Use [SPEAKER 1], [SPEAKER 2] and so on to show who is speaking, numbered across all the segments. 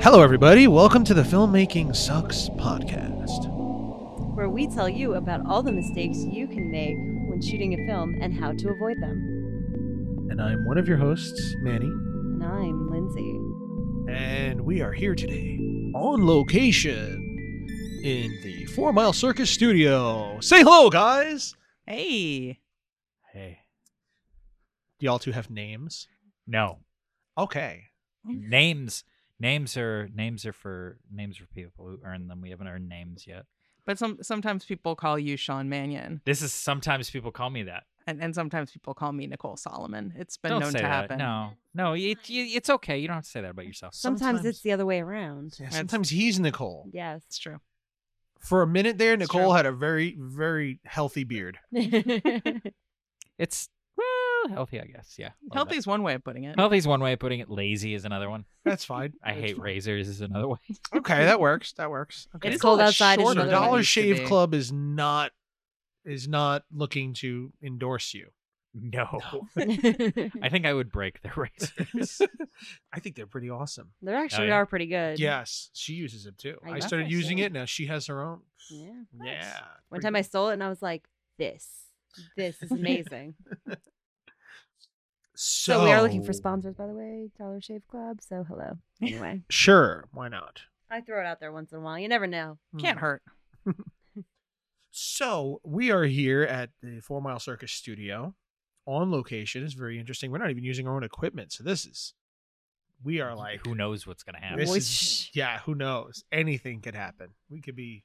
[SPEAKER 1] Hello, everybody. Welcome to the Filmmaking Sucks podcast.
[SPEAKER 2] where we tell you about all the mistakes you can make when shooting a film and how to avoid them.
[SPEAKER 1] And I'm one of your hosts, Manny,
[SPEAKER 2] And I'm Lindsay.
[SPEAKER 1] and we are here today on location in the Four Mile Circus studio. Say hello, guys.
[SPEAKER 3] Hey.
[SPEAKER 4] Hey,
[SPEAKER 1] Do y'all two have names?
[SPEAKER 4] no
[SPEAKER 1] Okay.
[SPEAKER 4] names. Names are names are for names for people who earn them. We haven't earned names yet.
[SPEAKER 3] But some sometimes people call you Sean Mannion,
[SPEAKER 4] This is sometimes people call me that.
[SPEAKER 3] and, and sometimes people call me Nicole Solomon. It's been
[SPEAKER 4] don't
[SPEAKER 3] known
[SPEAKER 4] say
[SPEAKER 3] to
[SPEAKER 4] that.
[SPEAKER 3] happen.
[SPEAKER 4] No, no, it, you, it's okay. You don't have to say that about yourself.
[SPEAKER 2] Sometimes,
[SPEAKER 1] Sometimes-
[SPEAKER 2] it's the other way around.
[SPEAKER 1] Yeah, sometimes he's Nicole.
[SPEAKER 2] Yes.
[SPEAKER 3] It's true.
[SPEAKER 1] For a minute there,
[SPEAKER 3] It's
[SPEAKER 1] Nicole
[SPEAKER 3] true.
[SPEAKER 1] had a very, very healthy beard.
[SPEAKER 4] It's well healthy, I guess. Yeah, a little
[SPEAKER 3] Healthy
[SPEAKER 4] bit.
[SPEAKER 3] is one way of putting it.
[SPEAKER 4] Healthy is one way of putting it. Lazy is another one.
[SPEAKER 1] That's fine.
[SPEAKER 4] I hate razors is another way.
[SPEAKER 1] Okay, that works. That works. Okay.
[SPEAKER 2] It's
[SPEAKER 3] a lot
[SPEAKER 2] cold outside, it's
[SPEAKER 3] shorter
[SPEAKER 1] Sure,
[SPEAKER 2] another
[SPEAKER 3] than it
[SPEAKER 1] Dollar
[SPEAKER 3] used to
[SPEAKER 1] Shave
[SPEAKER 3] be.
[SPEAKER 1] Club is not is not looking to endorse you.
[SPEAKER 4] No,
[SPEAKER 2] They're
[SPEAKER 4] I think I would break their razors.
[SPEAKER 1] I think they're pretty awesome.
[SPEAKER 2] actually
[SPEAKER 4] yeah.
[SPEAKER 2] are pretty good.
[SPEAKER 1] Yes, she uses it too.
[SPEAKER 2] I
[SPEAKER 1] I,
[SPEAKER 2] guess
[SPEAKER 1] started
[SPEAKER 2] I
[SPEAKER 1] using
[SPEAKER 2] should.
[SPEAKER 1] it. Now she has her own.
[SPEAKER 2] Yeah. nice.
[SPEAKER 1] Yeah.
[SPEAKER 2] One time I stole it and I was like, this. This is amazing.
[SPEAKER 1] So,
[SPEAKER 2] so, we are looking for sponsors, by the way, Dollar Shave Club. So hello. Anyway,
[SPEAKER 1] Sure, why not?
[SPEAKER 2] I throw it out there once in a while. You never know.
[SPEAKER 3] Can't
[SPEAKER 1] Hmm.
[SPEAKER 3] hurt.
[SPEAKER 1] So we are here at the Four Mile Circus Studio on location. It's very interesting. We're not even using our own equipment, so this is we are like
[SPEAKER 4] who knows what's gonna happen?
[SPEAKER 1] This
[SPEAKER 2] Which-
[SPEAKER 1] is, yeah, who knows? Anything could happen. We could be.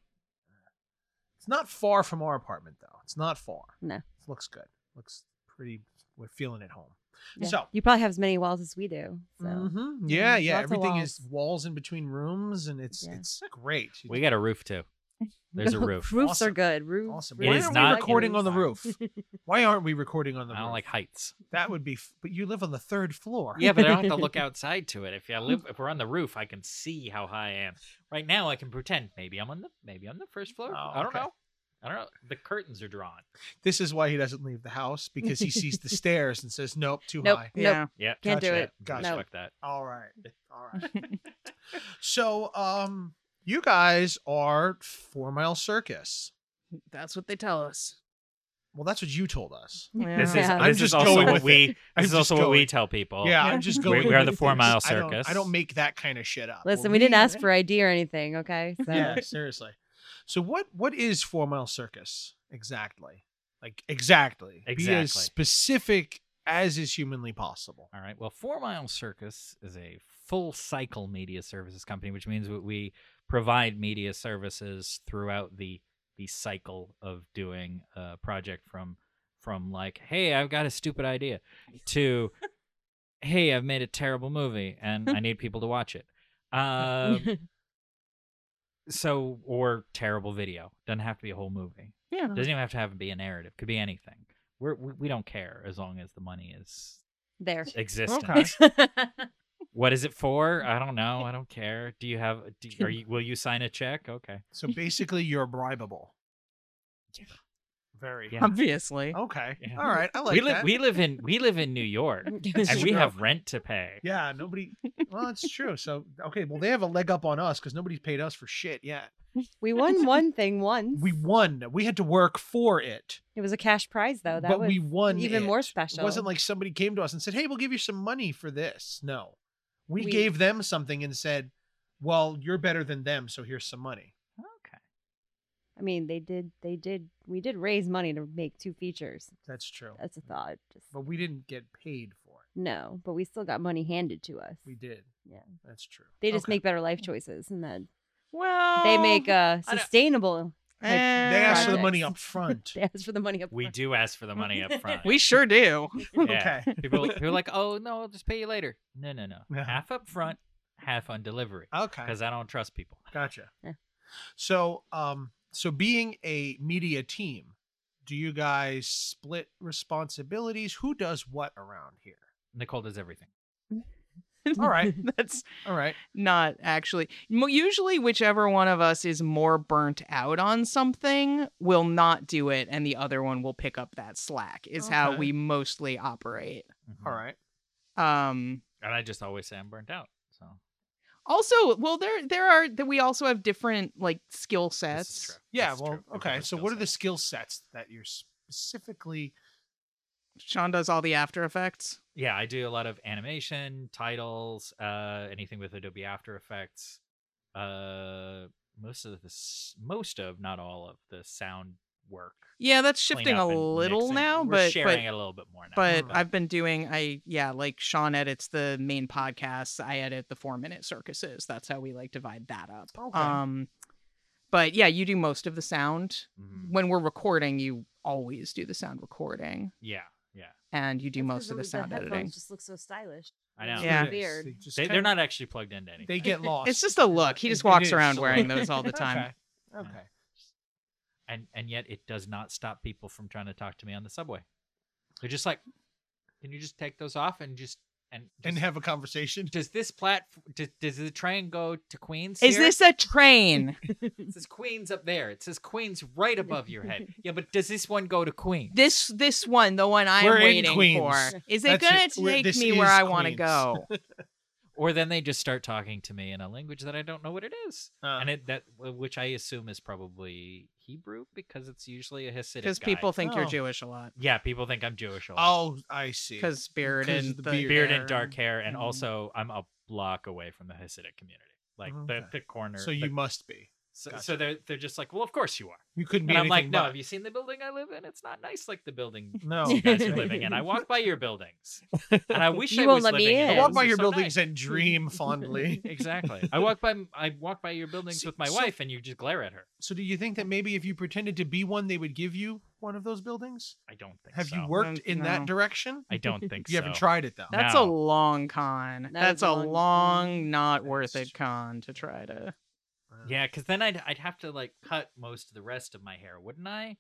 [SPEAKER 1] It's not far from our apartment, though. It's not far.
[SPEAKER 2] No.
[SPEAKER 1] It looks good. Looks pretty. We're feeling at home.
[SPEAKER 2] Yeah.
[SPEAKER 1] So.
[SPEAKER 2] you probably have as many walls as we do. So
[SPEAKER 1] Mhm. Yeah,
[SPEAKER 2] Mm,
[SPEAKER 1] yeah.
[SPEAKER 2] lots of
[SPEAKER 1] Everything is
[SPEAKER 2] walls.
[SPEAKER 1] walls in between rooms, and it's
[SPEAKER 2] Yeah.
[SPEAKER 1] it's great.
[SPEAKER 4] We got a roof too. There's a roof.
[SPEAKER 2] Roofs are
[SPEAKER 1] Awesome.
[SPEAKER 2] good. Roofs.
[SPEAKER 1] awesome.
[SPEAKER 4] It
[SPEAKER 1] Why
[SPEAKER 4] is
[SPEAKER 1] aren't
[SPEAKER 4] not
[SPEAKER 1] we recording on the roof?
[SPEAKER 4] convenient.
[SPEAKER 1] Why aren't we recording on
[SPEAKER 4] I
[SPEAKER 1] the
[SPEAKER 4] don't
[SPEAKER 1] roof?
[SPEAKER 4] like heights.
[SPEAKER 1] that would be. F- but you live on the third floor.
[SPEAKER 4] Yeah, but I don't have to look outside to it. If I live, if we're on the roof, I can see how high I am. Right now, I can pretend. Maybe I'm on the maybe I'm the first floor.
[SPEAKER 1] Oh,
[SPEAKER 4] I don't
[SPEAKER 1] okay.
[SPEAKER 4] know. I don't know. The curtains are drawn.
[SPEAKER 1] This is why he doesn't leave the house because he sees the stairs and says, "Nope, too
[SPEAKER 2] Nope.
[SPEAKER 1] high."
[SPEAKER 3] Yeah.
[SPEAKER 4] Yeah,
[SPEAKER 2] Can't do
[SPEAKER 1] Gotcha.
[SPEAKER 2] it.
[SPEAKER 1] Gotcha.
[SPEAKER 2] No.
[SPEAKER 4] Fuck that.
[SPEAKER 1] All right. All right. so, um, you guys are Four Mile Circus.
[SPEAKER 3] That's what they tell us.
[SPEAKER 1] Well, that's what you told us.
[SPEAKER 2] Yeah.
[SPEAKER 4] This is
[SPEAKER 2] Yeah.
[SPEAKER 1] I'm
[SPEAKER 4] this
[SPEAKER 1] just
[SPEAKER 4] is also
[SPEAKER 1] going
[SPEAKER 4] what
[SPEAKER 1] with
[SPEAKER 4] we
[SPEAKER 1] I'm
[SPEAKER 4] this is
[SPEAKER 1] just
[SPEAKER 4] also what
[SPEAKER 1] going.
[SPEAKER 4] we tell people.
[SPEAKER 1] yeah,
[SPEAKER 3] Yeah.
[SPEAKER 1] I'm just
[SPEAKER 3] We-
[SPEAKER 1] going.
[SPEAKER 4] we are
[SPEAKER 1] with
[SPEAKER 4] the Four
[SPEAKER 1] things.
[SPEAKER 4] Mile
[SPEAKER 1] I don't- I don't,
[SPEAKER 4] Circus.
[SPEAKER 1] make that kind of shit up.
[SPEAKER 2] Listen,
[SPEAKER 1] Well,
[SPEAKER 2] we didn't ask for ID or anything, okay? So
[SPEAKER 1] Yeah, seriously. So, what what is Four Mile Circus exactly? Like exactly. Be
[SPEAKER 4] Exactly.
[SPEAKER 1] as specific as is humanly possible.
[SPEAKER 4] All right. Well, Four Mile Circus is a full cycle media services company, which means that we provide media services throughout the the cycle of doing a project from from like, hey, I've got a stupid idea, to hey, I've made a terrible movie and I need people to watch it. Um, so or terrible video doesn't have to be a whole movie.
[SPEAKER 3] Yeah.
[SPEAKER 4] Doesn't even have to have be a narrative. Could be anything. We're, we we don't care as long as the money is
[SPEAKER 2] there.
[SPEAKER 4] existent what is it for? I don't know. I don't care. Do you have? Do, are you? Will you sign a check? Okay.
[SPEAKER 1] So basically, you're bribable. Very.
[SPEAKER 4] Yeah.
[SPEAKER 3] Obviously.
[SPEAKER 1] Okay.
[SPEAKER 4] Yeah.
[SPEAKER 1] All right. I like
[SPEAKER 4] we live.
[SPEAKER 1] that.
[SPEAKER 4] We live in. We live in New York, and
[SPEAKER 1] is
[SPEAKER 4] we
[SPEAKER 1] true.
[SPEAKER 4] have rent to pay.
[SPEAKER 1] Yeah, nobody. Well, it's true. So okay, well they have a leg up on us because nobody's paid us for shit yet.
[SPEAKER 2] we won one thing once.
[SPEAKER 1] We won. We had to work for it,
[SPEAKER 2] it was a cash prize though. That
[SPEAKER 1] but
[SPEAKER 2] was
[SPEAKER 1] we won.
[SPEAKER 2] even
[SPEAKER 1] it.
[SPEAKER 2] more special.
[SPEAKER 1] It wasn't like somebody came to us and said, "Hey, we'll give you some money for this." No, we,
[SPEAKER 2] We-
[SPEAKER 1] gave them something and said, "Well, you're better than them, so here's some money."
[SPEAKER 4] Okay.
[SPEAKER 2] I mean, they did they did we did raise money to make two features.
[SPEAKER 1] That's true.
[SPEAKER 2] That's a thought. Just
[SPEAKER 1] But we didn't get paid for it.
[SPEAKER 2] no, but we still got money handed to us.
[SPEAKER 1] We did.
[SPEAKER 2] Yeah.
[SPEAKER 1] That's true.
[SPEAKER 2] They just
[SPEAKER 1] Okay.
[SPEAKER 2] make better life choices and then
[SPEAKER 3] Well, eh,
[SPEAKER 2] they make uh
[SPEAKER 4] I don't-
[SPEAKER 2] sustainable
[SPEAKER 1] They ask for the
[SPEAKER 2] projects.
[SPEAKER 1] money up front.
[SPEAKER 2] they ask for the money up
[SPEAKER 4] We
[SPEAKER 2] front.
[SPEAKER 4] do ask for the money up front.
[SPEAKER 3] we sure do.
[SPEAKER 4] Yeah.
[SPEAKER 1] Okay.
[SPEAKER 4] People, people are like, oh no, I'll just pay you later. No, no, no.
[SPEAKER 1] Yeah.
[SPEAKER 4] Half up front, half on delivery,
[SPEAKER 1] Okay.
[SPEAKER 4] because I don't trust people.
[SPEAKER 1] Gotcha.
[SPEAKER 2] Yeah.
[SPEAKER 1] So, um, so being a media team, do you guys split responsibilities? Who does what around here?
[SPEAKER 4] Nicole does everything.
[SPEAKER 1] All right.
[SPEAKER 3] That's
[SPEAKER 1] All right.
[SPEAKER 3] not actually. Mo- Usually, whichever one of us is more burnt out on something will not do it, and the other one will pick up that slack. Is how
[SPEAKER 1] Okay.
[SPEAKER 3] we mostly operate.
[SPEAKER 4] Mhm.
[SPEAKER 1] All right.
[SPEAKER 3] Um,
[SPEAKER 4] And I just always say I'm burnt out. So
[SPEAKER 3] Also, well, there there are that we also have different like skill
[SPEAKER 4] This is
[SPEAKER 3] sets.
[SPEAKER 4] true.
[SPEAKER 1] Yeah,
[SPEAKER 4] This is
[SPEAKER 1] well,
[SPEAKER 4] true. We've
[SPEAKER 1] okay.
[SPEAKER 4] got
[SPEAKER 1] So
[SPEAKER 4] skill
[SPEAKER 1] what are the
[SPEAKER 4] sets.
[SPEAKER 1] skill sets that you're specifically
[SPEAKER 3] Sean does all the After Effects.
[SPEAKER 4] Yeah, I do a lot of animation, titles, uh, anything with Adobe After Effects. Uh, most of the s- most of not all of the sound work.
[SPEAKER 3] Yeah, that's
[SPEAKER 4] clean
[SPEAKER 3] shifting a
[SPEAKER 4] up and
[SPEAKER 3] little
[SPEAKER 4] mixing.
[SPEAKER 3] now,
[SPEAKER 4] We're
[SPEAKER 3] but
[SPEAKER 4] sharing
[SPEAKER 3] but,
[SPEAKER 4] it a little bit more now.
[SPEAKER 3] but
[SPEAKER 1] Mhm.
[SPEAKER 3] I've been doing I yeah like Sean edits the main podcasts. I edit the four minute circuses. That's how we like divide that up.
[SPEAKER 1] Okay.
[SPEAKER 3] Um, but yeah, you do most of the sound
[SPEAKER 4] Mhm.
[SPEAKER 3] when we're recording. You always do the sound recording,
[SPEAKER 4] yeah, yeah,
[SPEAKER 3] and you do
[SPEAKER 2] That's 'cause
[SPEAKER 3] most of the
[SPEAKER 2] was
[SPEAKER 3] sound
[SPEAKER 2] headphones
[SPEAKER 3] editing.
[SPEAKER 2] Just look so stylish.
[SPEAKER 4] I know.
[SPEAKER 2] It's
[SPEAKER 1] It
[SPEAKER 3] Yeah.
[SPEAKER 1] is.
[SPEAKER 2] Weird.
[SPEAKER 1] They just
[SPEAKER 4] They,
[SPEAKER 1] kinda-
[SPEAKER 4] they're not actually plugged into anything.
[SPEAKER 1] They get lost.
[SPEAKER 3] It's just a look. He
[SPEAKER 1] It-
[SPEAKER 3] just
[SPEAKER 1] it
[SPEAKER 3] walks
[SPEAKER 1] is
[SPEAKER 3] around
[SPEAKER 1] a
[SPEAKER 3] wearing
[SPEAKER 1] look.
[SPEAKER 3] those all the time.
[SPEAKER 1] Okay. okay.
[SPEAKER 4] and and yet it does not stop people from trying to talk to me on the subway. They're just like, can you just take those off and just and
[SPEAKER 1] And
[SPEAKER 4] just-
[SPEAKER 1] have a conversation.
[SPEAKER 4] does this platform does, does the train go to Queens?
[SPEAKER 3] Is
[SPEAKER 4] here?
[SPEAKER 3] this a train?
[SPEAKER 4] it says Queens up there? It says Queens right above your head. Yeah, but does this one go to Queens?
[SPEAKER 3] this this one, the one I'm
[SPEAKER 1] We're in
[SPEAKER 3] waiting
[SPEAKER 1] Queens.
[SPEAKER 3] for. Is it
[SPEAKER 1] That's
[SPEAKER 3] gonna
[SPEAKER 1] it. We're-
[SPEAKER 3] take
[SPEAKER 1] this
[SPEAKER 3] me
[SPEAKER 1] is
[SPEAKER 3] where I want to
[SPEAKER 1] Queens.
[SPEAKER 3] go?
[SPEAKER 4] Or then they just start talking to me in a language that I don't know what it is,
[SPEAKER 1] Uh,
[SPEAKER 4] and it that which I assume is probably Hebrew because it's usually a Hasidic.
[SPEAKER 3] Because
[SPEAKER 4] guy.
[SPEAKER 3] people think you're
[SPEAKER 1] Oh.
[SPEAKER 3] Jewish a lot.
[SPEAKER 4] yeah, people think I'm Jewish. a lot.
[SPEAKER 1] oh, I see.
[SPEAKER 3] Because beard
[SPEAKER 1] Because
[SPEAKER 3] and
[SPEAKER 1] of the
[SPEAKER 3] the
[SPEAKER 1] beard.
[SPEAKER 4] beard
[SPEAKER 3] hair.
[SPEAKER 4] and dark hair, and
[SPEAKER 3] Mhm.
[SPEAKER 4] also I'm a block away from the Hasidic community, like the,
[SPEAKER 1] Okay.
[SPEAKER 4] the corner.
[SPEAKER 1] so
[SPEAKER 4] the-
[SPEAKER 1] you must be.
[SPEAKER 4] so,
[SPEAKER 1] gotcha.
[SPEAKER 4] so they're they're just like, well, of course you are.
[SPEAKER 1] You couldn't be
[SPEAKER 4] And I'm
[SPEAKER 1] anything
[SPEAKER 4] like, no,
[SPEAKER 1] but.
[SPEAKER 4] have you seen the building I live in? It's not nice like the building
[SPEAKER 1] No.
[SPEAKER 4] Oh, you guys are living in. I walk by your buildings, and I wish
[SPEAKER 2] You
[SPEAKER 4] I
[SPEAKER 2] won't
[SPEAKER 4] was
[SPEAKER 2] let me
[SPEAKER 4] living.
[SPEAKER 2] in.
[SPEAKER 4] in.
[SPEAKER 1] I
[SPEAKER 2] Yeah,
[SPEAKER 1] walk
[SPEAKER 4] those.
[SPEAKER 1] by
[SPEAKER 4] They're
[SPEAKER 1] your
[SPEAKER 4] so
[SPEAKER 1] buildings
[SPEAKER 4] nice.
[SPEAKER 1] and dream fondly.
[SPEAKER 4] Exactly. I walk by I walk by your buildings
[SPEAKER 1] See,
[SPEAKER 4] with my
[SPEAKER 1] so-
[SPEAKER 4] wife, and you just glare at her.
[SPEAKER 1] So, do you think that maybe if you pretended to be one, they would give you one of those buildings?
[SPEAKER 4] I don't think.
[SPEAKER 1] Have
[SPEAKER 4] so.
[SPEAKER 1] you worked
[SPEAKER 3] Mm,
[SPEAKER 1] in
[SPEAKER 3] no.
[SPEAKER 1] that direction?
[SPEAKER 4] I don't think
[SPEAKER 1] You
[SPEAKER 4] so.
[SPEAKER 1] haven't tried it though.
[SPEAKER 4] No.
[SPEAKER 3] That's a long con.
[SPEAKER 2] That
[SPEAKER 3] That's
[SPEAKER 2] is
[SPEAKER 3] a
[SPEAKER 2] a long con.
[SPEAKER 3] long, not worth
[SPEAKER 1] That's
[SPEAKER 3] it con to try to.
[SPEAKER 1] Uh,
[SPEAKER 4] Yeah, because then I'd I'd have to like cut most of the rest of my hair, wouldn't I?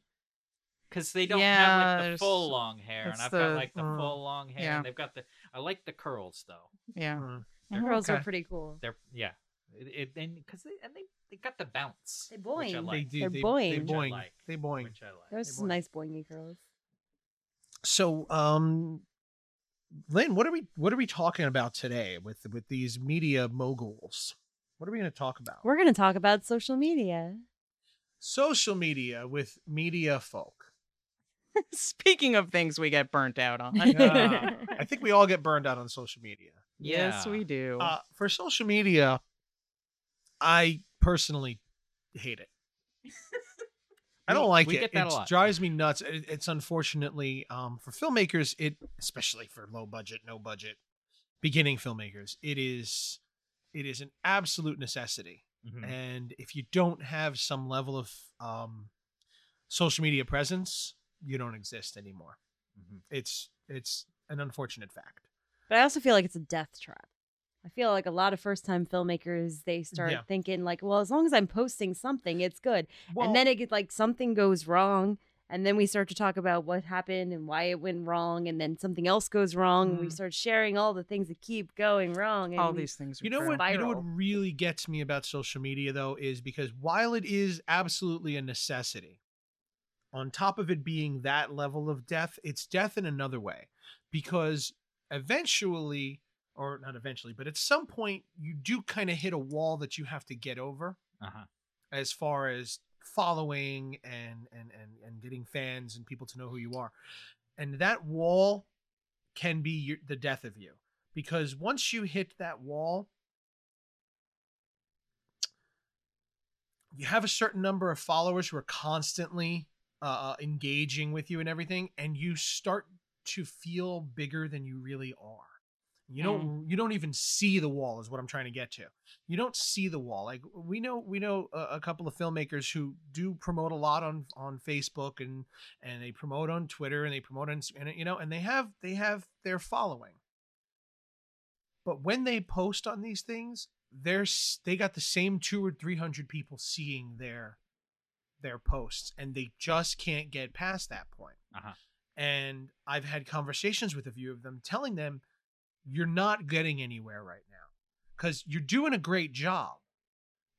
[SPEAKER 4] Because they don't
[SPEAKER 3] Yeah,
[SPEAKER 4] have like the
[SPEAKER 3] there's-
[SPEAKER 4] full long hair, and
[SPEAKER 3] it's
[SPEAKER 4] I've
[SPEAKER 3] the-
[SPEAKER 4] got like the
[SPEAKER 2] uh,
[SPEAKER 1] Mm.
[SPEAKER 4] full long hair,
[SPEAKER 3] Yeah.
[SPEAKER 4] and they've got the. I like the curls though.
[SPEAKER 3] Yeah.
[SPEAKER 1] Mm.
[SPEAKER 2] The girls
[SPEAKER 1] Okay.
[SPEAKER 2] are pretty cool.
[SPEAKER 4] They're yeah, it, it, and because they and they they got the bounce.
[SPEAKER 2] They
[SPEAKER 4] Which I
[SPEAKER 2] boing.
[SPEAKER 4] like.
[SPEAKER 1] do-
[SPEAKER 2] They're
[SPEAKER 1] They
[SPEAKER 2] boing.
[SPEAKER 4] Which I
[SPEAKER 1] boing.
[SPEAKER 4] like.
[SPEAKER 1] They boing.
[SPEAKER 4] Which I like.
[SPEAKER 2] Those are
[SPEAKER 1] boy.
[SPEAKER 2] some nice boingy girls.
[SPEAKER 1] So, um, Lynn, what are we what are we talking about today with with these media moguls? What are we going to talk about?
[SPEAKER 2] We're gonna talk about social media.
[SPEAKER 1] Social media with media folk.
[SPEAKER 3] Speaking of things we get burnt out on.
[SPEAKER 1] Yeah. I think we all get burned out on social media.
[SPEAKER 3] Yes,
[SPEAKER 4] Yeah.
[SPEAKER 3] we do.
[SPEAKER 1] Uh, for social media, I personally hate it. I
[SPEAKER 4] We-
[SPEAKER 1] don't like
[SPEAKER 4] we
[SPEAKER 1] it.
[SPEAKER 4] get that a
[SPEAKER 1] it
[SPEAKER 4] lot.
[SPEAKER 1] drives me nuts. It, it's unfortunately um, for filmmakers, it especially for low budget, no budget, beginning filmmakers, it is it is an absolute necessity.
[SPEAKER 4] Mhm.
[SPEAKER 1] And if you don't have some level of um, social media presence, you don't exist anymore.
[SPEAKER 4] Mhm.
[SPEAKER 1] It's it's an unfortunate fact.
[SPEAKER 2] But I also feel like it's a death trap. I feel like a lot of first time filmmakers, they start
[SPEAKER 1] Yeah.
[SPEAKER 2] thinking, like, well, as long as I'm posting something, it's good.
[SPEAKER 1] Well,
[SPEAKER 2] and then it gets like something goes wrong. And then we start to talk about what happened and why it went wrong. And then something else goes wrong. And we
[SPEAKER 1] Mhm.
[SPEAKER 2] start sharing all the things that keep going wrong. And
[SPEAKER 3] All
[SPEAKER 2] we-
[SPEAKER 3] these things. Are
[SPEAKER 1] um, You know what?
[SPEAKER 3] true.
[SPEAKER 1] You know what
[SPEAKER 2] viral.
[SPEAKER 1] really gets me about social media though is because while it is absolutely a necessity, on top of it being that level of death, it's death in another way, because eventually, or not eventually, but at some point, you do kind of hit a wall that you have to get over
[SPEAKER 4] Uh-huh.
[SPEAKER 1] as far as following and and and and getting fans and people to know who you are and that wall can be your, the death of you because once you hit that wall you have a certain number of followers who are constantly uh, engaging with you and everything and you start to feel bigger than you really are you don't you don't even see the wall is what i'm trying to get to you don't see the wall like we know we know a, a couple of filmmakers who do promote a lot on on facebook and and they promote on twitter and they promote on and you know and they have they have their following but when they post on these things they're s- they got the same two or three hundred people seeing their their posts and they just can't get past that point
[SPEAKER 4] Uh-huh.
[SPEAKER 1] and i've had conversations with a few of them telling them you're not getting anywhere right now because you're doing a great job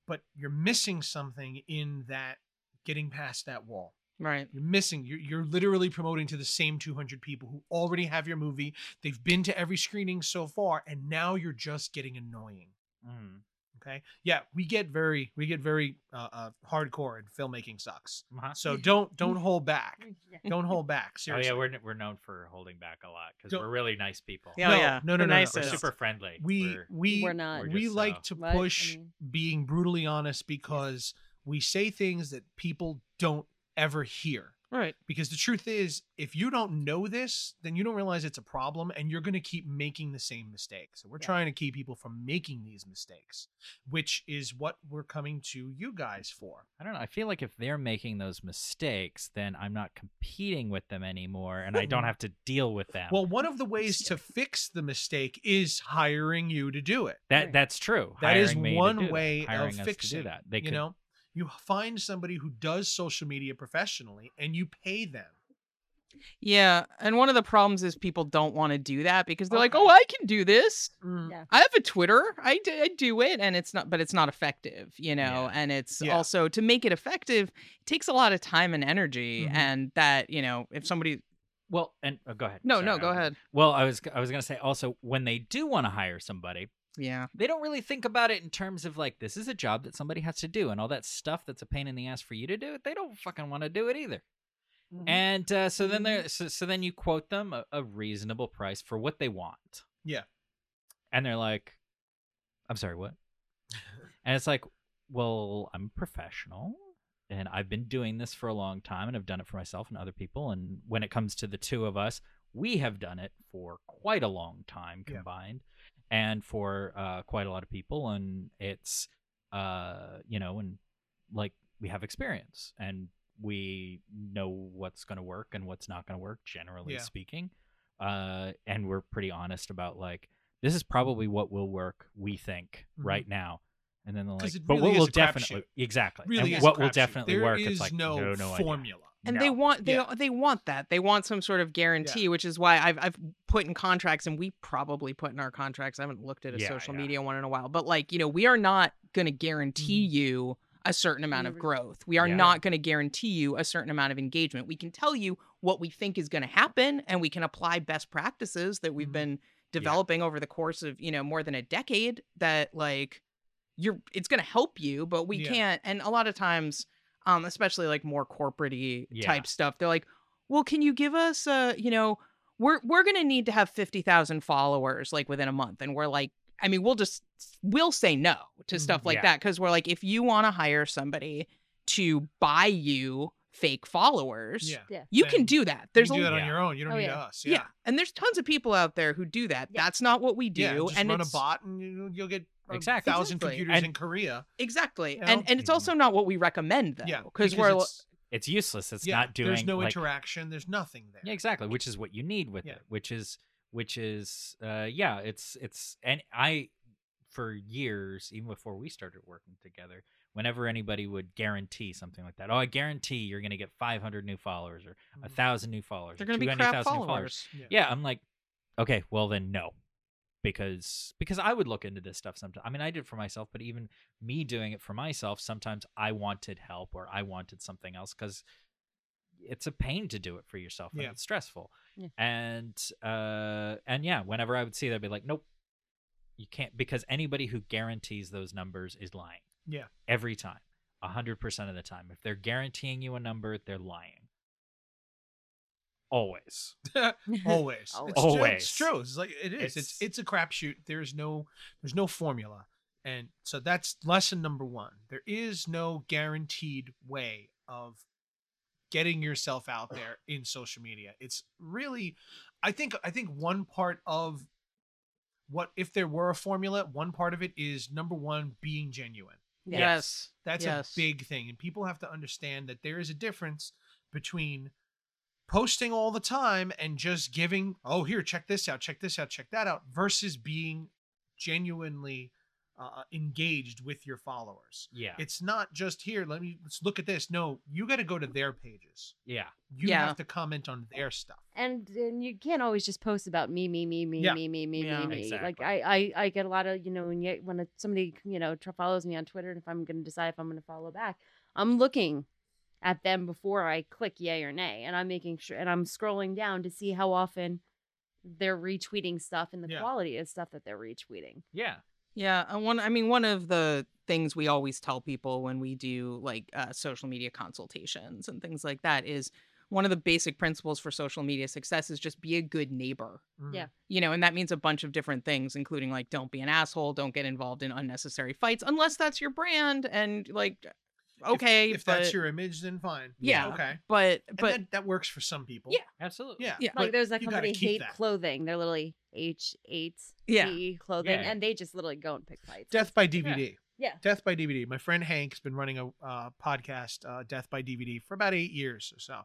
[SPEAKER 1] but you're missing something in that getting past that wall
[SPEAKER 3] Right.
[SPEAKER 1] you're missing you're, you're literally promoting to the same 200 people who already have your movie they've been to every screening so far and now you're just getting annoying
[SPEAKER 4] Mhm.
[SPEAKER 1] Okay. Yeah, we get very we get very uh, uh hardcore and filmmaking sucks.
[SPEAKER 4] Uh-huh.
[SPEAKER 1] So don't don't hold back. Don't hold back.
[SPEAKER 4] Oh
[SPEAKER 1] Seriously.
[SPEAKER 4] yeah, we're we're known for holding back a lot because
[SPEAKER 1] Don't-
[SPEAKER 4] we're really nice people.
[SPEAKER 3] Yeah,
[SPEAKER 1] no,
[SPEAKER 3] yeah.
[SPEAKER 1] no, no,
[SPEAKER 3] The
[SPEAKER 1] no, no.
[SPEAKER 4] we're
[SPEAKER 3] nicest.
[SPEAKER 4] super friendly.
[SPEAKER 1] we
[SPEAKER 4] We're-
[SPEAKER 1] we
[SPEAKER 2] We're not.
[SPEAKER 1] we
[SPEAKER 4] just,
[SPEAKER 1] like
[SPEAKER 4] uh,
[SPEAKER 1] to
[SPEAKER 2] Right? I
[SPEAKER 1] push
[SPEAKER 2] mean-
[SPEAKER 1] being brutally honest because we say things that people don't ever hear.
[SPEAKER 3] Right.
[SPEAKER 1] Because the truth is, if you don't know this, then you don't realize it's a problem and you're going to keep making the same mistakes. So we're
[SPEAKER 2] Yeah.
[SPEAKER 1] trying to keep people from making these mistakes, which is what we're coming to you guys for.
[SPEAKER 4] I don't know. I feel like if they're making those mistakes, then I'm not competing with them anymore, and I don't have to deal with them.
[SPEAKER 1] Mm-hmm. Well, one of the ways to fix the mistake is hiring you to do it.
[SPEAKER 4] that that's true.
[SPEAKER 1] That is
[SPEAKER 4] Hiring me to do
[SPEAKER 1] one
[SPEAKER 4] that,
[SPEAKER 1] way
[SPEAKER 4] hiring
[SPEAKER 1] of
[SPEAKER 4] us
[SPEAKER 1] fixing
[SPEAKER 4] to do that. They
[SPEAKER 1] you
[SPEAKER 4] could,
[SPEAKER 1] know, you find somebody who does social media professionally and you pay them.
[SPEAKER 3] Yeah. And one of the problems is people don't want to do that because they're like,
[SPEAKER 1] Okay.
[SPEAKER 3] oh, I can do this.
[SPEAKER 2] Yeah.
[SPEAKER 3] I have a Twitter. I d- I do it. And it's not, but it's not effective, you know?
[SPEAKER 4] Yeah.
[SPEAKER 3] And it's
[SPEAKER 1] Yeah.
[SPEAKER 3] also to make it effective it takes a lot of time and energy.
[SPEAKER 1] Mhm.
[SPEAKER 3] And that, you know, if somebody,
[SPEAKER 4] Well, and oh, go ahead.
[SPEAKER 3] no,
[SPEAKER 4] Sorry,
[SPEAKER 3] no,
[SPEAKER 4] I
[SPEAKER 3] go
[SPEAKER 4] was-
[SPEAKER 3] ahead.
[SPEAKER 4] Well, I was I was gonna say also when they do want to hire somebody,
[SPEAKER 3] Yeah.
[SPEAKER 4] they don't really think about it in terms of like this is a job that somebody has to do and all that stuff that's a pain in the ass for you to do they don't fucking want to do it either
[SPEAKER 2] mm-hmm.
[SPEAKER 4] and uh, so then they're so, so then you quote them a, a reasonable price for what they want
[SPEAKER 1] Yeah.
[SPEAKER 4] and they're like i'm sorry what and it's like well i'm a professional and i've been doing this for a long time and i've done it for myself and other people and when it comes to the two of us we have done it for quite a long time
[SPEAKER 1] Yeah.
[SPEAKER 4] combined and for uh, quite a lot of people and it's uh, you know and like we have experience and we know what's going to work and what's not going to work generally
[SPEAKER 1] Yeah.
[SPEAKER 4] speaking uh, and we're pretty honest about like this is probably what will work we think
[SPEAKER 1] Mhm.
[SPEAKER 4] right now and then they're
[SPEAKER 1] 'Cause
[SPEAKER 4] like
[SPEAKER 1] it
[SPEAKER 4] but
[SPEAKER 1] really
[SPEAKER 4] what will
[SPEAKER 1] is a crapshoot.
[SPEAKER 4] definitely exactly
[SPEAKER 1] Really
[SPEAKER 4] and
[SPEAKER 1] is a
[SPEAKER 4] what will
[SPEAKER 1] crapshoot.
[SPEAKER 4] definitely
[SPEAKER 1] There
[SPEAKER 4] work
[SPEAKER 1] is
[SPEAKER 4] it's like
[SPEAKER 1] no,
[SPEAKER 4] no, no idea.
[SPEAKER 1] formula.
[SPEAKER 3] and they
[SPEAKER 4] No.
[SPEAKER 3] want they
[SPEAKER 1] Yeah.
[SPEAKER 3] they want that they want some sort of guarantee which is why i've i've put in contracts and we probably put in our contracts i haven't looked at a
[SPEAKER 4] Yeah,
[SPEAKER 3] social
[SPEAKER 4] yeah.
[SPEAKER 3] media one in a while but like you know we are not going to guarantee you a certain amount of
[SPEAKER 2] Mhm.
[SPEAKER 3] growth we are
[SPEAKER 4] Mm-hmm. Yeah.
[SPEAKER 3] not going to guarantee you a certain amount of engagement we can tell you what we think is going to happen and we can apply best practices that we've
[SPEAKER 4] Mm-hmm.
[SPEAKER 1] Mhm.
[SPEAKER 3] been developing over the course of you know more than a decade that like you're it's going to help you but we
[SPEAKER 1] Yeah.
[SPEAKER 3] can't and a lot of times um especially like more corporate
[SPEAKER 4] Yeah.
[SPEAKER 3] type stuff they're like well can you give us a you know we're we're going to need to have 50,000 followers like within a month and we're like I mean we'll just we'll say no to
[SPEAKER 1] Mm,
[SPEAKER 3] stuff like
[SPEAKER 4] yeah.
[SPEAKER 3] that cuz we're like if you want to hire somebody to buy you fake followers
[SPEAKER 1] Yeah.
[SPEAKER 3] you can
[SPEAKER 1] Then
[SPEAKER 3] do that
[SPEAKER 1] There's you
[SPEAKER 3] there's
[SPEAKER 1] can do
[SPEAKER 3] a
[SPEAKER 1] that on
[SPEAKER 4] Yeah.
[SPEAKER 1] your own. You don't
[SPEAKER 2] Oh,
[SPEAKER 1] need
[SPEAKER 2] yeah.
[SPEAKER 1] us.
[SPEAKER 3] yeah. and there's tons of people out there who do that.
[SPEAKER 2] Yeah.
[SPEAKER 3] That's not what we do.
[SPEAKER 1] Yeah, just
[SPEAKER 3] and
[SPEAKER 1] run a
[SPEAKER 3] it's,
[SPEAKER 1] bot and you- you'll get a
[SPEAKER 4] Exactly.
[SPEAKER 1] thousand
[SPEAKER 3] Exactly.
[SPEAKER 1] computers
[SPEAKER 4] And-
[SPEAKER 1] in Korea.
[SPEAKER 3] Exactly.
[SPEAKER 1] You know?
[SPEAKER 3] And and it's also not what we recommend though.
[SPEAKER 1] yeah,
[SPEAKER 3] Cuz we're
[SPEAKER 1] it's-
[SPEAKER 4] it's useless it's
[SPEAKER 1] yeah,
[SPEAKER 4] not doing
[SPEAKER 1] There's no
[SPEAKER 4] like,
[SPEAKER 1] interaction. There's nothing there.
[SPEAKER 4] Yeah, exactly. Which is what you need with
[SPEAKER 1] Yeah.
[SPEAKER 4] it. Which is which is uh yeah, it's it's and I for years, even before we started working together, whenever anybody would guarantee something like that, oh I guarantee you're gonna get five hundred new followers or a
[SPEAKER 1] Mhm.
[SPEAKER 4] thousand new followers
[SPEAKER 3] Mm. they're
[SPEAKER 4] or
[SPEAKER 3] going to be
[SPEAKER 4] 200,000
[SPEAKER 3] crap
[SPEAKER 4] new followers.
[SPEAKER 3] followers.
[SPEAKER 4] Yeah, I'm like, okay, well then no. Because because I would look into this stuff sometimes. I mean, I did for myself, but even me doing it for myself, sometimes I wanted help or I wanted something else because it's a pain to do it for yourself
[SPEAKER 1] Yeah.
[SPEAKER 4] and it's stressful.
[SPEAKER 2] Yeah.
[SPEAKER 4] And uh and yeah, whenever I would see that I'd be like, Nope, you can't because anybody who guarantees those numbers is lying.
[SPEAKER 1] Yeah.
[SPEAKER 4] Every time. a hundred percent of the time. If they're guaranteeing you a number, they're lying. Always.
[SPEAKER 1] always. It's
[SPEAKER 2] Always.
[SPEAKER 1] true.
[SPEAKER 4] Always.
[SPEAKER 1] It's true. It's like it is. It's
[SPEAKER 4] It's-
[SPEAKER 1] it's a crapshoot. There's no there's no formula, and so that's lesson number one. There is no guaranteed way of getting yourself out there in social media. It's really, I think I think one part of what if there were a formula, one part of it is number one being genuine.
[SPEAKER 3] Yes.
[SPEAKER 1] That's
[SPEAKER 3] Yes.
[SPEAKER 1] a big thing. And people have to understand that there is a difference between posting all the time and just giving, oh, here, check this out, check this out, check that out, versus being genuinely uh, engaged with your followers.
[SPEAKER 4] Yeah.
[SPEAKER 1] It's not just here, let me let's look at this. No, you got to go to their pages.
[SPEAKER 4] yeah.
[SPEAKER 1] You
[SPEAKER 3] Yeah.
[SPEAKER 1] have to comment on their stuff.
[SPEAKER 2] and and you can't always just post about me, me, me, me,
[SPEAKER 1] Yeah.
[SPEAKER 2] me, me, me,
[SPEAKER 3] Yeah.
[SPEAKER 2] me, me. Like
[SPEAKER 4] Exactly.
[SPEAKER 2] I, I, I get a lot of you know when you, when a, somebody you know tr- follows me on Twitter, and if I'm going to decide if I'm going to follow back, I'm looking at them before I click yay or nay, and I'm making sure, and I'm scrolling down to see how often they're retweeting stuff and the
[SPEAKER 1] Yeah.
[SPEAKER 2] quality of stuff that they're retweeting.
[SPEAKER 4] Yeah.
[SPEAKER 3] Yeah, and one. I mean, one of the things we always tell people when we do like uh, social media consultations and things like that is one of the basic principles for social media success is just be a good neighbor.
[SPEAKER 1] Mm.
[SPEAKER 2] Yeah.
[SPEAKER 3] You know, and that means a bunch of different things, including like don't be an asshole, don't get involved in unnecessary fights unless that's your brand and like
[SPEAKER 1] If-
[SPEAKER 3] okay,
[SPEAKER 1] If,
[SPEAKER 3] but-
[SPEAKER 1] that's your image, then fine.
[SPEAKER 3] Yeah.
[SPEAKER 1] Okay.
[SPEAKER 3] but
[SPEAKER 1] And
[SPEAKER 3] but
[SPEAKER 1] that, that works for some people.
[SPEAKER 3] Yeah.
[SPEAKER 4] Absolutely.
[SPEAKER 1] Yeah.
[SPEAKER 3] Yeah.
[SPEAKER 2] Like
[SPEAKER 1] but
[SPEAKER 2] there's that
[SPEAKER 1] you gotta
[SPEAKER 2] company
[SPEAKER 1] keep
[SPEAKER 2] Hate
[SPEAKER 1] that.
[SPEAKER 2] Clothing. They're literally H eight
[SPEAKER 3] Yeah.
[SPEAKER 2] E clothing,
[SPEAKER 4] Yeah.
[SPEAKER 2] and they just literally go and pick fights.
[SPEAKER 1] Death by DVD.
[SPEAKER 2] Yeah.
[SPEAKER 1] Death by DVD. My friend Hank's been running a uh, podcast, uh, Death by DVD, for about eight years or so.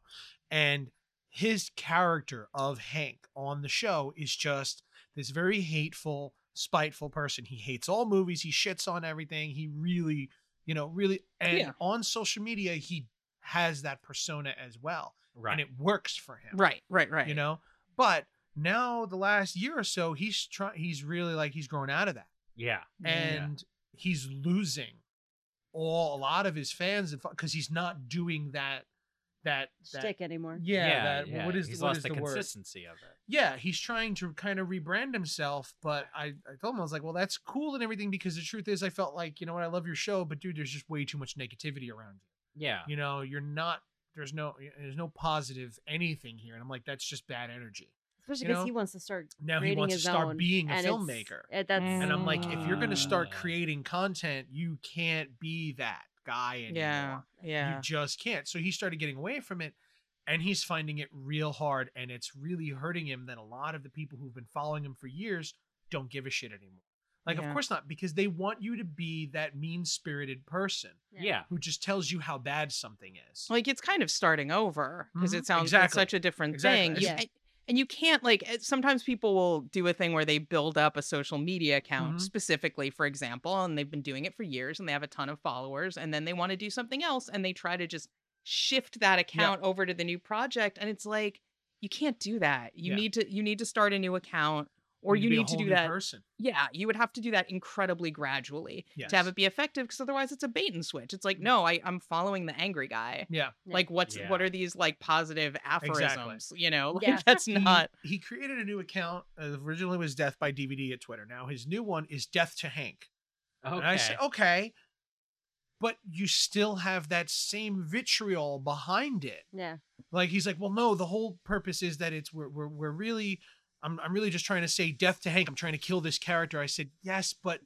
[SPEAKER 1] And his character of Hank on the show is just this very hateful, spiteful person. He hates all movies. He shits on everything. He really, you know, really. And
[SPEAKER 3] Yeah.
[SPEAKER 1] on social media, he has that persona as well.
[SPEAKER 4] Right.
[SPEAKER 1] And it works for him
[SPEAKER 3] right, right, right.
[SPEAKER 1] you know but now the last year or so he's trying he's really like he's grown out of that
[SPEAKER 4] yeah.
[SPEAKER 3] Yeah.
[SPEAKER 1] and he's losing all a lot of his fans because he's not doing that that, that
[SPEAKER 2] Shtick anymore.
[SPEAKER 1] yeah, that
[SPEAKER 4] yeah.
[SPEAKER 1] what is
[SPEAKER 4] He's
[SPEAKER 1] what
[SPEAKER 4] lost
[SPEAKER 1] is
[SPEAKER 4] the,
[SPEAKER 1] the word
[SPEAKER 4] consistency of it.
[SPEAKER 1] yeah he's trying to kind of rebrand himself but I, I told him i was like well that's cool and everything because the truth is i felt like you know what i love your show but dude there's just way too much negativity around you
[SPEAKER 4] Yeah.
[SPEAKER 1] you know you're not there's no there's no positive anything here and i'm like that's just bad energy
[SPEAKER 2] Especially
[SPEAKER 1] you
[SPEAKER 2] because he
[SPEAKER 1] know,
[SPEAKER 2] wants to start.
[SPEAKER 1] now he
[SPEAKER 2] creating
[SPEAKER 1] wants to
[SPEAKER 2] his
[SPEAKER 1] start
[SPEAKER 2] own,
[SPEAKER 1] being a
[SPEAKER 2] and it's-
[SPEAKER 1] filmmaker
[SPEAKER 2] it- that's
[SPEAKER 1] And uh, I'm like, if you're going to
[SPEAKER 3] Mm.
[SPEAKER 1] start
[SPEAKER 4] Ah.
[SPEAKER 1] creating content, you can't be that guy anymore.
[SPEAKER 3] yeah, yeah.
[SPEAKER 1] You just can't. So he started getting away from it and he's finding it real hard. And it's really hurting him that a lot of the people who've been following him for years don't give a shit anymore. Like,
[SPEAKER 3] Yeah.
[SPEAKER 1] of course not, because they want you to be that mean spirited person
[SPEAKER 4] Yeah.
[SPEAKER 1] who just tells you how bad something is.
[SPEAKER 3] like it's kind of starting over because
[SPEAKER 1] Mhm.
[SPEAKER 3] it sounds it's
[SPEAKER 1] Exactly.
[SPEAKER 3] such a different
[SPEAKER 1] Exactly.
[SPEAKER 3] thing. You-
[SPEAKER 2] Yeah.
[SPEAKER 3] and- And you can't like eh, sometimes people will do a thing where they build up a social media account
[SPEAKER 1] Mhm.
[SPEAKER 3] specifically, for example, and they've been doing it for years and they have a ton of followers, and then they want to do something else and they try to just shift that account over to the new project, and it's like you can't do that. You
[SPEAKER 1] Yeah.
[SPEAKER 3] need to you need to start a new account, or
[SPEAKER 1] You'd
[SPEAKER 3] you
[SPEAKER 1] be a
[SPEAKER 3] need to
[SPEAKER 1] whole
[SPEAKER 3] do
[SPEAKER 1] new
[SPEAKER 3] that.
[SPEAKER 1] person.
[SPEAKER 3] Yeah, you would have to do that incredibly gradually
[SPEAKER 1] Yes. Mm-hmm.
[SPEAKER 3] to have it be effective, because otherwise it's a bait and switch. It's like no, I, I'm following the angry guy.
[SPEAKER 1] Yeah.
[SPEAKER 2] Yeah.
[SPEAKER 3] Like what's
[SPEAKER 4] Yeah.
[SPEAKER 3] what are these like positive aphorisms? You know, like
[SPEAKER 2] Yeah.
[SPEAKER 3] that's
[SPEAKER 1] He-
[SPEAKER 3] not
[SPEAKER 1] He, created a new account. Uh, originally was Death by DVD at Twitter. Now his new one is Death to Hank.
[SPEAKER 4] Okay.
[SPEAKER 1] And I say, "Oh, okay, but you still have that same vitriol behind it.
[SPEAKER 2] yeah.
[SPEAKER 1] Like he's like, well, no, the whole purpose is that it's we're we're, we're really, I'm I'm really just trying to say death to Hank. I'm trying to kill this character. I said yes, but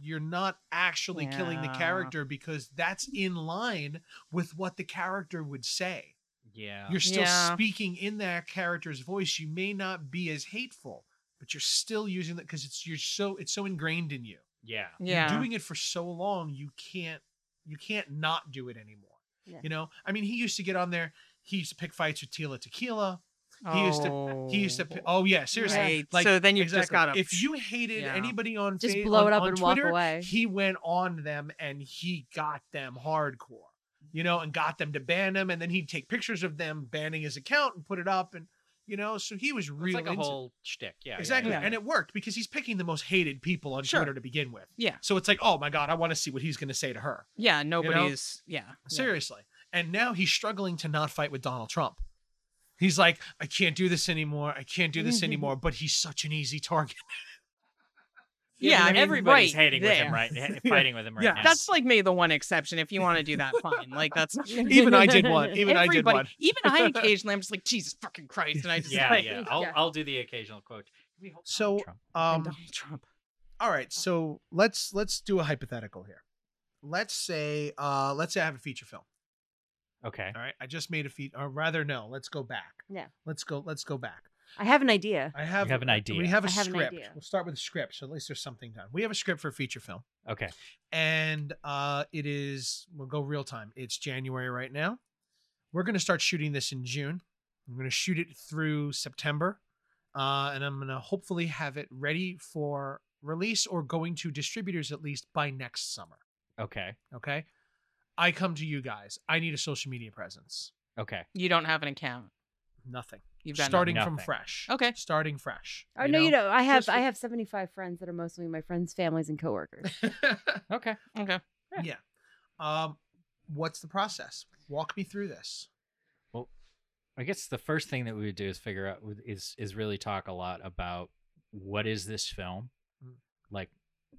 [SPEAKER 1] you're not actually killing the
[SPEAKER 3] Yeah.
[SPEAKER 1] character because that's in line with what the character would say.
[SPEAKER 4] yeah.
[SPEAKER 1] You're still
[SPEAKER 3] Yeah.
[SPEAKER 1] speaking in that character's voice. You may not be as hateful, but you're still using that because it's you're so it's so ingrained in you.
[SPEAKER 4] yeah.
[SPEAKER 3] yeah.
[SPEAKER 1] Doing it for so long, you can't you can't not do it anymore.
[SPEAKER 2] Yeah.
[SPEAKER 1] You know, I mean, he used to get on there. He used to pick fights with Tila Tequila. He used to he used to pi- oh yeah seriously
[SPEAKER 3] Right.
[SPEAKER 1] like
[SPEAKER 3] so then you just
[SPEAKER 1] exactly.
[SPEAKER 3] got to
[SPEAKER 1] if you hated
[SPEAKER 3] Yeah.
[SPEAKER 1] anybody on
[SPEAKER 2] Just
[SPEAKER 1] Fa-
[SPEAKER 2] blow
[SPEAKER 1] on-
[SPEAKER 2] it up
[SPEAKER 1] on
[SPEAKER 2] and walk
[SPEAKER 1] Twitter,
[SPEAKER 2] away.
[SPEAKER 1] He went on them and he got them hardcore, you know, and got them to ban him, and then he'd take pictures of them banning his account and put it up, and you know, so he was
[SPEAKER 4] It's
[SPEAKER 1] really
[SPEAKER 4] like a whole shtick. Yeah. yeah,
[SPEAKER 1] exactly,
[SPEAKER 4] yeah,
[SPEAKER 1] and
[SPEAKER 4] yeah.
[SPEAKER 1] it worked because he's picking the most hated people on
[SPEAKER 3] Sure.
[SPEAKER 1] Twitter to begin with.
[SPEAKER 3] Yeah.
[SPEAKER 1] so it's like, oh my god, I want to see what he's going to say to her.
[SPEAKER 3] yeah, nobody's yeah.
[SPEAKER 1] Seriously. And now he's struggling to not fight with Donald Trump. He's like, I can't do this anymore. I can't do this anymore. But he's such an easy target.
[SPEAKER 3] Yeah,
[SPEAKER 4] but
[SPEAKER 3] I mean,
[SPEAKER 4] everybody's
[SPEAKER 3] right
[SPEAKER 4] hating with him
[SPEAKER 3] there.
[SPEAKER 4] right, ha- fighting with him right
[SPEAKER 1] Yeah.
[SPEAKER 4] now.
[SPEAKER 3] That's like maybe the one exception. If you want to do that, fine. Like that's not
[SPEAKER 1] Even I did one. Even I did
[SPEAKER 3] everybody.
[SPEAKER 1] one.
[SPEAKER 3] Even I occasionally I'm just like Jesus fucking Christ, and I just
[SPEAKER 4] yeah,
[SPEAKER 3] like,
[SPEAKER 4] yeah. I'll
[SPEAKER 2] Yeah.
[SPEAKER 4] I'll do the occasional quote. We hope
[SPEAKER 1] So,
[SPEAKER 4] Trump.
[SPEAKER 3] and
[SPEAKER 1] um,
[SPEAKER 3] Donald Trump.
[SPEAKER 1] all right. So let's let's do a hypothetical here. Let's say, uh, let's say I have a feature film.
[SPEAKER 4] Okay.
[SPEAKER 1] All right. I just made a feat, or rather, no. Let's go back.
[SPEAKER 2] Yeah.
[SPEAKER 1] Let's go. Let's go back.
[SPEAKER 2] I have an idea.
[SPEAKER 1] I have.
[SPEAKER 4] You have an idea.
[SPEAKER 1] We have a
[SPEAKER 2] I have an
[SPEAKER 1] script.
[SPEAKER 2] idea.
[SPEAKER 1] We'll start with a script. So at least there's something done. We have a script for a feature film,
[SPEAKER 4] Okay.
[SPEAKER 1] and uh, it is. We'll go real time. It's January right now. we're going to start shooting this in June. I'm going to shoot it through September, uh, and I'm going to hopefully have it ready for release or going to distributors at least by next summer.
[SPEAKER 4] Okay.
[SPEAKER 1] Okay. I come to you guys. I need a social media presence.
[SPEAKER 4] Okay.
[SPEAKER 3] You don't have an account.
[SPEAKER 1] Nothing.
[SPEAKER 3] You've got
[SPEAKER 1] Starting from
[SPEAKER 4] nothing.
[SPEAKER 1] fresh.
[SPEAKER 3] Okay.
[SPEAKER 1] Starting fresh.
[SPEAKER 2] Oh no, you know, I have
[SPEAKER 1] just-
[SPEAKER 2] I have seventy five friends that are mostly my friends, families, and coworkers.
[SPEAKER 4] Okay.
[SPEAKER 3] nothing. Okay.
[SPEAKER 1] yeah. Um, what's the process? Walk me through this.
[SPEAKER 4] I guess the first thing that we would do is figure out is is really talk a lot about what is this film,
[SPEAKER 1] Mm.
[SPEAKER 4] like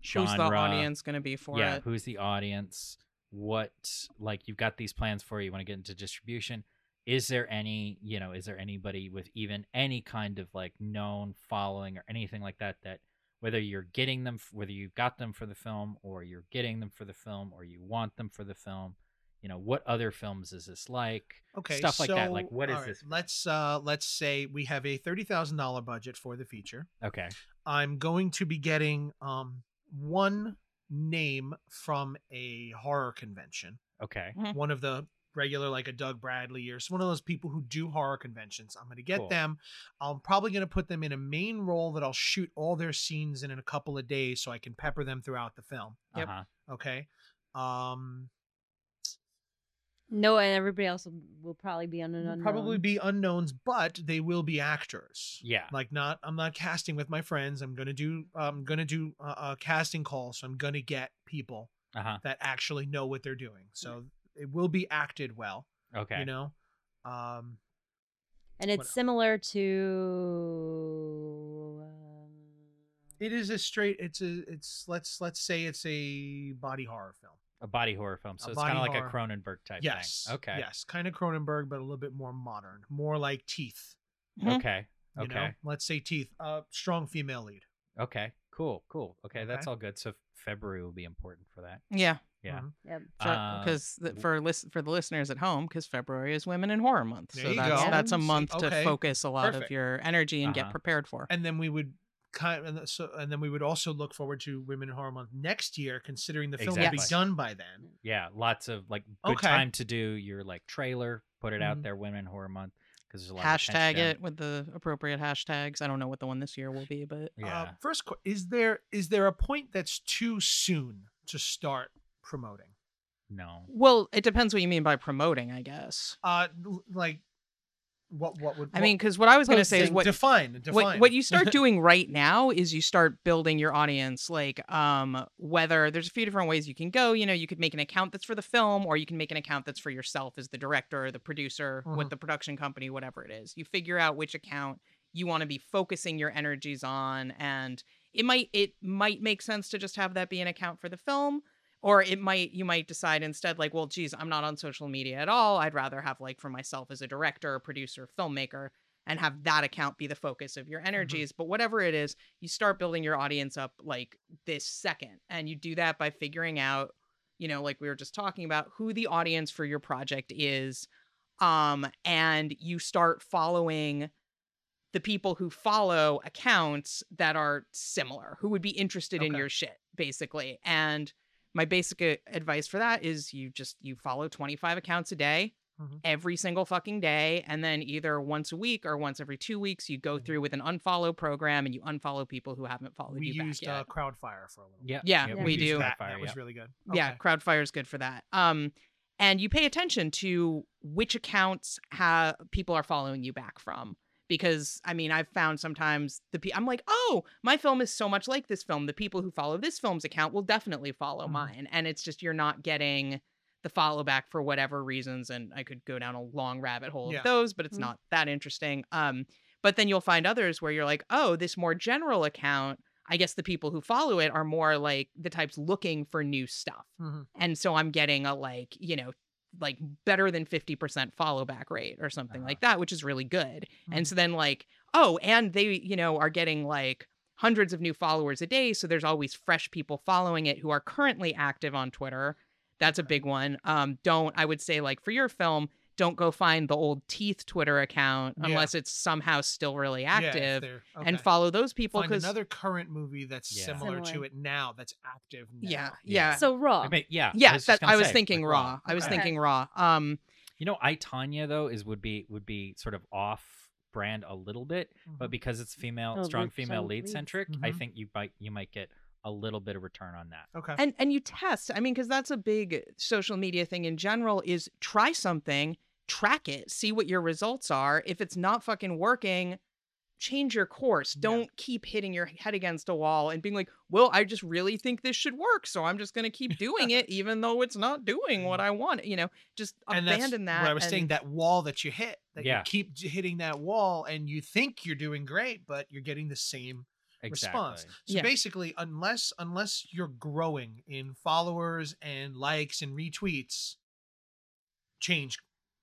[SPEAKER 4] genre
[SPEAKER 3] Who's the audience going to be for
[SPEAKER 4] yeah
[SPEAKER 3] it?
[SPEAKER 4] who's the audience what like you've got these plans for you want to get into distribution is there any you know is there anybody with even any kind of like known following or anything like that that whether you're getting them f- whether you've got them for the film or you're getting them for the film or you want them for the film you know what other films is this like
[SPEAKER 1] Okay,
[SPEAKER 4] stuff like that, like,
[SPEAKER 1] so-
[SPEAKER 4] what is
[SPEAKER 1] all right,
[SPEAKER 4] this?
[SPEAKER 1] Let's uh let's say we have a thirty thousand dollar budget for the feature.
[SPEAKER 4] okay
[SPEAKER 1] I'm going to be getting um one name from a horror convention.
[SPEAKER 4] okay
[SPEAKER 3] Mhm.
[SPEAKER 1] one of the regular like a Doug Bradley or s- one of those people who do horror conventions. I'm going to get
[SPEAKER 4] Cool.
[SPEAKER 1] them. I'm probably going to put them in a main role that I'll shoot all their scenes in in a couple of days so I can pepper them throughout the film,
[SPEAKER 3] Yep.
[SPEAKER 4] uh-huh
[SPEAKER 1] okay? Um
[SPEAKER 2] No, and everybody else will, will probably be on an
[SPEAKER 1] will
[SPEAKER 2] unknown.
[SPEAKER 1] probably be unknowns, but they will be actors.
[SPEAKER 4] yeah
[SPEAKER 1] Like not I'm not casting with my friends. I'm going to do I'm going to do a, a casting call, so I'm going to get people
[SPEAKER 4] uh-huh
[SPEAKER 1] that actually know what they're doing. So it will be acted well,
[SPEAKER 4] Mm. okay
[SPEAKER 1] you know? Um
[SPEAKER 2] and it's
[SPEAKER 1] what-
[SPEAKER 2] similar to. Uh,
[SPEAKER 1] It is a straight. It's a. It's let's let's say it's a body horror film.
[SPEAKER 4] a body horror film so
[SPEAKER 1] A
[SPEAKER 4] it's kind of
[SPEAKER 1] body
[SPEAKER 4] like a
[SPEAKER 1] horror.
[SPEAKER 4] cronenberg type
[SPEAKER 1] yes.
[SPEAKER 4] thing okay
[SPEAKER 1] Yes, kind of Cronenberg, but a little bit more modern, more like Teeth.
[SPEAKER 3] Mhm.
[SPEAKER 4] okay
[SPEAKER 1] You
[SPEAKER 4] okay
[SPEAKER 1] Know? Let's say Teeth. Uh, strong female lead.
[SPEAKER 4] Okay, cool, cool. Okay, that's
[SPEAKER 1] Okay.
[SPEAKER 4] all good. So February will be important for that.
[SPEAKER 3] Yeah,
[SPEAKER 4] Yeah.
[SPEAKER 1] Mhm.
[SPEAKER 3] Mm-hmm.
[SPEAKER 2] yep.
[SPEAKER 4] Uh,
[SPEAKER 3] because for lis- for the listeners at home, because February is Women in Horror Month,
[SPEAKER 1] There
[SPEAKER 3] so
[SPEAKER 1] you
[SPEAKER 3] that's
[SPEAKER 2] go.
[SPEAKER 3] that's a
[SPEAKER 2] Yeah.
[SPEAKER 3] month
[SPEAKER 1] Okay.
[SPEAKER 3] to focus a lot
[SPEAKER 1] Perfect.
[SPEAKER 3] of your energy and
[SPEAKER 4] Uh-huh.
[SPEAKER 3] get prepared for.
[SPEAKER 1] And then we would kind and so and then we would also look forward to Women in Horror Month next year, considering the film will be
[SPEAKER 4] Exactly.
[SPEAKER 1] done by then.
[SPEAKER 4] yeah, lots of like good
[SPEAKER 1] Okay.
[SPEAKER 4] time to do your like trailer, put it
[SPEAKER 1] Mhm.
[SPEAKER 4] out there, Women Horror Month, because there's a lot of
[SPEAKER 3] Mm-hmm. Hashtag
[SPEAKER 4] attention.
[SPEAKER 3] it with the appropriate hashtags. I don't know what the one this year will be, but
[SPEAKER 4] Yeah,
[SPEAKER 1] Uh, first, qu- is there is there a point that's too soon to start promoting?
[SPEAKER 4] no.
[SPEAKER 3] well, it depends what you mean by promoting, I guess.
[SPEAKER 1] Uh, l- like, what what would
[SPEAKER 3] I mean, because what I was going to say is
[SPEAKER 1] Posting.
[SPEAKER 3] what
[SPEAKER 1] define define
[SPEAKER 3] What, what you start doing right now is you start building your audience like um whether there's a few different ways you can go you know you could make an account that's for the film or you can make an account that's for yourself as the director or the producer
[SPEAKER 1] Mhm.
[SPEAKER 3] with the production company whatever it is you figure out which account you want to be focusing your energies on and it might it might make sense to just have that be an account for the film or it might you might decide instead like well geez i'm not on social media at all i'd rather have like for myself as a director producer filmmaker and have that account be the focus of your energies but whatever it is you start building your audience up like this second and you do that by figuring out you know like we were just talking about who the audience for your project is um and you start following the people who follow accounts that are similar who would be interested in
[SPEAKER 1] Okay.
[SPEAKER 3] your shit basically and my basic uh, advice for that is you just you follow 25 accounts a day
[SPEAKER 1] Mhm.
[SPEAKER 3] every single fucking day and then either once a week or once every two weeks you go
[SPEAKER 1] Mhm.
[SPEAKER 3] through with an unfollow program and you unfollow people who haven't followed
[SPEAKER 1] we
[SPEAKER 3] you
[SPEAKER 1] used uh,
[SPEAKER 3] back yet
[SPEAKER 1] Crowdfire for a little.
[SPEAKER 4] Yeah,
[SPEAKER 3] Yeah,
[SPEAKER 2] we
[SPEAKER 1] used
[SPEAKER 3] do.
[SPEAKER 1] That,
[SPEAKER 4] Fire,
[SPEAKER 1] that was
[SPEAKER 4] yeah.
[SPEAKER 1] really good.
[SPEAKER 3] yeah
[SPEAKER 1] Okay.
[SPEAKER 3] crowdfire is good for that um and you pay attention to which accounts how people are following you back from because i mean i've found sometimes the pe- i'm like oh my film is so much like this film the people who follow this film's account will definitely follow
[SPEAKER 1] Mhm.
[SPEAKER 3] mine and it's just you're not getting the follow back for whatever reasons and i could go down a long rabbit hole
[SPEAKER 1] Yeah.
[SPEAKER 3] of those but it's
[SPEAKER 2] Mhm.
[SPEAKER 3] not that interesting um but then you'll find others where you're like oh this more general account I guess the people who follow it are more like the types looking for new stuff.
[SPEAKER 1] Mhm.
[SPEAKER 3] And so I'm getting a like, you know, like better than 50% follow back rate or something
[SPEAKER 4] Uh-huh.
[SPEAKER 3] like that, which is really good.
[SPEAKER 1] Mhm.
[SPEAKER 3] And so then like, oh, and they, you know, are getting like hundreds of new followers a day, so there's always fresh people following it who are currently active on Twitter. That's a big one. Um don't I would say like for your film, don't go find the old teeth Twitter account
[SPEAKER 1] Yeah.
[SPEAKER 3] unless it's somehow still really
[SPEAKER 1] Yeah, if
[SPEAKER 3] active.
[SPEAKER 1] they're-
[SPEAKER 3] And
[SPEAKER 1] okay.
[SPEAKER 3] follow those people
[SPEAKER 1] Find
[SPEAKER 3] because
[SPEAKER 1] another current movie that's
[SPEAKER 4] Yeah.
[SPEAKER 1] similar, to
[SPEAKER 2] Similar.
[SPEAKER 1] it now that's active. Now.
[SPEAKER 3] yeah,
[SPEAKER 4] Yeah.
[SPEAKER 3] yeah.
[SPEAKER 2] So raw.
[SPEAKER 4] I mean, yeah.
[SPEAKER 3] Yeah,
[SPEAKER 4] was just
[SPEAKER 3] that,
[SPEAKER 4] gonna
[SPEAKER 3] I was
[SPEAKER 4] say,
[SPEAKER 3] thinking
[SPEAKER 4] like,
[SPEAKER 3] raw. I was
[SPEAKER 1] Okay.
[SPEAKER 3] thinking raw. Um,
[SPEAKER 4] You know, I Tanya though is would be would be sort of off brand a little bit, but
[SPEAKER 3] Mm-hmm.
[SPEAKER 1] Mhm.
[SPEAKER 4] because it's female,
[SPEAKER 2] Oh,
[SPEAKER 4] strong
[SPEAKER 2] with
[SPEAKER 4] female
[SPEAKER 2] strong
[SPEAKER 4] lead
[SPEAKER 2] leads.
[SPEAKER 4] centric, I
[SPEAKER 1] Mhm.
[SPEAKER 4] think you might you might get a little bit of return on that.
[SPEAKER 1] okay.
[SPEAKER 3] and and you test. I mean, because that's a big social media thing in general. Is try something, track it, see what your results are. If it's not fucking working, change your course.
[SPEAKER 1] Yeah.
[SPEAKER 3] Don't keep hitting your head against a wall and being like, "Well, I just really think this should work, so I'm just gonna keep doing it, even though it's not doing what I want." You know, just
[SPEAKER 1] Mm. and that's
[SPEAKER 3] abandon that.
[SPEAKER 1] what I was
[SPEAKER 3] and-
[SPEAKER 1] saying. That wall that you hit, that
[SPEAKER 4] Yeah.
[SPEAKER 1] you keep j- hitting that wall, and you think you're doing great, but you're getting the same response.
[SPEAKER 4] Exactly.
[SPEAKER 1] So
[SPEAKER 3] Yeah.
[SPEAKER 1] basically, unless unless you're growing in followers and likes and retweets, change.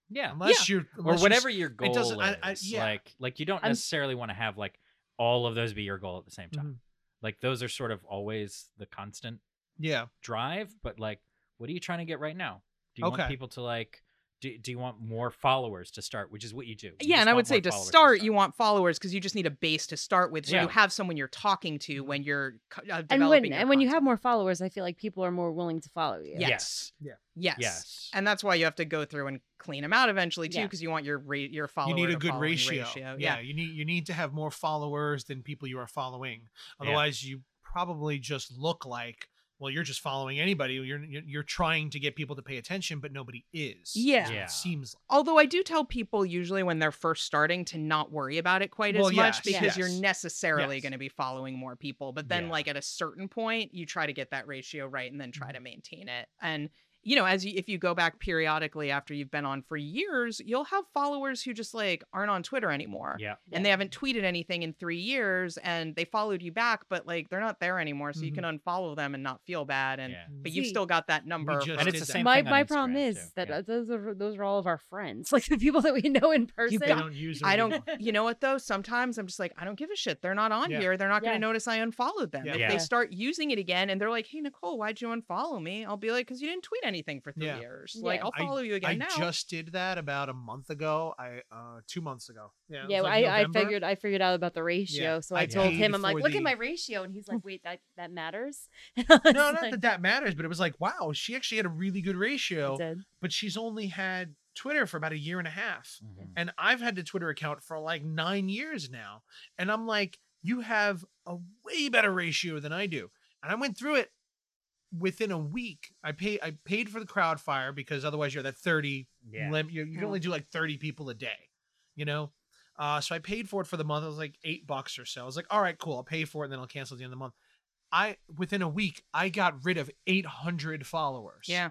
[SPEAKER 4] Yeah.
[SPEAKER 1] Unless you're
[SPEAKER 4] or
[SPEAKER 1] unless you're
[SPEAKER 4] whatever your goal
[SPEAKER 1] it doesn't- I-
[SPEAKER 4] is.
[SPEAKER 1] I- yeah.
[SPEAKER 4] Like like you don't
[SPEAKER 2] I'm-
[SPEAKER 4] necessarily want to have like all of those be your goal at the same time.
[SPEAKER 1] Mhm.
[SPEAKER 4] Like those are sort of always the constant
[SPEAKER 1] Yeah.
[SPEAKER 4] drive, but like what are you trying to get right now? Do you
[SPEAKER 1] Okay.
[SPEAKER 4] want people to like do, do you want more followers to start, which is what you do. You
[SPEAKER 3] yeah,
[SPEAKER 4] just
[SPEAKER 3] and I
[SPEAKER 4] want
[SPEAKER 3] would say
[SPEAKER 4] more
[SPEAKER 3] to
[SPEAKER 4] followers
[SPEAKER 3] start, you want followers because you just need a base to start with, so
[SPEAKER 4] Yeah.
[SPEAKER 3] you have someone you're talking to when you're co- uh, developing.
[SPEAKER 2] and when and when
[SPEAKER 3] your
[SPEAKER 2] you
[SPEAKER 3] content.
[SPEAKER 2] have more followers, I feel like people are more willing to follow you.
[SPEAKER 4] Yeah.
[SPEAKER 3] yes,
[SPEAKER 1] Yeah.
[SPEAKER 3] yes,
[SPEAKER 4] Yes.
[SPEAKER 3] and that's why you have to go through and clean them out eventually too,
[SPEAKER 2] Yeah.
[SPEAKER 3] because you want your ra- your follower.
[SPEAKER 1] You need a
[SPEAKER 3] to
[SPEAKER 1] good
[SPEAKER 3] following
[SPEAKER 1] ratio.
[SPEAKER 3] Yeah.
[SPEAKER 1] Yeah. You need you need to have more followers than people you are following.
[SPEAKER 4] Yeah.
[SPEAKER 1] Otherwise, you probably just look like well, you're just following anybody. You're you're you're trying to get people to pay attention, but nobody is.
[SPEAKER 3] Yeah.
[SPEAKER 1] Is what
[SPEAKER 4] Yeah.
[SPEAKER 1] It seems like.
[SPEAKER 3] Although I do tell people usually when they're first starting to not worry about it quite
[SPEAKER 1] Well,
[SPEAKER 3] as
[SPEAKER 1] yes,
[SPEAKER 3] much because
[SPEAKER 1] yes.
[SPEAKER 3] you're necessarily
[SPEAKER 1] Yes.
[SPEAKER 3] going to be following more people. But then,
[SPEAKER 4] Yeah.
[SPEAKER 3] like at a certain point, you try to get that ratio right and then try
[SPEAKER 1] Mm-hmm.
[SPEAKER 3] to maintain it. And you know, as you, if you go back periodically after you've been on for years, you'll have followers who just like aren't on Twitter anymore.
[SPEAKER 4] Yeah.
[SPEAKER 3] And they haven't tweeted anything in three years, and they followed you back, but like they're not there anymore, so you can
[SPEAKER 1] Mm-hmm.
[SPEAKER 3] unfollow them and not feel bad. And
[SPEAKER 4] yeah.
[SPEAKER 3] but you've
[SPEAKER 2] See,
[SPEAKER 3] still got that number.
[SPEAKER 1] just
[SPEAKER 4] And
[SPEAKER 3] from-
[SPEAKER 4] it's the
[SPEAKER 1] did that.
[SPEAKER 4] same
[SPEAKER 2] my
[SPEAKER 4] thing on
[SPEAKER 2] my problem
[SPEAKER 4] Instagram,
[SPEAKER 2] is
[SPEAKER 4] too.
[SPEAKER 2] that
[SPEAKER 4] Yeah.
[SPEAKER 2] uh, those are those are all of our friends, like the people that we know in person.
[SPEAKER 1] They don't use them
[SPEAKER 3] I don't.
[SPEAKER 1] anymore.
[SPEAKER 3] You know what though? Sometimes I'm just like, I don't give a shit. They're not on
[SPEAKER 1] Yeah.
[SPEAKER 3] here. They're not going
[SPEAKER 2] Yeah.
[SPEAKER 3] to notice I unfollowed them.
[SPEAKER 1] Yeah.
[SPEAKER 3] If
[SPEAKER 4] Yeah.
[SPEAKER 3] they start using it again and they're like, Hey Nicole, why'd you unfollow me? I'll be like, Because you didn't tweet anything for three
[SPEAKER 1] Yeah.
[SPEAKER 3] years.
[SPEAKER 2] Yeah.
[SPEAKER 3] Like I'll
[SPEAKER 1] I-
[SPEAKER 3] follow you again
[SPEAKER 1] I
[SPEAKER 3] now.
[SPEAKER 1] just did that about a month ago. I uh two months ago. Yeah. it
[SPEAKER 2] Yeah,
[SPEAKER 1] was like
[SPEAKER 2] I, I
[SPEAKER 1] November.
[SPEAKER 2] figured I figured out about the ratio, so I,
[SPEAKER 1] I
[SPEAKER 2] told
[SPEAKER 1] paid
[SPEAKER 2] him I'm like,
[SPEAKER 1] for
[SPEAKER 2] look
[SPEAKER 1] the-
[SPEAKER 2] at my ratio, and he's like, wait, that that matters.
[SPEAKER 1] No, not that that matters, but it was like, wow, she actually had a really good ratio,
[SPEAKER 2] did.
[SPEAKER 1] but she's only had Twitter for about a year and a half.
[SPEAKER 4] Mhm.
[SPEAKER 1] and I've had the Twitter account for like nine years now. And I'm like, you have a way better ratio than I do. And I went through it within a week. I pay I paid for the crowdfire because otherwise you're that 30
[SPEAKER 4] Yeah. Uh-huh.
[SPEAKER 1] lim- you, you can only do like 30 people a day, you know? Uh, so I paid for it for the month. It was like eight bucks or so. I was like, all right, cool. I'll pay for it and then I'll cancel at the end of the month. I within a week, I got rid of 800 followers
[SPEAKER 3] yeah.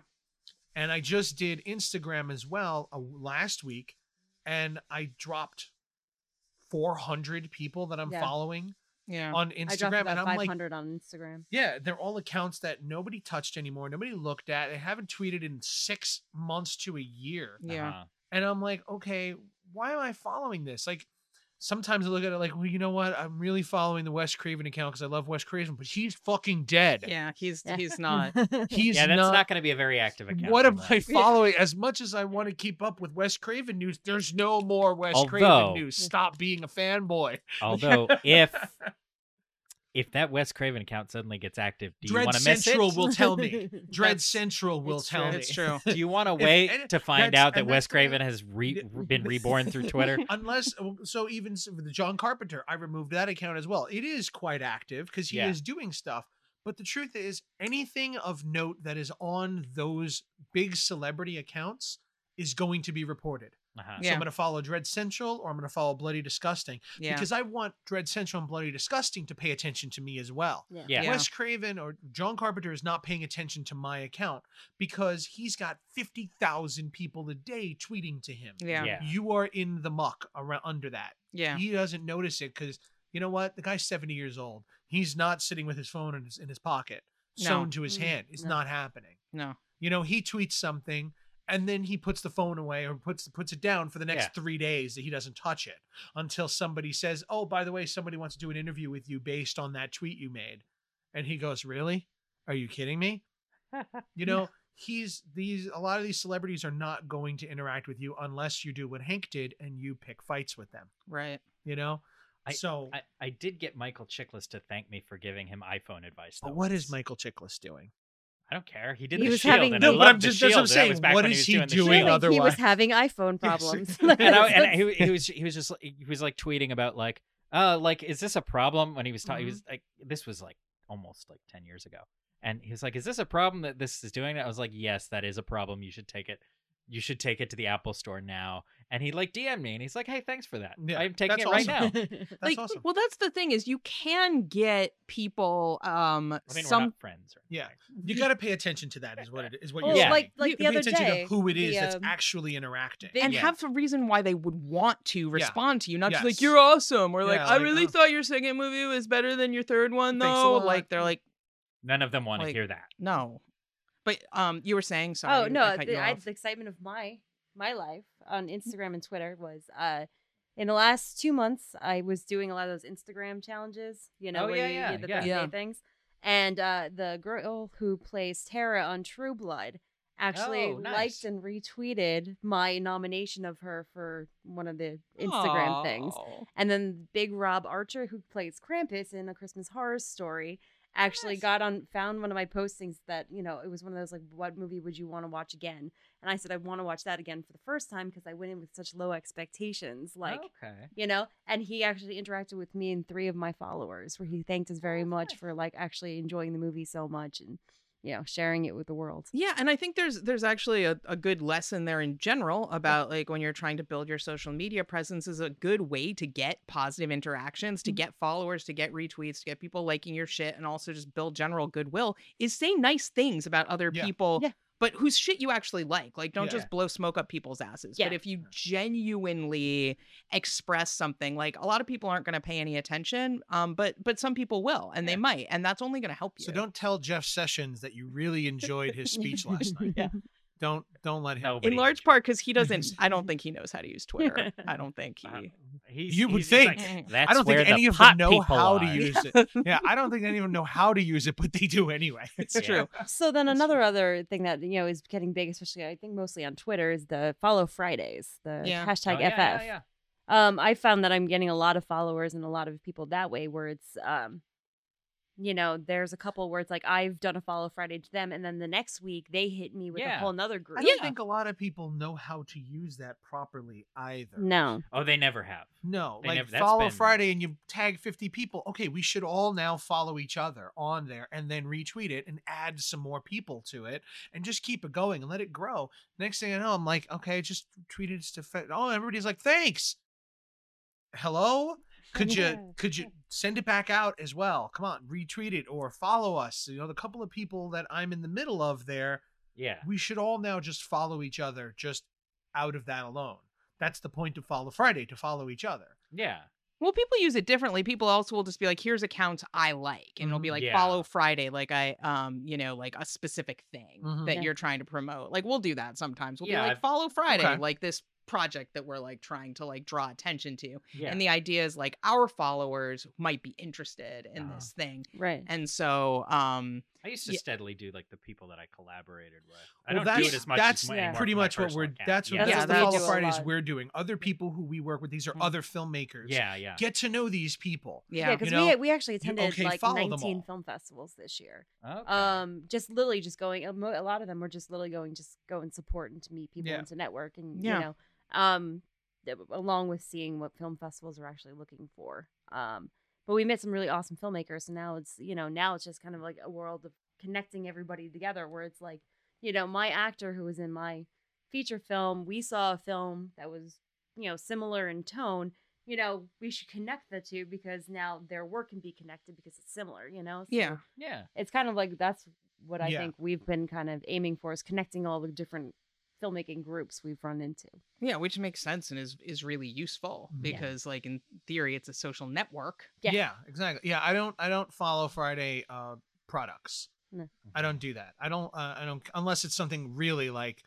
[SPEAKER 1] and I just did Instagram as well uh, last week, and I dropped 400 people that I'm
[SPEAKER 2] Yeah.
[SPEAKER 1] following
[SPEAKER 3] Yeah.
[SPEAKER 1] on
[SPEAKER 2] I dropped
[SPEAKER 1] Instagram,
[SPEAKER 2] about
[SPEAKER 1] and I'm like,
[SPEAKER 2] 500 on Instagram.
[SPEAKER 1] yeah, they're all accounts that nobody touched anymore, nobody looked at. I haven't tweeted in six months to a year,
[SPEAKER 3] Yeah.
[SPEAKER 4] Uh-huh.
[SPEAKER 1] and I'm like, okay, why am I following this? Like. Sometimes I look at it like, well, you know what? I'm really following the Wes Craven account because I love Wes Craven, but he's fucking dead.
[SPEAKER 3] Yeah. He's
[SPEAKER 2] Yeah.
[SPEAKER 3] he's not.
[SPEAKER 1] He's
[SPEAKER 4] yeah, that's not,
[SPEAKER 1] not
[SPEAKER 4] going to be a very active account.
[SPEAKER 1] What am
[SPEAKER 4] for
[SPEAKER 1] I
[SPEAKER 4] that.
[SPEAKER 1] following? As much as I want to keep up with Wes Craven news, there's no more Wes Craven
[SPEAKER 4] Although-
[SPEAKER 1] news. Stop being a fanboy.
[SPEAKER 4] Although if if that Wes Craven account suddenly gets active, do you
[SPEAKER 1] Dread
[SPEAKER 4] want to miss it?
[SPEAKER 1] Central will tell me. Dread
[SPEAKER 3] That's-
[SPEAKER 1] Central will
[SPEAKER 3] it's
[SPEAKER 1] tell
[SPEAKER 3] true.
[SPEAKER 1] me.
[SPEAKER 3] It's true.
[SPEAKER 4] do you want to
[SPEAKER 1] If
[SPEAKER 4] wait
[SPEAKER 1] any-
[SPEAKER 4] to find
[SPEAKER 1] that's-
[SPEAKER 4] out that
[SPEAKER 1] and
[SPEAKER 4] Wes
[SPEAKER 1] that's gonna-
[SPEAKER 4] Craven has re- re- been reborn through Twitter?
[SPEAKER 1] Unless, uh, so even s- with John Carpenter, I removed that account as well. It is quite active because he
[SPEAKER 4] Yeah.
[SPEAKER 1] is doing stuff. But the truth is, anything of note that is on those big celebrity accounts is going to be reported.
[SPEAKER 4] Uh-huh.
[SPEAKER 1] So
[SPEAKER 3] Yeah.
[SPEAKER 1] I'm going to follow Dread Central or I'm going to folral Bloody Disgusting.
[SPEAKER 3] Yeah.
[SPEAKER 1] because I want Dread Central and Bloody Disgusting to pay attention to me as well.
[SPEAKER 2] Yeah.
[SPEAKER 4] Yeah.
[SPEAKER 1] Wes Craven or John Carpenter is not paying attention to my account because he's got 50,000 people a day tweeting to him.
[SPEAKER 3] Yeah.
[SPEAKER 4] Yeah.
[SPEAKER 1] You are in the muck around under that.
[SPEAKER 3] Yeah.
[SPEAKER 1] He doesn't notice it because you know what? The guy's 70 years old. He's not sitting with his phone in his, in his pocket,
[SPEAKER 3] No.
[SPEAKER 1] sewn to his
[SPEAKER 2] Mm,
[SPEAKER 1] hand. It's
[SPEAKER 2] no.
[SPEAKER 1] not happening.
[SPEAKER 3] No.
[SPEAKER 1] You know, he tweets something and then he puts the phone away or puts puts it down for the next
[SPEAKER 4] Yeah.
[SPEAKER 1] three days that he doesn't touch it until somebody says, "Oh, by the way, somebody wants to do an interview with you based on that tweet you made," and he goes, "Really? Are you kidding me?" You know, he's these a lot of these celebrities are not going to interact with you unless you do what Hank did and you pick fights with them.
[SPEAKER 3] Right.
[SPEAKER 1] You know,
[SPEAKER 4] I-
[SPEAKER 1] so.
[SPEAKER 4] I, I did get Michael Chiklis to thank me for giving him iPhone advice.
[SPEAKER 1] but
[SPEAKER 4] though
[SPEAKER 1] what is
[SPEAKER 4] once.
[SPEAKER 1] Michael Chiklis doing?
[SPEAKER 4] I don't care. He did
[SPEAKER 2] He
[SPEAKER 4] the
[SPEAKER 2] was
[SPEAKER 4] shield,
[SPEAKER 2] having-
[SPEAKER 4] and
[SPEAKER 2] No,
[SPEAKER 4] I
[SPEAKER 2] but
[SPEAKER 4] loved
[SPEAKER 1] I'm
[SPEAKER 4] the
[SPEAKER 1] just- that's what
[SPEAKER 4] shield.
[SPEAKER 1] I'm
[SPEAKER 4] That
[SPEAKER 1] saying.
[SPEAKER 4] was back
[SPEAKER 1] What
[SPEAKER 4] when
[SPEAKER 1] is
[SPEAKER 4] was
[SPEAKER 1] he
[SPEAKER 4] doing the
[SPEAKER 1] doing
[SPEAKER 4] shield.
[SPEAKER 2] Like, he was
[SPEAKER 1] otherwise.
[SPEAKER 2] having iPhone problems.
[SPEAKER 4] and, I, and he, he was he was just like, he was like tweeting about like uh like is this a problem when he was talking
[SPEAKER 1] Mhm.
[SPEAKER 4] he was like this was like almost like 10 years ago and he was like is this a problem that this is doing i was like yes that is a problem you should take it you should take it to the Apple store now. And he like DM'd me and he's like, hey, thanks for that.
[SPEAKER 1] Yeah,
[SPEAKER 4] I'm taking
[SPEAKER 1] that's
[SPEAKER 4] it right
[SPEAKER 1] awesome.
[SPEAKER 4] now.
[SPEAKER 1] That's
[SPEAKER 3] like,
[SPEAKER 1] awesome.
[SPEAKER 3] well, that's the thing is you can get people um
[SPEAKER 4] I mean,
[SPEAKER 3] some
[SPEAKER 4] we're not friends. Or
[SPEAKER 1] Yeah.
[SPEAKER 4] anything.
[SPEAKER 1] You got to pay attention to that. Is what it is. What
[SPEAKER 2] Oh,
[SPEAKER 1] you're
[SPEAKER 4] Yeah.
[SPEAKER 1] saying.
[SPEAKER 2] like
[SPEAKER 3] You-
[SPEAKER 2] like the
[SPEAKER 1] Pay
[SPEAKER 2] other
[SPEAKER 1] attention
[SPEAKER 2] day,
[SPEAKER 1] to who it
[SPEAKER 2] the,
[SPEAKER 1] is that's
[SPEAKER 2] um,
[SPEAKER 1] actually interacting.
[SPEAKER 2] they-
[SPEAKER 3] and
[SPEAKER 4] Yeah.
[SPEAKER 3] have a reason why they would want to respond to you, not just like
[SPEAKER 1] Yes.
[SPEAKER 3] you're awesome or like
[SPEAKER 1] Yeah,
[SPEAKER 3] I
[SPEAKER 1] like,
[SPEAKER 3] really
[SPEAKER 1] oh.
[SPEAKER 3] thought your second movie was better than your third one
[SPEAKER 1] Thanks a
[SPEAKER 3] though.
[SPEAKER 1] lot.
[SPEAKER 3] Like they're like
[SPEAKER 4] None of them want to
[SPEAKER 3] Like-
[SPEAKER 4] hear that.
[SPEAKER 3] no, but um you were saying
[SPEAKER 2] Oh
[SPEAKER 3] sorry.
[SPEAKER 2] no,
[SPEAKER 3] I cut
[SPEAKER 2] the,
[SPEAKER 3] you
[SPEAKER 2] I,
[SPEAKER 3] off.
[SPEAKER 2] the excitement of my my life on
[SPEAKER 4] Mm.
[SPEAKER 2] Instagram and Twitter was uh in the last two months I was doing a lot of those Instagram challenges, you know,
[SPEAKER 4] Oh,
[SPEAKER 2] where
[SPEAKER 4] yeah,
[SPEAKER 2] you
[SPEAKER 4] yeah,
[SPEAKER 2] did the
[SPEAKER 4] yeah.
[SPEAKER 2] birthday
[SPEAKER 3] Yeah.
[SPEAKER 2] things. And uh the girl who plays Tara on True Blood actually
[SPEAKER 4] Oh, nice.
[SPEAKER 2] liked and retweeted my nomination of her for one of the Instagram things.
[SPEAKER 3] Aw.
[SPEAKER 2] And then Big Rob Archer, who plays Krampus in A Christmas Horror Story, actually
[SPEAKER 4] Nice.
[SPEAKER 2] got on found one of my postings that you know it was one of those like what movie would you want to watch again? And I said I want to watch that again for the first time because I went in with such low expectations, like
[SPEAKER 4] okay.
[SPEAKER 2] you know. And he actually interacted with me and three of my followers, where he thanked us very much for like actually enjoying the movie so much and you know sharing it with the world.
[SPEAKER 3] Yeah, and I think there's there's actually a, a good lesson there in general about like when you're trying to build your social media presence is a good way to get positive interactions, to get followers, to get retweets, to get people liking your shit, and also just build general goodwill is say nice things about other
[SPEAKER 1] Yeah.
[SPEAKER 3] people.
[SPEAKER 2] Yeah.
[SPEAKER 3] But whose shit you actually like. Like, don't
[SPEAKER 1] Yeah.
[SPEAKER 3] just blow smoke up people's asses.
[SPEAKER 2] Yeah.
[SPEAKER 3] But if you genuinely express something, like a lot of people aren't going to pay any attention, um, but but some people will, and
[SPEAKER 4] Yeah.
[SPEAKER 3] they might, and that's only going to help you.
[SPEAKER 1] So don't tell Jeff Sessions that you really enjoyed his speech last night.
[SPEAKER 3] Yeah.
[SPEAKER 1] Don't don't let him.
[SPEAKER 4] Nobody.
[SPEAKER 3] in large part because he doesn't i don't think he knows how to use twitter i don't think
[SPEAKER 4] Wow.
[SPEAKER 3] he
[SPEAKER 4] He's,
[SPEAKER 1] Uh, You would
[SPEAKER 4] he's- he's
[SPEAKER 3] think.
[SPEAKER 4] That's
[SPEAKER 1] I don't
[SPEAKER 4] where
[SPEAKER 1] think
[SPEAKER 4] the
[SPEAKER 1] any of
[SPEAKER 4] pot
[SPEAKER 1] them know
[SPEAKER 4] people
[SPEAKER 1] how
[SPEAKER 4] are."
[SPEAKER 1] to use it. Yeah, I don't think any of them know how to use it, but they do anyway.
[SPEAKER 3] it's
[SPEAKER 4] Yeah.
[SPEAKER 3] true
[SPEAKER 2] So then
[SPEAKER 1] That's
[SPEAKER 2] another other thing that you know is getting big, especially I think mostly on Twitter, is the follow Fridays, the
[SPEAKER 3] Yeah.
[SPEAKER 2] hashtag
[SPEAKER 4] Oh, yeah,
[SPEAKER 2] FF.
[SPEAKER 4] yeah, yeah.
[SPEAKER 2] Um, I found that I'm getting a lot of followers and a lot of people that way, where it's um, you know, there's a couple where it's like I've done a follow Friday to them, and then the next week they hit me with
[SPEAKER 4] Yeah.
[SPEAKER 2] a whole nother
[SPEAKER 1] I
[SPEAKER 2] group.
[SPEAKER 1] don't
[SPEAKER 3] Yeah.
[SPEAKER 1] think a lot of people know how to use that properly either.
[SPEAKER 2] No,
[SPEAKER 4] Oh, they never have.
[SPEAKER 1] No,
[SPEAKER 4] They
[SPEAKER 1] like
[SPEAKER 4] never- that's
[SPEAKER 1] follow
[SPEAKER 4] been-
[SPEAKER 1] Friday and you tag 50 people. Okay, we should all now follow each other on there and then retweet it and add some more people to it and just keep it going and let it grow. Next thing I know, I'm like, okay, I just tweeted to fe- oh, everybody's like, thanks. Hello? Could
[SPEAKER 2] Yeah,
[SPEAKER 1] you could you send it back out as well? Come on, retweet it or follow us. You know, the couple of people that I'm in the middle of there,
[SPEAKER 4] Yeah.
[SPEAKER 1] we should all now just follow each other just out of that alone. That's the point of Follow Friday to follow each other.
[SPEAKER 4] Yeah.
[SPEAKER 3] well people use it differently people also will just be like here's accounts i like and it'll be
[SPEAKER 1] Mhm.
[SPEAKER 3] like
[SPEAKER 4] Mm-hmm. Yeah.
[SPEAKER 3] follow friday like i um you know like a specific thing
[SPEAKER 1] Mhm.
[SPEAKER 3] that
[SPEAKER 2] Yeah.
[SPEAKER 3] you're trying to promote like we'll do that sometimes we'll
[SPEAKER 4] Mm-hmm. Yeah,
[SPEAKER 3] be like
[SPEAKER 4] I've-
[SPEAKER 3] follow friday
[SPEAKER 1] Okay.
[SPEAKER 3] like this project that we're like trying to like draw attention to
[SPEAKER 4] Yeah.
[SPEAKER 3] and the idea is like our followers might be interested in
[SPEAKER 4] Uh-huh.
[SPEAKER 3] this thing
[SPEAKER 2] right?
[SPEAKER 3] and so um
[SPEAKER 4] I used to
[SPEAKER 3] Yeah.
[SPEAKER 4] steadily do like the people that I collaborated with. I
[SPEAKER 1] Well,
[SPEAKER 4] don't do
[SPEAKER 1] that's-
[SPEAKER 4] it as much.
[SPEAKER 1] that's
[SPEAKER 4] as my,
[SPEAKER 2] Yeah.
[SPEAKER 4] anymore
[SPEAKER 1] pretty
[SPEAKER 4] for my
[SPEAKER 1] much what
[SPEAKER 4] personal
[SPEAKER 1] we're
[SPEAKER 4] account.
[SPEAKER 1] that's what
[SPEAKER 4] yeah.
[SPEAKER 1] that's
[SPEAKER 3] Yeah,
[SPEAKER 1] what the
[SPEAKER 3] that's-
[SPEAKER 1] follow
[SPEAKER 2] We do a
[SPEAKER 1] fridays
[SPEAKER 2] lot.
[SPEAKER 1] we're doing other people who we work with these are
[SPEAKER 3] Mhm.
[SPEAKER 1] other filmmakers
[SPEAKER 4] Mm-hmm. yeah, yeah.
[SPEAKER 1] get to know these people
[SPEAKER 2] Yeah,
[SPEAKER 3] yeah
[SPEAKER 2] because
[SPEAKER 1] You know,
[SPEAKER 2] we we actually attended
[SPEAKER 1] okay,
[SPEAKER 2] like
[SPEAKER 1] follow them
[SPEAKER 2] 19
[SPEAKER 1] all.
[SPEAKER 2] film festivals this year.
[SPEAKER 4] Okay.
[SPEAKER 1] Uh,
[SPEAKER 2] Um, just literally just going. A mo- a lot of them were just literally going, just go and support and to meet people
[SPEAKER 1] Yeah.
[SPEAKER 2] and to network and
[SPEAKER 3] Yeah.
[SPEAKER 2] you know, um, th- along with seeing what film festivals are actually looking for. Um, but we met some really awesome filmmakers, and now it's you know now it's just kind of like a world of connecting everybody together, where it's like you know my actor who was in my feature film, we saw a film that was you know similar in tone. You know, we should connect the two because now their work can be connected because it's similar. You know, So
[SPEAKER 3] yeah
[SPEAKER 4] yeah.
[SPEAKER 2] it's kind of like that's what I
[SPEAKER 1] Yeah.
[SPEAKER 2] think we've been kind of aiming for is connecting all the different filmmaking groups we've run into.
[SPEAKER 3] Yeah, which makes sense and is is really useful
[SPEAKER 1] Yeah.
[SPEAKER 3] because like in theory it's a social network.
[SPEAKER 2] Yeah.
[SPEAKER 1] exactly yeah i don't i don't follow friday uh products
[SPEAKER 2] No.
[SPEAKER 1] i don't do that i don't uh, i don't unless it's something really like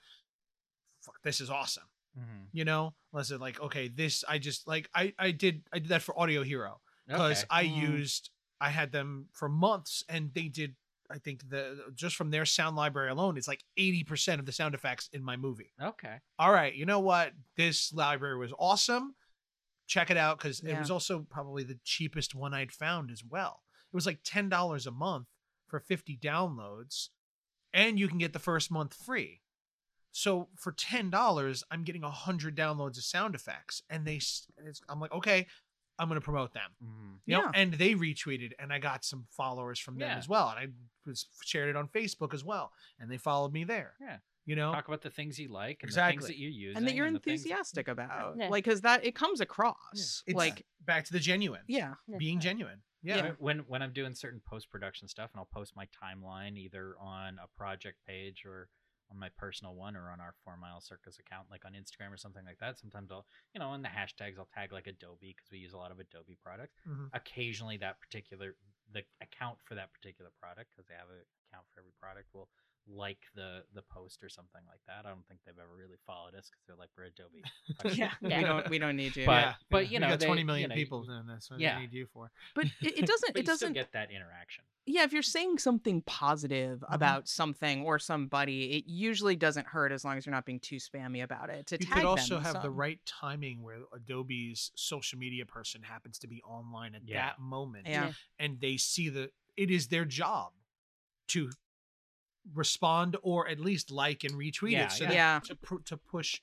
[SPEAKER 1] fuck this is awesome
[SPEAKER 4] Mm-hmm.
[SPEAKER 1] you know unless it's like okay this i just like i i did i did that for audio hero because I
[SPEAKER 3] Mm.
[SPEAKER 1] used I had them for months and they did I think the just from their sound library alone it's like 80% of the sound effects in my movie.
[SPEAKER 4] okay.
[SPEAKER 1] All right, you know what? This library was awesome. Check it out cuz it
[SPEAKER 3] Yeah.
[SPEAKER 1] was also probably the cheapest one I'd found as well. It was like $10 a month for 50 downloads and you can get the first month free. So for $10, I'm getting 100 downloads of sound effects and they s- it's, I'm like, "Okay, I'm going to promote them."
[SPEAKER 4] Mm-hmm.
[SPEAKER 1] you know,
[SPEAKER 3] Yeah.
[SPEAKER 1] and they retweeted and i got some followers from them
[SPEAKER 4] Yeah.
[SPEAKER 1] as well and i was shared it on facebook as well and they followed me there
[SPEAKER 4] Yeah.
[SPEAKER 1] You know,
[SPEAKER 4] Talk about the things you like and the
[SPEAKER 1] Exactly.
[SPEAKER 4] things that you use
[SPEAKER 3] and that you're
[SPEAKER 4] the things-
[SPEAKER 3] enthusiastic about
[SPEAKER 2] Yeah.
[SPEAKER 3] like because that it comes across
[SPEAKER 1] It's-
[SPEAKER 3] like
[SPEAKER 1] back to the genuine,
[SPEAKER 3] yeah
[SPEAKER 1] being genuine. Yeah.
[SPEAKER 4] When- When when I'm doing certain post production stuff and I'll post my timeline either on a project page or on my personal one or on our Four Mile Circus account, like on Instagram or something like that. Sometimes I'll, you know, in the hashtags I'll tag like Adobe because we use a lot of Adobe products.
[SPEAKER 1] Mhm.
[SPEAKER 4] Occasionally, that particular the account for that particular product because they have an account for every product will like the the post or something like that. I don't think they've ever really followed us because they're like we're Adobe. Fuck you.
[SPEAKER 3] yeah we don't we don't need you
[SPEAKER 4] But- but, you
[SPEAKER 1] we
[SPEAKER 4] know,
[SPEAKER 1] got
[SPEAKER 4] they-
[SPEAKER 1] 20
[SPEAKER 4] you
[SPEAKER 1] million
[SPEAKER 4] know,
[SPEAKER 1] people doing this. What
[SPEAKER 4] yeah.
[SPEAKER 1] do you need you for?
[SPEAKER 3] but it, it doesn't
[SPEAKER 4] But
[SPEAKER 3] it
[SPEAKER 4] you
[SPEAKER 3] doesn't
[SPEAKER 4] still get that interaction.
[SPEAKER 3] yeah if you're saying something positive about something or somebody it usually doesn't hurt as long as you're not being too spammy about it to
[SPEAKER 1] You
[SPEAKER 3] tag
[SPEAKER 1] could
[SPEAKER 3] them
[SPEAKER 1] also
[SPEAKER 3] in
[SPEAKER 1] have the
[SPEAKER 3] some-
[SPEAKER 1] right timing where Adobe's social media person happens to be online at
[SPEAKER 4] Yeah.
[SPEAKER 1] that moment,
[SPEAKER 3] yeah,
[SPEAKER 2] Yeah.
[SPEAKER 1] and they see the it is their job to respond or at least like and retweet
[SPEAKER 4] Yeah,
[SPEAKER 1] it, so
[SPEAKER 4] yeah.
[SPEAKER 1] that-
[SPEAKER 3] Yeah.
[SPEAKER 1] to pu- to push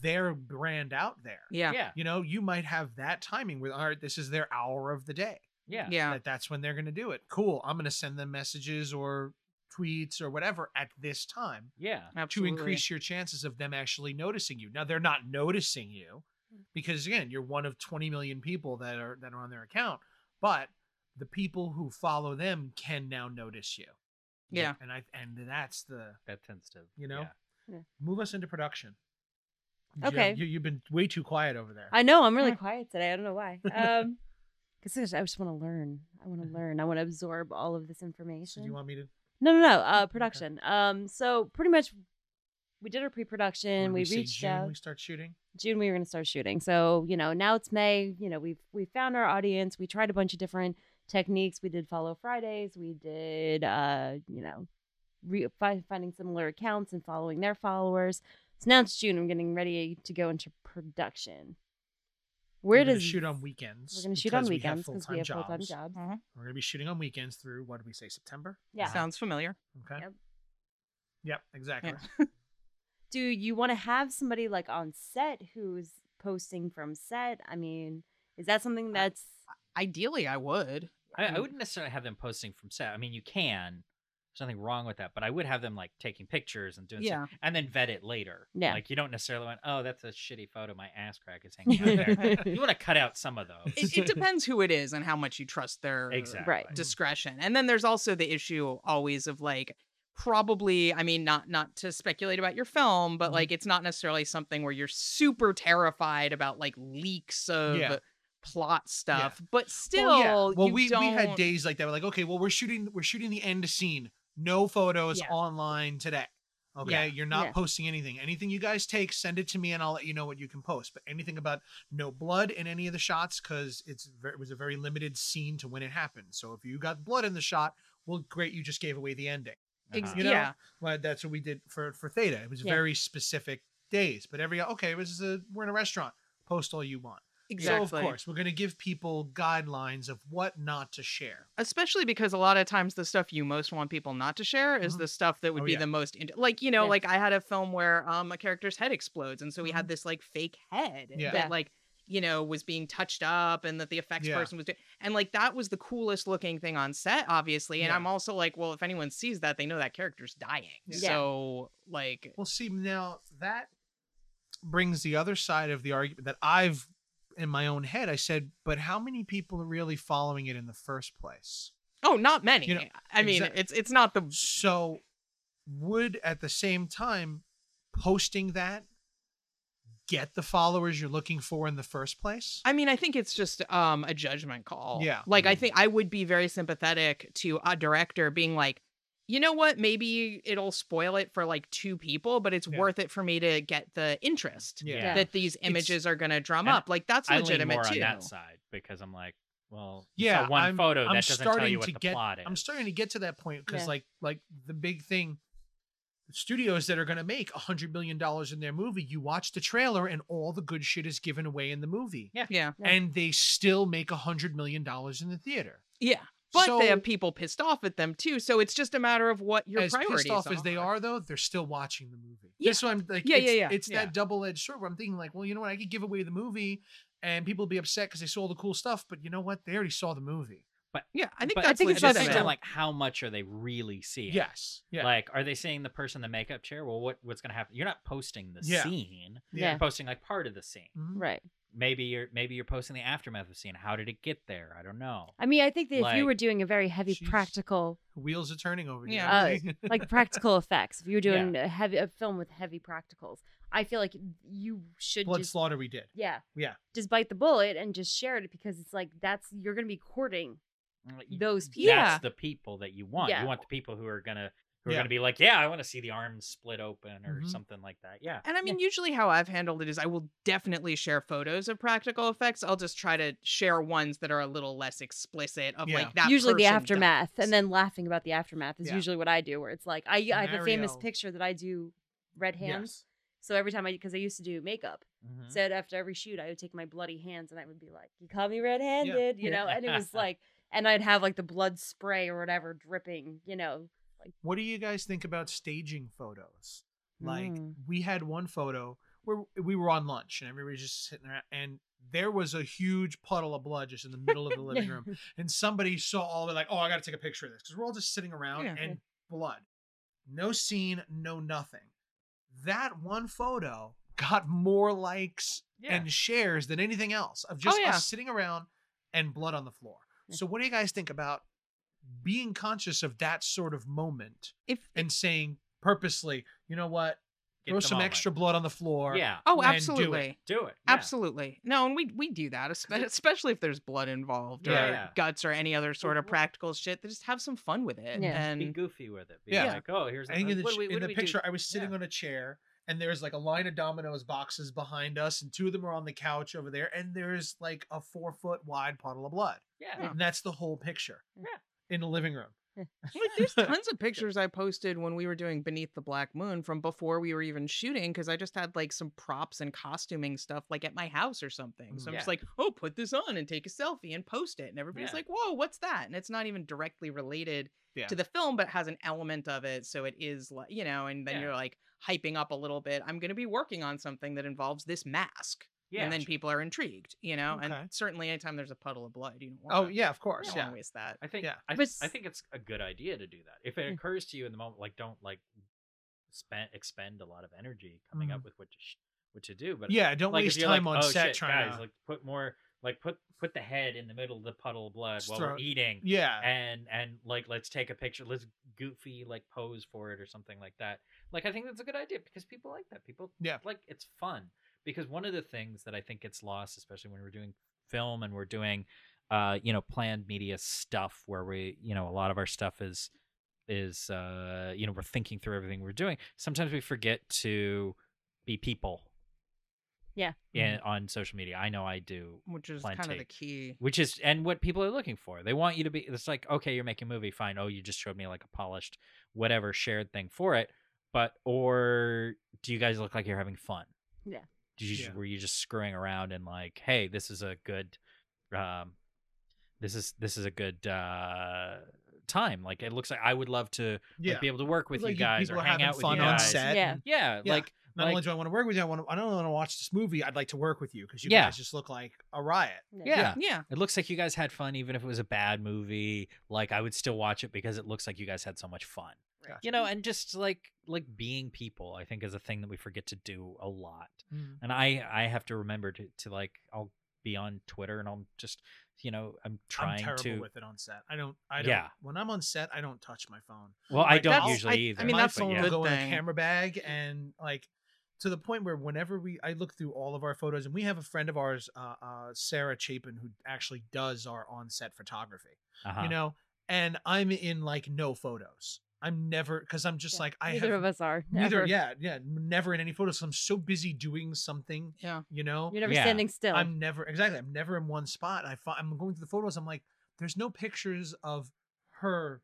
[SPEAKER 1] their brand out there.
[SPEAKER 3] yeah
[SPEAKER 4] yeah,
[SPEAKER 1] You know, you might have that timing where all right, this is their hour of the day.
[SPEAKER 4] yeah.
[SPEAKER 3] yeah
[SPEAKER 1] That that's when they're going to do it. Cool. I'm going to send them messages or tweets or whatever at this time
[SPEAKER 4] yeah.
[SPEAKER 3] absolutely.
[SPEAKER 1] to increase your chances of them actually noticing you. Now they're not noticing you
[SPEAKER 2] Mm.
[SPEAKER 1] because again, you're one of 20 million people that are that are on their account, but the people who follow them can now notice you.
[SPEAKER 3] yeah
[SPEAKER 1] And I and that's the
[SPEAKER 4] that tends to
[SPEAKER 1] You know?
[SPEAKER 4] yeah.
[SPEAKER 1] move us into production. You-
[SPEAKER 2] Okay.
[SPEAKER 1] You, you've been way too quiet over there.
[SPEAKER 2] I know I'm really quiet today. I don't know why. Um, because I just want to learn. I want to learn. I want to absorb all of this
[SPEAKER 1] Uh-huh. So
[SPEAKER 2] information.
[SPEAKER 1] do you want me to?
[SPEAKER 2] no, no, no. Uh,
[SPEAKER 1] Okay.
[SPEAKER 2] production. Um, so pretty much, we did our
[SPEAKER 1] when
[SPEAKER 2] pre-production. We,
[SPEAKER 1] say
[SPEAKER 2] reached uh,
[SPEAKER 1] June,
[SPEAKER 2] out.
[SPEAKER 1] We start shooting.
[SPEAKER 2] June we were going to start shooting. So, you know, now it's May, you know, we've we found our audience. We tried a bunch of different techniques. We did follow Fridays, we did uh, you know, re- fi- finding similar accounts and following their followers. So now it's June. I'm getting ready to go into production. Where
[SPEAKER 1] We're gonna
[SPEAKER 2] does
[SPEAKER 1] shoot on weekends?
[SPEAKER 2] We're going to shoot on
[SPEAKER 1] because we have
[SPEAKER 2] weekends because we have
[SPEAKER 1] full-time
[SPEAKER 2] full-time
[SPEAKER 1] jobs.
[SPEAKER 2] jobs.
[SPEAKER 3] Mhm.
[SPEAKER 1] We're going to be shooting on weekends through what did we say September?
[SPEAKER 2] Yeah.
[SPEAKER 3] sounds familiar
[SPEAKER 1] Okay.
[SPEAKER 2] Yep.
[SPEAKER 1] Yep, exactly.
[SPEAKER 2] Do you want to have somebody like on set who's posting from set? I mean, is that something that's
[SPEAKER 3] ideally i would
[SPEAKER 4] I, I
[SPEAKER 3] Mm.
[SPEAKER 4] wouldn't necessarily have them posting from set. I mean, you can. There's nothing wrong with that, but I would have them like taking pictures and doing
[SPEAKER 3] yeah
[SPEAKER 4] stuff, and then vet it later.
[SPEAKER 2] Yeah.
[SPEAKER 4] like you don't necessarily want. Oh, that's a shitty photo. My ass crack is hanging out there. you want to cut out some of those.
[SPEAKER 3] it, it depends who it is and how much you trust their
[SPEAKER 1] Mm.
[SPEAKER 4] Exactly. Uh-huh.
[SPEAKER 2] Right.
[SPEAKER 3] discretion. And then there's also the issue always of like probably I mean not not to speculate about your film,
[SPEAKER 1] Mm-hmm.
[SPEAKER 3] but like it's not necessarily something where you're super terrified about like leaks of
[SPEAKER 1] Yeah.
[SPEAKER 3] plot stuff, but still
[SPEAKER 1] Well, yeah. well,
[SPEAKER 3] you
[SPEAKER 1] we, we had
[SPEAKER 3] don't-
[SPEAKER 1] days like that. We're like, okay, well, we're shooting we're shooting the end scene. No photos
[SPEAKER 3] Yeah.
[SPEAKER 1] online today. Okay,
[SPEAKER 4] Yeah.
[SPEAKER 1] you're not
[SPEAKER 2] Yeah.
[SPEAKER 1] posting anything. Anything you guys take, send it to me, and I'll let you know what you can post. But anything about no blood in any of the shots because it's ver- it was a very limited scene to when it happened. So if you got blood in the shot, well, great, you just gave away the ending.
[SPEAKER 3] Ex-
[SPEAKER 4] Uh-huh.
[SPEAKER 1] you know?
[SPEAKER 3] yeah.
[SPEAKER 1] Well, that's what we did for for Theta. It was
[SPEAKER 2] Yeah.
[SPEAKER 1] very specific days. But every okay, this is a we're in a restaurant. Post all you want.
[SPEAKER 3] Exactly.
[SPEAKER 1] So of course, we're going to give people guidelines of what not to share.
[SPEAKER 3] Especially because a lot of times the stuff you most want people not to share is
[SPEAKER 1] Mhm.
[SPEAKER 3] the stuff that would
[SPEAKER 1] Oh,
[SPEAKER 3] be
[SPEAKER 1] yeah.
[SPEAKER 3] the most in- like you know
[SPEAKER 2] Yeah.
[SPEAKER 3] like I had a film where um a character's head explodes and so we
[SPEAKER 1] Mhm.
[SPEAKER 3] had this like fake head
[SPEAKER 1] Yeah.
[SPEAKER 2] Yeah.
[SPEAKER 3] that like you know was being touched up and that the effects
[SPEAKER 1] Yeah.
[SPEAKER 3] person was doing and like that was the coolest looking thing on set obviously and
[SPEAKER 1] Yeah.
[SPEAKER 3] I'm also like well if anyone sees that they know that character's dying
[SPEAKER 2] Yeah.
[SPEAKER 3] so like
[SPEAKER 1] Well, see, now that brings the other side of the argument that I've in my own head. I said, but how many people are really following it in the first place?
[SPEAKER 3] oh not many
[SPEAKER 1] You know,
[SPEAKER 3] I mean
[SPEAKER 1] exact-
[SPEAKER 3] it's it's not the
[SPEAKER 1] So, would at the same time posting that get the followers you're looking for in the first place?
[SPEAKER 3] I mean, I think it's just um a judgment call.
[SPEAKER 1] Yeah. Mm-hmm.
[SPEAKER 3] Like I think I would be very sympathetic to a director being like, you know what, maybe it'll spoil it for like two people, but it's
[SPEAKER 1] Yeah.
[SPEAKER 3] worth it for me to get the interest
[SPEAKER 2] Yeah.
[SPEAKER 3] that these images are gonna drum
[SPEAKER 4] and
[SPEAKER 3] up. Like that's
[SPEAKER 4] I lean
[SPEAKER 3] legitimate
[SPEAKER 4] more
[SPEAKER 3] too.
[SPEAKER 4] on that side because I'm like, well, yeah,
[SPEAKER 1] Yeah,
[SPEAKER 4] one
[SPEAKER 1] I'm-
[SPEAKER 4] photo
[SPEAKER 1] I'm
[SPEAKER 4] that doesn't tell
[SPEAKER 1] starting
[SPEAKER 4] you what
[SPEAKER 1] to
[SPEAKER 4] the
[SPEAKER 1] get-
[SPEAKER 4] plot is.
[SPEAKER 1] I'm starting to get to that point because
[SPEAKER 2] Yeah.
[SPEAKER 1] like like the big thing studios that are going to make a hundred million dollars in their movie you watch the trailer and all the good shit is given away in the movie
[SPEAKER 3] Yeah.
[SPEAKER 2] Yeah.
[SPEAKER 1] and they still make a hundred million dollars in the theater
[SPEAKER 3] Yeah. But
[SPEAKER 1] so,
[SPEAKER 3] they have people pissed off at them too. So it's just a matter of what your
[SPEAKER 1] as
[SPEAKER 3] priorities
[SPEAKER 1] pissed off
[SPEAKER 3] are.
[SPEAKER 1] as they are though they're still watching the movie
[SPEAKER 3] Yeah.
[SPEAKER 1] that's what i'm like
[SPEAKER 3] Yeah,
[SPEAKER 1] it's,
[SPEAKER 3] yeah, yeah,
[SPEAKER 1] it's
[SPEAKER 3] yeah.
[SPEAKER 1] that double-edged sword where i'm thinking like well you know what i could give away the movie and people be upset because they saw all the cool stuff but you know what they already saw the movie
[SPEAKER 4] But
[SPEAKER 3] Yeah, I think
[SPEAKER 4] But-
[SPEAKER 3] that's
[SPEAKER 2] I think it's
[SPEAKER 4] It's just
[SPEAKER 2] That's
[SPEAKER 3] legitimate.
[SPEAKER 4] still
[SPEAKER 2] fair.
[SPEAKER 4] like how much are they really seeing?
[SPEAKER 1] Yes. Yeah.
[SPEAKER 4] Like, are they seeing the person in the makeup chair? Well, what what's gonna happen? You're not posting the
[SPEAKER 1] Yeah.
[SPEAKER 4] scene.
[SPEAKER 2] Yeah.
[SPEAKER 4] You're posting like part of the scene.
[SPEAKER 1] Mhm.
[SPEAKER 2] Right.
[SPEAKER 4] Maybe you're maybe you're posting the aftermath of the scene. How did it get there? I don't know.
[SPEAKER 2] I mean, I think that if you were
[SPEAKER 4] Like,
[SPEAKER 2] doing a very heavy
[SPEAKER 1] she's-
[SPEAKER 2] practical,
[SPEAKER 1] Wheels are turning over. here.
[SPEAKER 3] Yeah.
[SPEAKER 2] Uh, like practical effects, if you were
[SPEAKER 4] Yeah.
[SPEAKER 2] doing a heavy a film with heavy practicals, I feel like you should
[SPEAKER 1] Blood
[SPEAKER 2] just
[SPEAKER 1] slaughter. We did.
[SPEAKER 2] yeah
[SPEAKER 1] Yeah.
[SPEAKER 2] just bite the bullet and just share it because it's like that's you're gonna be courting
[SPEAKER 4] Like, you-
[SPEAKER 2] those people.
[SPEAKER 3] Yeah.
[SPEAKER 4] That's the people that you want.
[SPEAKER 2] Yeah.
[SPEAKER 4] You want the people who are gonna who are
[SPEAKER 1] Yeah.
[SPEAKER 4] gonna be like, yeah, I want to see the arms split open or
[SPEAKER 1] Mhm.
[SPEAKER 4] something like that. Yeah.
[SPEAKER 3] And I mean, usually how I've handled it is I will definitely share photos of practical effects. I'll just try to share ones that are a little less explicit of
[SPEAKER 1] Yeah.
[SPEAKER 3] like that.
[SPEAKER 2] usually the
[SPEAKER 3] person
[SPEAKER 2] aftermath
[SPEAKER 3] does.
[SPEAKER 2] and then laughing about the aftermath is
[SPEAKER 1] Yeah.
[SPEAKER 2] usually what I do. Where it's like I, I have a famous
[SPEAKER 1] Scenario.
[SPEAKER 2] picture that I do red hands.
[SPEAKER 1] Yes.
[SPEAKER 2] So every time I because I used to do makeup,
[SPEAKER 1] Mm-hmm.
[SPEAKER 4] Mhm.
[SPEAKER 2] said after every shoot I would take my bloody hands and I would be like, "You caught me red-handed," you
[SPEAKER 4] Yeah.
[SPEAKER 2] know, and it was like, and I'd have like the blood spray or whatever dripping, you know.
[SPEAKER 1] What do you guys think about staging photos? Like
[SPEAKER 2] Mm.
[SPEAKER 1] we had one photo where we were on lunch and everybody was just sitting there, and there was a huge puddle of blood just in the middle of the living room, and somebody saw all of it like, oh, I got to take a picture of this because we're all just sitting around
[SPEAKER 3] Yeah.
[SPEAKER 1] and blood, no scene, no nothing. That one photo got more likes
[SPEAKER 4] Yeah. Oh,
[SPEAKER 1] and shares than anything else of just
[SPEAKER 3] yeah.
[SPEAKER 1] us sitting around and blood on the floor.
[SPEAKER 2] Yeah.
[SPEAKER 1] So what do you guys think about being conscious of that sort of moment
[SPEAKER 3] If
[SPEAKER 1] and saying purposely, you know what,
[SPEAKER 4] Get
[SPEAKER 1] throw
[SPEAKER 4] the
[SPEAKER 1] some
[SPEAKER 4] moment.
[SPEAKER 1] extra blood on the floor.
[SPEAKER 4] Yeah.
[SPEAKER 1] and do
[SPEAKER 3] oh,
[SPEAKER 1] it.
[SPEAKER 3] absolutely.
[SPEAKER 4] Do it. Yeah.
[SPEAKER 3] Absolutely. No, and we we do that, espe- especially if there's blood involved or
[SPEAKER 4] Yeah, yeah.
[SPEAKER 3] guts or any other sort of
[SPEAKER 4] Well-
[SPEAKER 3] practical shit. Just have some fun with it.
[SPEAKER 2] Yeah.
[SPEAKER 4] Be
[SPEAKER 3] And
[SPEAKER 4] goofy with it. Be
[SPEAKER 1] Yeah.
[SPEAKER 4] like, oh, here's
[SPEAKER 1] I think in the,
[SPEAKER 4] what do
[SPEAKER 1] ch-
[SPEAKER 4] we- what
[SPEAKER 1] in
[SPEAKER 4] do
[SPEAKER 1] the
[SPEAKER 4] we do?
[SPEAKER 1] picture, I was sitting
[SPEAKER 4] Yeah.
[SPEAKER 1] on a chair and there's like a line of dominoes boxes behind us, and two of them are on the couch over there, and there's like a four foot wide puddle of blood.
[SPEAKER 4] Yeah.
[SPEAKER 1] And that's the whole picture
[SPEAKER 4] Yeah.
[SPEAKER 1] in the living room.
[SPEAKER 3] like, there's tons of pictures I posted when we were doing Beneath the Black Moon from before we were even shooting because I just had like some props and costuming stuff like at my house or
[SPEAKER 1] Mm,
[SPEAKER 3] something. So I'm just
[SPEAKER 4] Yeah.
[SPEAKER 3] like, oh, put this on and take a selfie and post it. And everybody's
[SPEAKER 4] Yeah.
[SPEAKER 3] like, whoa, what's that? And it's not even directly related
[SPEAKER 1] Yeah.
[SPEAKER 3] to the film, but has an element of it. So it is like, you know, and then
[SPEAKER 4] Yeah.
[SPEAKER 3] you're like hyping up a little bit. I'm going to be working on something that involves this mask.
[SPEAKER 4] Yeah.
[SPEAKER 3] And then people are intrigued, you know?
[SPEAKER 1] Okay.
[SPEAKER 3] And certainly anytime there's a puddle of blood, you don't want
[SPEAKER 1] Oh, yeah, of course. Yeah.
[SPEAKER 3] waste that.
[SPEAKER 4] I think
[SPEAKER 1] Yeah. Mm.
[SPEAKER 4] I,
[SPEAKER 2] But
[SPEAKER 4] I
[SPEAKER 2] s-
[SPEAKER 4] think it's a good idea to do that. If
[SPEAKER 2] Yeah.
[SPEAKER 4] it occurs to you in the moment, like don't like spend expend a lot of energy coming up with what to sh- what to do. But
[SPEAKER 1] Mm-hmm. Yeah, don't
[SPEAKER 4] like, if
[SPEAKER 1] waste
[SPEAKER 4] you're
[SPEAKER 1] time
[SPEAKER 4] like,
[SPEAKER 1] on
[SPEAKER 4] "Oh,
[SPEAKER 1] set
[SPEAKER 4] shit,
[SPEAKER 1] trying
[SPEAKER 4] guys,
[SPEAKER 1] to.
[SPEAKER 4] like put more like put put the head in the middle of the puddle of blood
[SPEAKER 1] Just
[SPEAKER 4] while
[SPEAKER 1] throw
[SPEAKER 4] we're
[SPEAKER 1] it-
[SPEAKER 4] eating.
[SPEAKER 1] yeah.
[SPEAKER 4] And and like let's take a picture. Let's goofy like pose for it or something like that. Like I think that's a good idea because people like that. People
[SPEAKER 1] Yeah.
[SPEAKER 4] like it's fun because one of the things that I think gets lost, especially when we're doing film and we're doing, uh, you know, planned media stuff where we, you know, a lot of our stuff is, is, uh, you know, we're thinking through everything we're doing. Sometimes we forget to be people.
[SPEAKER 2] Yeah.
[SPEAKER 1] Mm-hmm.
[SPEAKER 4] In, on social media, I know I do
[SPEAKER 3] Which is kind of
[SPEAKER 4] plenty.
[SPEAKER 3] the key.
[SPEAKER 4] which is and what people are looking for. They want you to be it's like, okay, you're making a movie, fine. Oh, you just showed me like a polished whatever shared thing for it, but or do you guys look like you're having fun?
[SPEAKER 2] Yeah.
[SPEAKER 4] Did you
[SPEAKER 1] Yeah.
[SPEAKER 4] were you just screwing around and like, hey, this is a good um this is this is a good uh time. Like it looks like I would love to like,
[SPEAKER 1] Yeah.
[SPEAKER 4] be able to work with
[SPEAKER 1] Like,
[SPEAKER 4] you guys
[SPEAKER 1] people
[SPEAKER 4] or
[SPEAKER 1] are
[SPEAKER 4] hang
[SPEAKER 1] having
[SPEAKER 4] out with you
[SPEAKER 1] fun on
[SPEAKER 4] guys.
[SPEAKER 1] set.
[SPEAKER 2] Yeah.
[SPEAKER 1] and
[SPEAKER 4] Yeah,
[SPEAKER 1] Yeah.
[SPEAKER 4] like
[SPEAKER 1] Not
[SPEAKER 4] like,
[SPEAKER 1] only do I want to work with you, I want to, I don't want to watch this movie. I'd like to work with you because you
[SPEAKER 4] Yeah.
[SPEAKER 1] guys just look like a riot. Uh,
[SPEAKER 4] yeah.
[SPEAKER 3] Yeah.
[SPEAKER 4] It looks like you guys had fun, even if it was a bad movie. Like I would still watch it because it looks like you guys had so much fun.
[SPEAKER 1] Gotcha.
[SPEAKER 4] You know, and just like like being people, I think is a thing that we forget to do a lot. And I I have to remember to to like I'll be on Twitter and I'll just you know I'm
[SPEAKER 1] I'm
[SPEAKER 4] trying
[SPEAKER 1] terrible
[SPEAKER 4] to.
[SPEAKER 1] with it on set. I don't. I don't.
[SPEAKER 4] Yeah.
[SPEAKER 1] When I'm on set, I don't touch my phone.
[SPEAKER 4] well, I
[SPEAKER 1] Like,
[SPEAKER 4] don't
[SPEAKER 1] that's-
[SPEAKER 4] usually
[SPEAKER 3] I- I
[SPEAKER 4] either.
[SPEAKER 3] mean,
[SPEAKER 1] my
[SPEAKER 3] that's a
[SPEAKER 1] phone
[SPEAKER 4] but yeah.
[SPEAKER 1] will
[SPEAKER 3] good
[SPEAKER 1] go in a
[SPEAKER 3] thing.
[SPEAKER 1] camera bag and like to the point where whenever we I look through all of our photos and we have a friend of ours, uh, uh, Sarah Chapin, who actually does our on-set photography.
[SPEAKER 4] Uh-huh.
[SPEAKER 1] You know, and I'm in like no photos. I'm never because I'm just
[SPEAKER 2] Yeah.
[SPEAKER 1] like I
[SPEAKER 2] Neither
[SPEAKER 1] have
[SPEAKER 2] of us are.
[SPEAKER 1] neither.
[SPEAKER 2] ever.
[SPEAKER 1] Yeah, yeah, never in any photos. I'm so busy doing something.
[SPEAKER 3] Yeah.
[SPEAKER 1] You know,
[SPEAKER 2] You're never
[SPEAKER 4] Yeah.
[SPEAKER 2] standing still.
[SPEAKER 1] I'm never exactly. I'm never in one spot. I fi- I'm going through the photos. I'm like, there's no pictures of her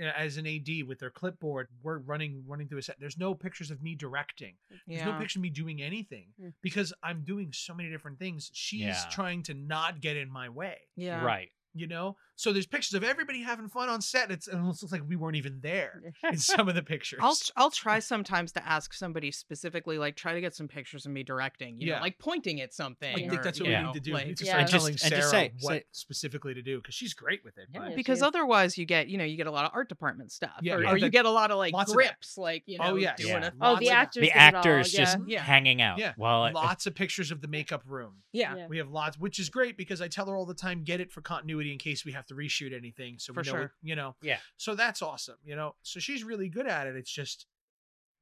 [SPEAKER 1] uh, as an AD with their clipboard. We're running running through a set. There's no pictures of me directing. There's no
[SPEAKER 3] Yeah.
[SPEAKER 1] picture of me doing anything
[SPEAKER 2] Yeah.
[SPEAKER 1] because I'm doing so many different things. She's
[SPEAKER 4] Yeah.
[SPEAKER 1] trying to not get in my way.
[SPEAKER 3] Yeah.
[SPEAKER 4] Right.
[SPEAKER 1] You know, So there's pictures of everybody having fun on set. And it's and it looks like we weren't even there
[SPEAKER 2] Oh,
[SPEAKER 1] in some of the pictures.
[SPEAKER 3] I'll I'll try sometimes to ask somebody specifically, like try to get some pictures of me directing, you
[SPEAKER 1] Yeah.
[SPEAKER 3] know, like pointing at something.
[SPEAKER 1] I think
[SPEAKER 3] or,
[SPEAKER 1] that's what
[SPEAKER 3] you
[SPEAKER 1] we
[SPEAKER 3] know,
[SPEAKER 1] need to do.
[SPEAKER 3] like-
[SPEAKER 1] we need to
[SPEAKER 2] Yeah.
[SPEAKER 1] start
[SPEAKER 2] And
[SPEAKER 4] just-
[SPEAKER 1] telling
[SPEAKER 4] and
[SPEAKER 1] Sarah
[SPEAKER 4] just say-
[SPEAKER 1] what
[SPEAKER 4] say-
[SPEAKER 1] specifically to do because she's great with it.
[SPEAKER 4] Yeah.
[SPEAKER 1] but-
[SPEAKER 2] Yeah,
[SPEAKER 3] because
[SPEAKER 2] she is.
[SPEAKER 3] otherwise you get you know you get a lot of art department stuff
[SPEAKER 1] Yeah,
[SPEAKER 3] or,
[SPEAKER 1] yeah.
[SPEAKER 3] or you get a lot of like
[SPEAKER 1] Lots of that.
[SPEAKER 3] grips like you know
[SPEAKER 1] Oh, yes.
[SPEAKER 3] doing
[SPEAKER 4] Yeah.
[SPEAKER 3] a
[SPEAKER 2] Oh,
[SPEAKER 3] lots
[SPEAKER 2] the
[SPEAKER 3] of that.
[SPEAKER 2] actors.
[SPEAKER 4] the
[SPEAKER 2] did it all,
[SPEAKER 4] actors
[SPEAKER 2] yeah.
[SPEAKER 4] just
[SPEAKER 3] Yeah.
[SPEAKER 4] hanging out
[SPEAKER 1] Yeah.
[SPEAKER 4] while it-
[SPEAKER 1] lots of pictures of the makeup room.
[SPEAKER 3] yeah,
[SPEAKER 2] Yeah.
[SPEAKER 1] We have lots, which is great because I tell her all the time, get it for continuity in case we have to reshoot anything. So
[SPEAKER 3] For
[SPEAKER 1] we know,
[SPEAKER 3] sure.
[SPEAKER 1] it- you know,
[SPEAKER 4] Yeah.
[SPEAKER 1] So that's awesome, you know. So she's really good at it. It's just,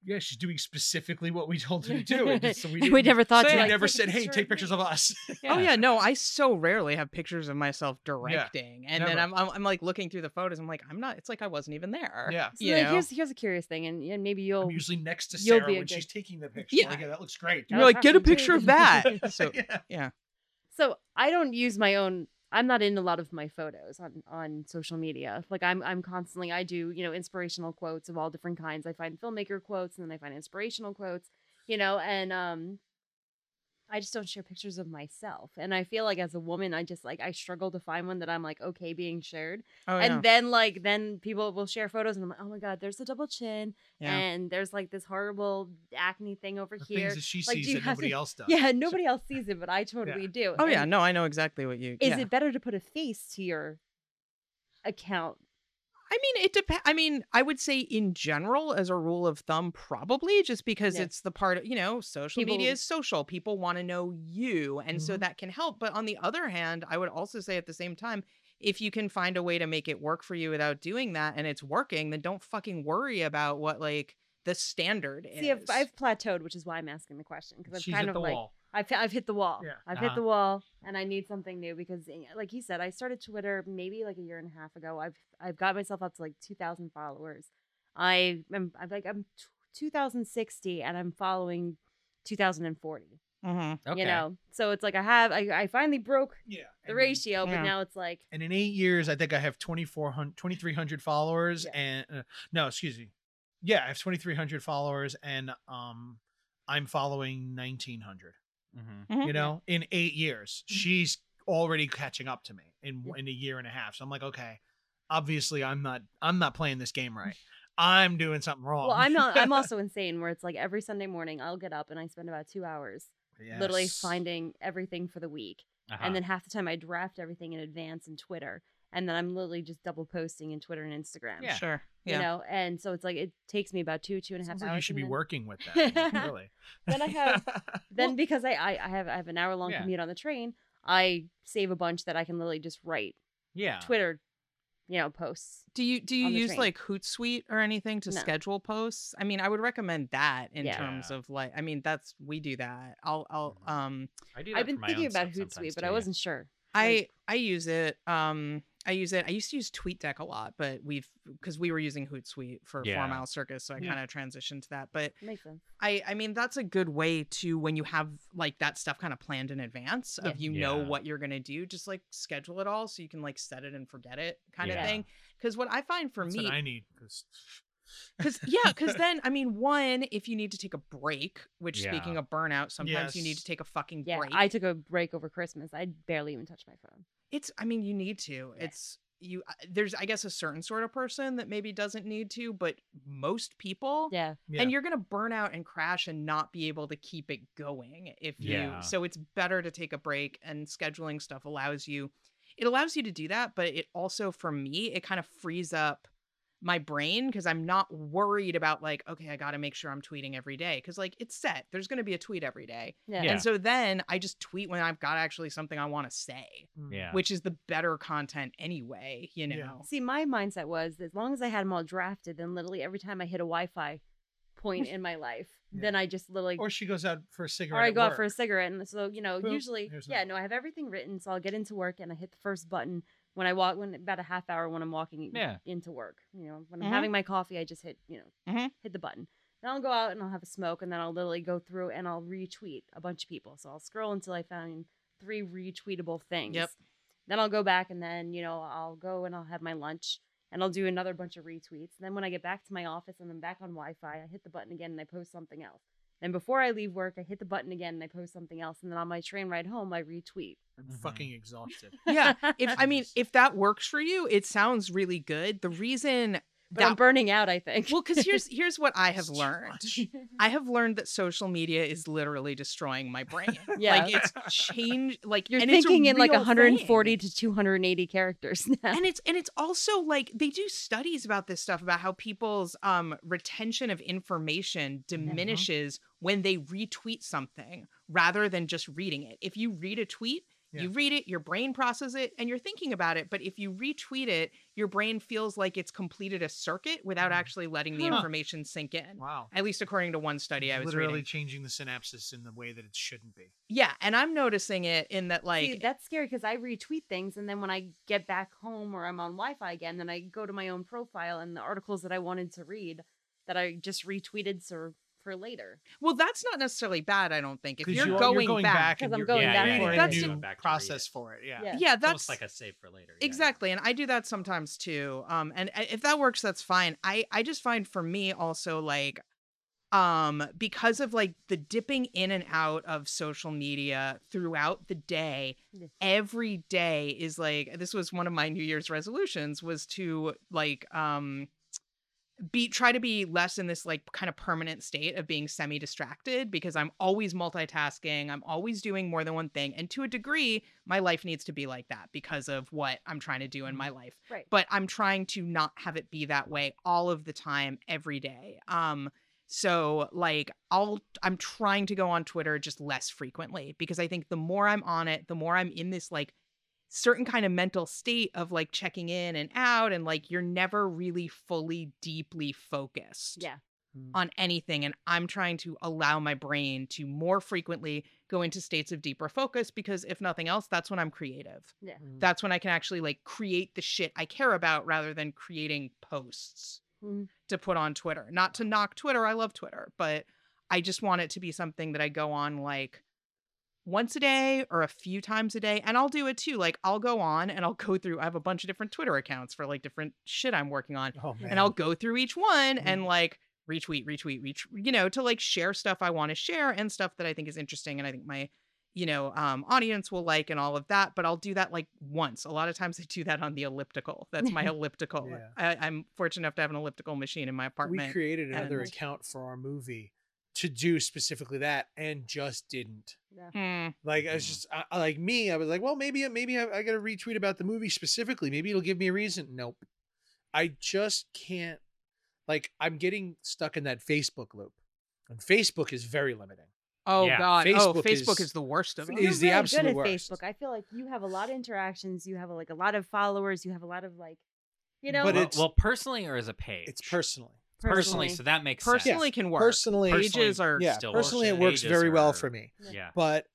[SPEAKER 1] yeah, she's doing specifically what we told her to do. and so we,
[SPEAKER 2] we
[SPEAKER 1] didn't-
[SPEAKER 2] never thought
[SPEAKER 1] we
[SPEAKER 3] So
[SPEAKER 2] to
[SPEAKER 3] yeah,
[SPEAKER 2] like,
[SPEAKER 1] never
[SPEAKER 2] take a
[SPEAKER 1] said, hey,
[SPEAKER 2] picture
[SPEAKER 1] take
[SPEAKER 2] me."
[SPEAKER 1] pictures of us.
[SPEAKER 3] oh yeah no i so rarely have pictures of myself directing and then
[SPEAKER 1] Never.
[SPEAKER 3] I'm, I'm i'm like looking through the photos i'm like i'm not it's like i wasn't even there
[SPEAKER 1] yeah.
[SPEAKER 2] So
[SPEAKER 3] you
[SPEAKER 2] then
[SPEAKER 3] know?
[SPEAKER 2] here's here's a curious thing, and, and maybe you'll
[SPEAKER 1] I'm usually next to
[SPEAKER 2] You'll
[SPEAKER 1] Sarah
[SPEAKER 2] be a
[SPEAKER 1] when
[SPEAKER 2] good-
[SPEAKER 1] she's taking the picture.
[SPEAKER 3] Yeah.
[SPEAKER 1] Like, yeah, that looks great.
[SPEAKER 2] Yeah.
[SPEAKER 3] you're like get a
[SPEAKER 2] happened too.
[SPEAKER 3] picture of that so
[SPEAKER 1] yeah.
[SPEAKER 2] So I don't use my own. I'm not in a lot of my photos on on social media. Like I'm I'm constantly I do you know inspirational quotes of all different kinds. I find filmmaker quotes and then I find inspirational quotes. You know, and um, I just don't share pictures of myself. And I feel like as a woman, I just like I struggle to find one that I'm like okay being shared.
[SPEAKER 3] oh,
[SPEAKER 2] and
[SPEAKER 3] yeah.
[SPEAKER 2] then like then people will share photos and I'm like oh my god, there's the double chin
[SPEAKER 3] Yeah.
[SPEAKER 2] and there's like this horrible acne thing over
[SPEAKER 1] The
[SPEAKER 2] here.
[SPEAKER 1] things that she
[SPEAKER 2] Like, do
[SPEAKER 1] sees
[SPEAKER 2] you
[SPEAKER 1] that
[SPEAKER 2] have
[SPEAKER 1] nobody
[SPEAKER 2] to-
[SPEAKER 1] else does.
[SPEAKER 2] Yeah, nobody else sees it, but I totally do.
[SPEAKER 3] oh
[SPEAKER 2] And
[SPEAKER 3] yeah no i know exactly what you
[SPEAKER 2] is
[SPEAKER 3] yeah.
[SPEAKER 2] it better to put a face to your account
[SPEAKER 3] I mean, it depends. I mean, I would say in general, as a rule of thumb, probably just because
[SPEAKER 2] Yeah.
[SPEAKER 3] it's the part of, you know, social media
[SPEAKER 2] People- Mm-hmm.
[SPEAKER 3] is social. People want to know you. And so
[SPEAKER 1] Mhm.
[SPEAKER 3] that can help. But on the other hand, I would also say at the same time, if you can find a way to make it work for you without doing that and it's working, then don't fucking worry about what like the standard is.
[SPEAKER 2] see I've, I've plateaued which is why i'm asking the question because i've
[SPEAKER 1] she's
[SPEAKER 2] kind
[SPEAKER 1] at
[SPEAKER 2] of
[SPEAKER 1] the
[SPEAKER 2] like
[SPEAKER 1] wall.
[SPEAKER 2] I've, I've hit the wall
[SPEAKER 1] Yeah.
[SPEAKER 2] i've
[SPEAKER 4] Uh-huh.
[SPEAKER 2] hit the wall and i need something new because eh, like you said i started twitter maybe like a year and a half ago i've i've got myself up to like 2000 followers i am i'm like i'm t- 2060 and i'm following 2040
[SPEAKER 3] Mhm.
[SPEAKER 4] okay
[SPEAKER 2] you know so it's like i have i, I finally broke
[SPEAKER 1] Yeah.
[SPEAKER 2] the
[SPEAKER 1] and-
[SPEAKER 2] ratio but
[SPEAKER 3] Yeah.
[SPEAKER 2] now it's like
[SPEAKER 1] and in eight years, I think I have 2,400, 2,300 followers,
[SPEAKER 2] Yeah.
[SPEAKER 1] and uh, no, excuse me, yeah, I have twenty three hundred followers, and um, I'm following nineteen
[SPEAKER 4] Mhm.
[SPEAKER 1] You
[SPEAKER 2] Mm-hmm.
[SPEAKER 3] Mhm.
[SPEAKER 1] know, in eight years, she's already catching up to me in in a year and a half. So I'm like, okay, obviously, I'm not, I'm not playing this game right. I'm doing something wrong.
[SPEAKER 2] Well, I'm not, I'm also insane where it's like every Sunday morning I'll get up and I spend about two hours literally
[SPEAKER 1] Yes.
[SPEAKER 2] finding everything for the week.
[SPEAKER 4] Uh-huh.
[SPEAKER 2] And then half the time I draft everything in advance in Twitter. And then I'm literally just double posting in Twitter and Instagram.
[SPEAKER 4] Yeah.
[SPEAKER 3] Sure.
[SPEAKER 2] You
[SPEAKER 3] Yeah.
[SPEAKER 2] know, and so it's like it takes me about two, two and a half
[SPEAKER 1] Sounds like you
[SPEAKER 2] hours.
[SPEAKER 1] should
[SPEAKER 2] and
[SPEAKER 1] be
[SPEAKER 2] then-
[SPEAKER 1] working with that. Really.
[SPEAKER 2] Then I have- Then because I, I, I have I have an hour long
[SPEAKER 4] Yeah.
[SPEAKER 2] commute on the train, I save a bunch that I can literally just write
[SPEAKER 4] yeah
[SPEAKER 2] Twitter, you know, posts.
[SPEAKER 3] Do you do you
[SPEAKER 2] on the
[SPEAKER 3] use
[SPEAKER 2] train.
[SPEAKER 3] like Hootsuite or anything to
[SPEAKER 2] No.
[SPEAKER 3] schedule posts? I mean, I would recommend that in
[SPEAKER 2] Yeah. Mm-hmm.
[SPEAKER 3] terms
[SPEAKER 4] Yeah.
[SPEAKER 3] of like I mean, that's we do that. I'll I'll
[SPEAKER 4] Mhm.
[SPEAKER 3] um
[SPEAKER 4] I do that
[SPEAKER 2] I've been
[SPEAKER 4] for my
[SPEAKER 2] thinking
[SPEAKER 4] own
[SPEAKER 2] about
[SPEAKER 4] stuff
[SPEAKER 2] Hootsuite,
[SPEAKER 4] sometimes,
[SPEAKER 2] but
[SPEAKER 4] too,
[SPEAKER 2] I
[SPEAKER 4] yeah.
[SPEAKER 2] wasn't sure.
[SPEAKER 3] I
[SPEAKER 2] Like-
[SPEAKER 3] I use it um I use it. I used to use TweetDeck a lot, but we've because we were using Hootsuite for
[SPEAKER 4] Yeah.
[SPEAKER 3] Four Mile Circus, so I
[SPEAKER 1] Yeah.
[SPEAKER 3] kind of transitioned to that. But
[SPEAKER 2] Makes sense.
[SPEAKER 3] I I mean that's a good way to when you have like that stuff kind of planned in advance of you know
[SPEAKER 4] Yeah.
[SPEAKER 3] what you're gonna do, just like schedule it all so you can like set it and forget it kind
[SPEAKER 4] Yeah.
[SPEAKER 3] of thing. Because what I find for
[SPEAKER 1] That's
[SPEAKER 3] me,
[SPEAKER 1] what I need 'cause-
[SPEAKER 3] Cause yeah, because then I mean, one, if you need to take a break, which speaking
[SPEAKER 4] Yeah.
[SPEAKER 3] of burnout, sometimes you need
[SPEAKER 1] Yes.
[SPEAKER 3] to take a fucking
[SPEAKER 2] Yeah.
[SPEAKER 3] break.
[SPEAKER 2] I took a break over Christmas. I barely even touched my phone.
[SPEAKER 3] it's I mean, you need to. It's you. I- There's I guess a certain sort of person that maybe doesn't need to, but most people.
[SPEAKER 2] Yeah.
[SPEAKER 1] yeah.
[SPEAKER 3] And you're gonna burn out and crash and not be able to keep it going if you.
[SPEAKER 4] Yeah.
[SPEAKER 3] So it's better to take a break, and scheduling stuff allows you. It allows you to do that, but it also, for me, it kind of frees up my brain because I'm not worried about like, okay, I got to make sure I'm tweeting every day because like it's set. There's going to be a tweet every day.
[SPEAKER 2] Yeah.
[SPEAKER 4] Yeah.
[SPEAKER 3] And so then I just tweet when I've got actually something I want to say,
[SPEAKER 1] Mm.
[SPEAKER 4] yeah
[SPEAKER 3] which is the better content anyway, you know.
[SPEAKER 1] Yeah.
[SPEAKER 2] See, my mindset was as long as I had them all drafted, then literally every time I hit a Wi-Fi point in my life,
[SPEAKER 1] Yeah.
[SPEAKER 2] then I just literally
[SPEAKER 1] Or she goes out for a cigarette.
[SPEAKER 2] or I
[SPEAKER 1] at
[SPEAKER 2] go out for a
[SPEAKER 1] work.
[SPEAKER 2] cigarette. And so you know,
[SPEAKER 1] Boop,
[SPEAKER 2] usually
[SPEAKER 1] here's
[SPEAKER 2] yeah,
[SPEAKER 1] another
[SPEAKER 2] no, I have everything written, so I'll get into work and I hit the first button when I walk when about a half hour when I'm walking
[SPEAKER 4] Yeah.
[SPEAKER 2] into work. You know, when I'm
[SPEAKER 1] Mm-hmm.
[SPEAKER 3] Mhm.
[SPEAKER 2] having my coffee, I just hit you know
[SPEAKER 3] Mhm.
[SPEAKER 2] hit the button. Then I'll go out and I'll have a smoke, and then I'll literally go through and I'll retweet a bunch of people. So I'll scroll until I find three retweetable things.
[SPEAKER 3] Yep.
[SPEAKER 2] Then I'll go back and then you know I'll go and I'll have my lunch and I'll do another bunch of retweets. And then when I get back to my office and I'm back on Wi-Fi, I hit the button again and I post something else. Then before I leave work, I hit the button again and I post something else. And then on my train ride home, I retweet.
[SPEAKER 1] I'm
[SPEAKER 4] Mhm.
[SPEAKER 3] Mm-hmm.
[SPEAKER 1] fucking exhausted.
[SPEAKER 3] Yeah, If I mean,
[SPEAKER 1] Jeez.
[SPEAKER 3] if that works for you, it sounds really good. The reason
[SPEAKER 2] But I'm burning out, I think.
[SPEAKER 3] well, because here's here's what I have
[SPEAKER 1] It's too
[SPEAKER 3] learned.
[SPEAKER 1] much.
[SPEAKER 3] I have learned that social media is literally destroying my brain.
[SPEAKER 2] Yeah.
[SPEAKER 3] Like it's change like
[SPEAKER 2] You're
[SPEAKER 3] and it's a
[SPEAKER 2] thinking in like
[SPEAKER 3] real
[SPEAKER 2] 140
[SPEAKER 3] thing.
[SPEAKER 2] to 280 characters now.
[SPEAKER 3] and it's and it's also like they do studies about this stuff about how people's um retention of
[SPEAKER 1] Mm-hmm.
[SPEAKER 3] information diminishes when they retweet something rather than just reading it. If you read a tweet,
[SPEAKER 1] Yeah.
[SPEAKER 3] you read it, your brain processes it, and you're thinking about it. But if you retweet it, your brain feels like it's completed a circuit without
[SPEAKER 1] Mm.
[SPEAKER 3] actually letting the
[SPEAKER 1] Huh.
[SPEAKER 3] information sink in.
[SPEAKER 1] Wow.
[SPEAKER 3] At least according to one study I was
[SPEAKER 1] literally
[SPEAKER 3] reading.
[SPEAKER 1] changing the synapses in the way that it shouldn't be.
[SPEAKER 3] Yeah, and I'm noticing it in that like eh
[SPEAKER 2] See, that's scary because I retweet things and then when I get back home or I'm on Wi-Fi again, then I go to my own profile and the articles that I wanted to read that I just retweeted for for later.
[SPEAKER 3] well, that's not necessarily bad. I don't think if
[SPEAKER 1] 'Cause
[SPEAKER 3] you're,
[SPEAKER 1] you are-
[SPEAKER 3] going
[SPEAKER 1] going
[SPEAKER 3] back,
[SPEAKER 1] back,
[SPEAKER 2] 'Cause
[SPEAKER 1] and
[SPEAKER 2] I'm
[SPEAKER 1] you're
[SPEAKER 2] going
[SPEAKER 1] yeah,
[SPEAKER 2] back
[SPEAKER 1] yeah,
[SPEAKER 2] for
[SPEAKER 1] yeah,
[SPEAKER 2] it.
[SPEAKER 1] that's
[SPEAKER 2] That's
[SPEAKER 1] a
[SPEAKER 4] a-
[SPEAKER 1] new
[SPEAKER 4] back to read
[SPEAKER 1] process
[SPEAKER 4] it.
[SPEAKER 1] for it. Yeah.
[SPEAKER 2] Yeah.
[SPEAKER 3] yeah,
[SPEAKER 4] It's
[SPEAKER 3] that's
[SPEAKER 4] almost like a save for later. yeah, yeah.
[SPEAKER 3] exactly and i do that sometimes too um and i- if that works that's fine i i just find for me also like um because of like the dipping in and out of social media throughout the day
[SPEAKER 2] Yeah.
[SPEAKER 3] every day is like this was one of my new year's resolutions was to like um be try to be less in this like kind of permanent state of being semi distracted because i'm always multitasking i'm always doing more than one thing and to a degree my life needs to be like that because of what i'm trying to do in my life
[SPEAKER 2] Mm-hmm. Right.
[SPEAKER 3] but i'm trying to not have it be that way all of the time every day um so like i'll i'm trying to go on twitter just less frequently because i think the more i'm on it the more i'm in this like certain kind of mental state of like checking in and out and like you're never really fully deeply focused
[SPEAKER 2] Yeah.
[SPEAKER 3] on anything and i'm trying to allow my brain to more frequently go into states of deeper focus because if nothing else that's when i'm creative that's when i can actually like create the shit i care about rather than creating posts
[SPEAKER 2] Mhm.
[SPEAKER 3] to put on twitter not to knock twitter i love twitter but i just want it to be something that i go on like once a day or a few times a day and i'll do it too like i'll go on and i'll go through i have a bunch of different twitter accounts for like different shit i'm working on
[SPEAKER 1] Oh man.
[SPEAKER 3] and I'll go through each one
[SPEAKER 1] Mm-hmm.
[SPEAKER 3] and like retweet, retweet, reach, you know, to like share stuff I want to share and stuff that I think is interesting and I think my, you know, um, audience will like and all of that. But I'll do that like once. A lot of times I do that on the elliptical. That's my elliptical.
[SPEAKER 1] Yeah.
[SPEAKER 3] I, I'm fortunate enough to have an elliptical machine in my apartment.
[SPEAKER 1] We created another
[SPEAKER 3] and-
[SPEAKER 1] account for our movie to do specifically that, and just didn't.
[SPEAKER 3] Mm.
[SPEAKER 1] Like I was
[SPEAKER 4] Mhm.
[SPEAKER 1] just I, I- like me, I was like, well, maybe maybe I, I got to retweet about the movie specifically. Maybe it'll give me a reason. Nope. I just can't. Like I'm getting stuck in that Facebook loop, and Facebook is very limiting.
[SPEAKER 3] Oh
[SPEAKER 4] Yeah.
[SPEAKER 3] God. oh,
[SPEAKER 1] Facebook
[SPEAKER 3] Facebook is,
[SPEAKER 1] is-
[SPEAKER 3] the worst of
[SPEAKER 2] So
[SPEAKER 3] it.
[SPEAKER 1] Is
[SPEAKER 2] you're
[SPEAKER 1] the
[SPEAKER 2] really
[SPEAKER 1] absolute
[SPEAKER 2] good at
[SPEAKER 1] worst.
[SPEAKER 2] Facebook. I feel like you have a lot of interactions. You have like a lot of followers. You have a lot of like, you know,
[SPEAKER 1] But
[SPEAKER 4] well,
[SPEAKER 1] it's-
[SPEAKER 4] well, personally or as a page?
[SPEAKER 1] It's personally,
[SPEAKER 4] personally, so that makes
[SPEAKER 3] Personally
[SPEAKER 4] sense.
[SPEAKER 3] can work.
[SPEAKER 1] personally,
[SPEAKER 4] Pers-
[SPEAKER 3] Pages are
[SPEAKER 1] yeah,
[SPEAKER 4] still
[SPEAKER 1] personally, it
[SPEAKER 4] bullshit.
[SPEAKER 1] works
[SPEAKER 4] Pages
[SPEAKER 1] very well
[SPEAKER 4] are-
[SPEAKER 1] for me.
[SPEAKER 2] Yeah.
[SPEAKER 4] Yeah.
[SPEAKER 1] but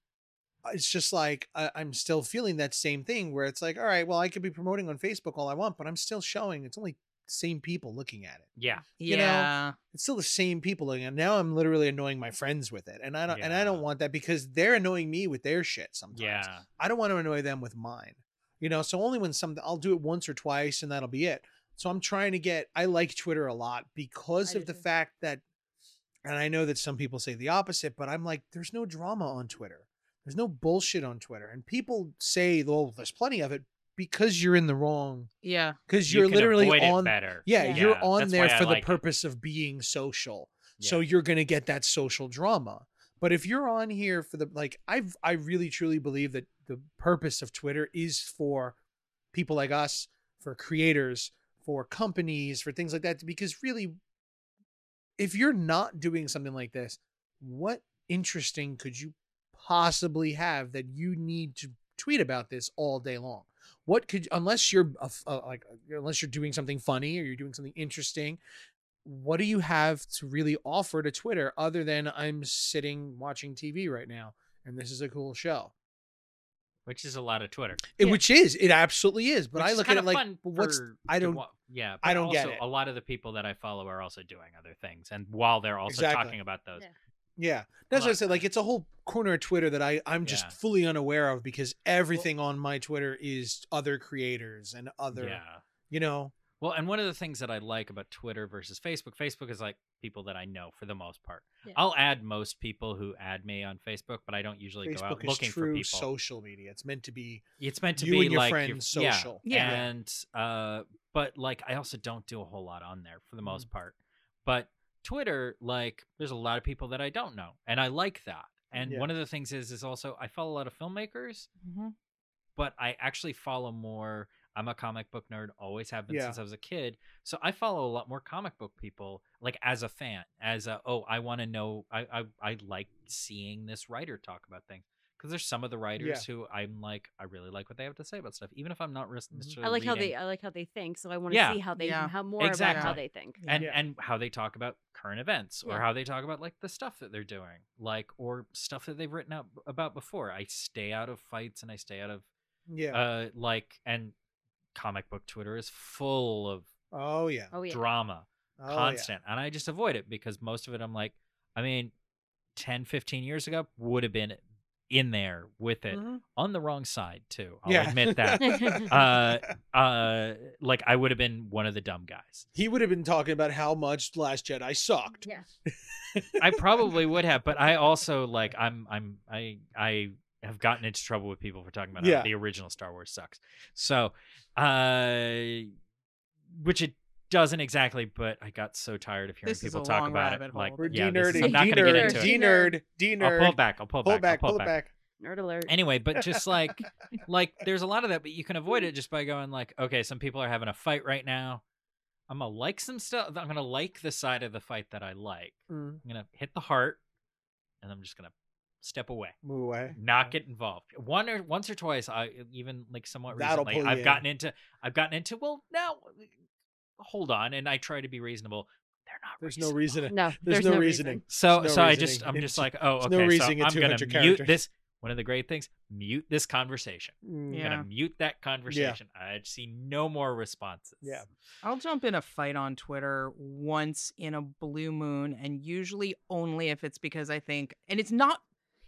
[SPEAKER 1] uh, it's just like I, I'm still feeling that same thing where it's like, all right, well, I could be promoting on Facebook all I want, but I'm still showing it's only same people looking at it.
[SPEAKER 4] Yeah.
[SPEAKER 1] you know,
[SPEAKER 3] yeah.
[SPEAKER 1] It's still the same people looking at it. Now I'm literally annoying my friends with it, and I don't and I don't
[SPEAKER 4] Yeah.
[SPEAKER 1] want that because they're annoying me with their shit sometimes.
[SPEAKER 4] Yeah.
[SPEAKER 1] I don't want to annoy them with mine. You know, so only when something I'll do it once or twice and that'll be it. So I'm trying to get I like Twitter a lot because
[SPEAKER 2] I
[SPEAKER 1] of
[SPEAKER 2] do
[SPEAKER 1] the
[SPEAKER 2] too.
[SPEAKER 1] fact that and I know that some people say the opposite, but I'm like there's no drama on Twitter. There's no bullshit on Twitter. And people say, "Well, there's plenty of it" because you're in the wrong
[SPEAKER 3] Yeah.
[SPEAKER 1] cuz
[SPEAKER 4] You
[SPEAKER 1] you're
[SPEAKER 4] can
[SPEAKER 1] literally
[SPEAKER 4] avoid it
[SPEAKER 1] on
[SPEAKER 4] better.
[SPEAKER 1] yeah,
[SPEAKER 2] Yeah.
[SPEAKER 1] you're
[SPEAKER 4] Yeah,
[SPEAKER 1] on
[SPEAKER 4] that's
[SPEAKER 1] there
[SPEAKER 4] why I
[SPEAKER 1] for
[SPEAKER 4] like it.
[SPEAKER 1] the purpose of being social.
[SPEAKER 4] Yeah.
[SPEAKER 1] So you're going to get that social drama. But if you're on here for the like I've I really truly believe that the purpose of Twitter is for people like us, for creators, for companies, for things like that because really if you're not doing something like this, what interesting could you possibly have that you need to tweet about this all day long? What could unless you're a f- a- like unless you're doing something funny or you're doing something interesting, what do you have to really offer to Twitter other than I'm sitting watching TV right now and this is a cool show?
[SPEAKER 4] Which is a lot of Twitter.
[SPEAKER 1] It-
[SPEAKER 2] Yeah.
[SPEAKER 1] Which is it absolutely is, but
[SPEAKER 4] Which
[SPEAKER 1] I
[SPEAKER 4] is
[SPEAKER 1] look at
[SPEAKER 4] kind
[SPEAKER 1] it
[SPEAKER 4] of
[SPEAKER 1] like
[SPEAKER 4] fun
[SPEAKER 1] but what's
[SPEAKER 4] for-
[SPEAKER 1] I
[SPEAKER 4] to
[SPEAKER 1] don't
[SPEAKER 4] wa- yeah,
[SPEAKER 1] I
[SPEAKER 4] but
[SPEAKER 1] don't get
[SPEAKER 4] also
[SPEAKER 1] it.
[SPEAKER 4] A lot of the people that I follow are also doing other things, and while they're also
[SPEAKER 1] Exactly.
[SPEAKER 4] talking about those,
[SPEAKER 2] Yeah.
[SPEAKER 1] yeah that's
[SPEAKER 4] lot
[SPEAKER 1] what I said like it's a whole corner of Twitter that I I'm just
[SPEAKER 4] Yeah.
[SPEAKER 1] fully unaware of because everything on my Twitter is other creators and other
[SPEAKER 4] yeah.
[SPEAKER 1] you know
[SPEAKER 4] Well, and one of the things that I like about Twitter versus Facebook, Facebook is like people that I know for the most part.
[SPEAKER 2] Yeah.
[SPEAKER 4] I'll add most people who add me on Facebook, but I don't usually go out
[SPEAKER 1] Facebook is
[SPEAKER 4] looking for
[SPEAKER 1] true
[SPEAKER 4] people.
[SPEAKER 1] social media. It's meant to be
[SPEAKER 4] it's meant to
[SPEAKER 1] you
[SPEAKER 4] be
[SPEAKER 1] and your
[SPEAKER 4] like
[SPEAKER 1] friends
[SPEAKER 4] yeah,
[SPEAKER 1] social.
[SPEAKER 3] Yeah.
[SPEAKER 4] And uh but like I also don't do a whole lot on there for the most
[SPEAKER 3] Mm.
[SPEAKER 4] part. But Twitter like there's a lot of people that I don't know and I like that. And
[SPEAKER 1] Yeah.
[SPEAKER 4] one of the things is is also I follow a lot of filmmakers,
[SPEAKER 3] Mm-hmm.
[SPEAKER 4] but I actually follow more I'm a comic book nerd, always have been
[SPEAKER 1] Yeah.
[SPEAKER 4] since I was a kid. So I follow a lot more comic book people, like as a fan, as a oh, I want to know I, I I like seeing this writer talk about things. Because there's some of the writers who I'm like, I really like what they have to say about stuff, even if I'm not res-
[SPEAKER 1] Mhm.
[SPEAKER 4] necessarily.
[SPEAKER 2] Mm-hmm. I like how they
[SPEAKER 4] reading-
[SPEAKER 2] I like how they think, so I want to
[SPEAKER 4] Yeah.
[SPEAKER 2] see how they
[SPEAKER 3] Yeah.
[SPEAKER 2] how more about how
[SPEAKER 4] Exactly.
[SPEAKER 2] they think.
[SPEAKER 3] Yeah.
[SPEAKER 4] and
[SPEAKER 1] Yeah.
[SPEAKER 4] and how they talk about current events or
[SPEAKER 2] Yeah.
[SPEAKER 4] how they talk about like the stuff that they're doing, like or stuff that they've written out about before. I stay out of fights and I stay out of
[SPEAKER 1] yeah.
[SPEAKER 4] uh like and comic book Twitter is full of
[SPEAKER 1] oh yeah.
[SPEAKER 2] Oh yeah.
[SPEAKER 4] drama
[SPEAKER 1] Oh, yeah.
[SPEAKER 4] constant and i just avoid it because most of it i'm like i mean 10 15 years ago would have been in there with it
[SPEAKER 2] Mm-hmm.
[SPEAKER 1] Mhm.
[SPEAKER 4] on the wrong side too i'll
[SPEAKER 1] Yeah.
[SPEAKER 4] admit that Uh, uh like i would have been one of the dumb guys
[SPEAKER 1] he would have been talking about how much Last Jedi sucked.
[SPEAKER 2] Yeah.
[SPEAKER 4] i probably would have but i also like i'm i'm i i have gotten into trouble with people for talking about how
[SPEAKER 1] Yeah.
[SPEAKER 4] the original star wars sucks so uh which it doesn't exactly but i got so tired of hearing
[SPEAKER 3] This is
[SPEAKER 4] people
[SPEAKER 3] a
[SPEAKER 4] talk
[SPEAKER 3] long
[SPEAKER 4] about
[SPEAKER 3] rabbit
[SPEAKER 4] it
[SPEAKER 3] hole.
[SPEAKER 4] like
[SPEAKER 1] We're
[SPEAKER 4] yeah, this is-
[SPEAKER 1] denerding,
[SPEAKER 4] i'm not
[SPEAKER 1] denerding,
[SPEAKER 4] going to get
[SPEAKER 2] denerding.
[SPEAKER 4] into it
[SPEAKER 2] it.
[SPEAKER 1] denerd, denerd.
[SPEAKER 4] I'll pull it back. I'll pull it
[SPEAKER 1] Pull
[SPEAKER 4] back. I'll
[SPEAKER 1] back,
[SPEAKER 4] pull,
[SPEAKER 1] pull
[SPEAKER 4] it
[SPEAKER 1] it
[SPEAKER 4] back.
[SPEAKER 1] back.
[SPEAKER 2] Nerd alert.
[SPEAKER 4] Anyway, but just like like there's a lot of that, but you can avoid it just by going like, okay, some people are having a fight right now. I'm gonna like some stuff. I'm gonna like the side of the fight that I like.
[SPEAKER 1] Mm,
[SPEAKER 4] I'm gonna hit the heart, and I'm just gonna step away,
[SPEAKER 1] move away.
[SPEAKER 4] not get involved. One or once or twice, I even like somewhat
[SPEAKER 1] That'll
[SPEAKER 4] recently,
[SPEAKER 1] pull you
[SPEAKER 4] I've
[SPEAKER 1] in.
[SPEAKER 4] gotten into, I've gotten into. Well, now, hold on, and I try to be reasonable. They're not.
[SPEAKER 1] There's no
[SPEAKER 4] reasonable.
[SPEAKER 1] reason.
[SPEAKER 2] No,
[SPEAKER 1] There's, no, reasoning.
[SPEAKER 4] So
[SPEAKER 1] There's
[SPEAKER 4] so
[SPEAKER 1] no
[SPEAKER 4] I just
[SPEAKER 1] reasoning.
[SPEAKER 4] I'm
[SPEAKER 1] It's-
[SPEAKER 4] just like, oh,
[SPEAKER 1] there's
[SPEAKER 4] okay,
[SPEAKER 1] no reasoning
[SPEAKER 4] so
[SPEAKER 1] at
[SPEAKER 4] I'm gonna
[SPEAKER 1] 200
[SPEAKER 4] mute
[SPEAKER 1] characters.
[SPEAKER 4] this. One of the great things, mute this conversation.
[SPEAKER 1] Mm.
[SPEAKER 4] I'm gonna mute that conversation. I see no more responses.
[SPEAKER 1] Yeah.
[SPEAKER 3] I'll jump in a fight on Twitter once in a blue moon and usually only if it's because I think and it's not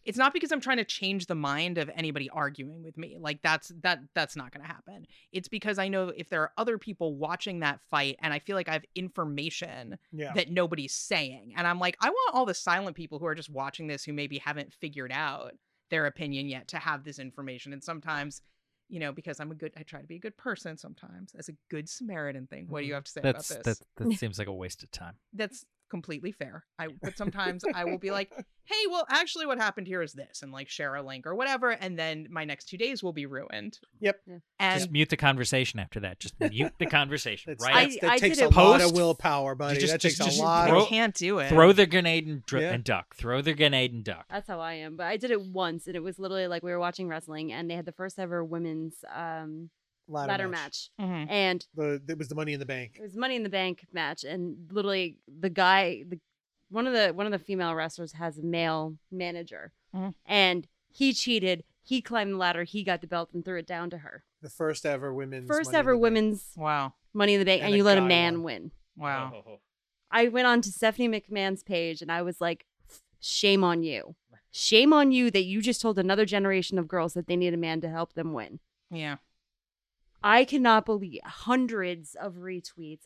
[SPEAKER 3] it's not because I'm trying to change the mind of anybody arguing with me. Like that's that that's not going to happen. It's because I know if there are other people watching that fight and I feel like I have information
[SPEAKER 1] Yeah.
[SPEAKER 3] that nobody's saying. And I'm like, I want all the silent people who are just watching this who maybe haven't figured out their opinion yet to have this information. And sometimes, you know, because I'm a good, I try to be a good person sometimes as a good Samaritan thing. What do you
[SPEAKER 1] Mm-hmm.
[SPEAKER 3] have to say
[SPEAKER 4] That's
[SPEAKER 3] about
[SPEAKER 4] that
[SPEAKER 3] this?
[SPEAKER 4] that seems like a waste of time.
[SPEAKER 3] That's completely fair. I, but sometimes I will be like, hey, well, actually, what happened here is this, and like share a link or whatever. And then my next two days will be ruined.
[SPEAKER 1] Yep.
[SPEAKER 2] Yeah.
[SPEAKER 3] And
[SPEAKER 4] Just mute the conversation after that. Just mute the conversation.
[SPEAKER 1] That's-
[SPEAKER 4] right.
[SPEAKER 1] that's-
[SPEAKER 2] I-
[SPEAKER 1] that
[SPEAKER 2] I
[SPEAKER 1] takes
[SPEAKER 2] did
[SPEAKER 1] a
[SPEAKER 2] it
[SPEAKER 1] lot of
[SPEAKER 4] post-
[SPEAKER 1] willpower, buddy.
[SPEAKER 4] just-
[SPEAKER 1] that
[SPEAKER 4] just-
[SPEAKER 1] takes
[SPEAKER 4] just
[SPEAKER 1] a lot.
[SPEAKER 4] throw-
[SPEAKER 3] I can't do it.
[SPEAKER 4] Throw the grenade and, dri-
[SPEAKER 1] Yeah.
[SPEAKER 4] and duck. Throw the grenade and duck.
[SPEAKER 2] That's how I am. But I did it once, and it was literally like we were watching wrestling, and they had the first ever women's um,
[SPEAKER 1] ladder,
[SPEAKER 2] ladder,
[SPEAKER 1] match.
[SPEAKER 2] match.
[SPEAKER 3] Mhm.
[SPEAKER 2] and
[SPEAKER 1] The it was the Money in the Bank.
[SPEAKER 2] it was Money in the Bank match, and literally the guy, the one of the one of the female wrestlers has a male manager,
[SPEAKER 1] Mm-hmm.
[SPEAKER 3] Mhm.
[SPEAKER 2] and he cheated. He climbed the ladder, he got the belt, and threw it down to her.
[SPEAKER 1] The first ever women's.
[SPEAKER 2] First
[SPEAKER 1] Money in
[SPEAKER 2] ever
[SPEAKER 1] the Bank.
[SPEAKER 2] women's
[SPEAKER 3] Wow.
[SPEAKER 2] Money in the Bank,
[SPEAKER 1] And
[SPEAKER 2] and,
[SPEAKER 1] a
[SPEAKER 2] you let a
[SPEAKER 1] guy
[SPEAKER 2] man
[SPEAKER 1] won.
[SPEAKER 2] win.
[SPEAKER 3] Wow.
[SPEAKER 1] Oh.
[SPEAKER 2] I went on to Stephanie McMahon's page and I was like, shame on you. Shame on you that you just told another generation of girls that they need a man to help them win.
[SPEAKER 3] Yeah.
[SPEAKER 2] I cannot believe hundreds of retweets,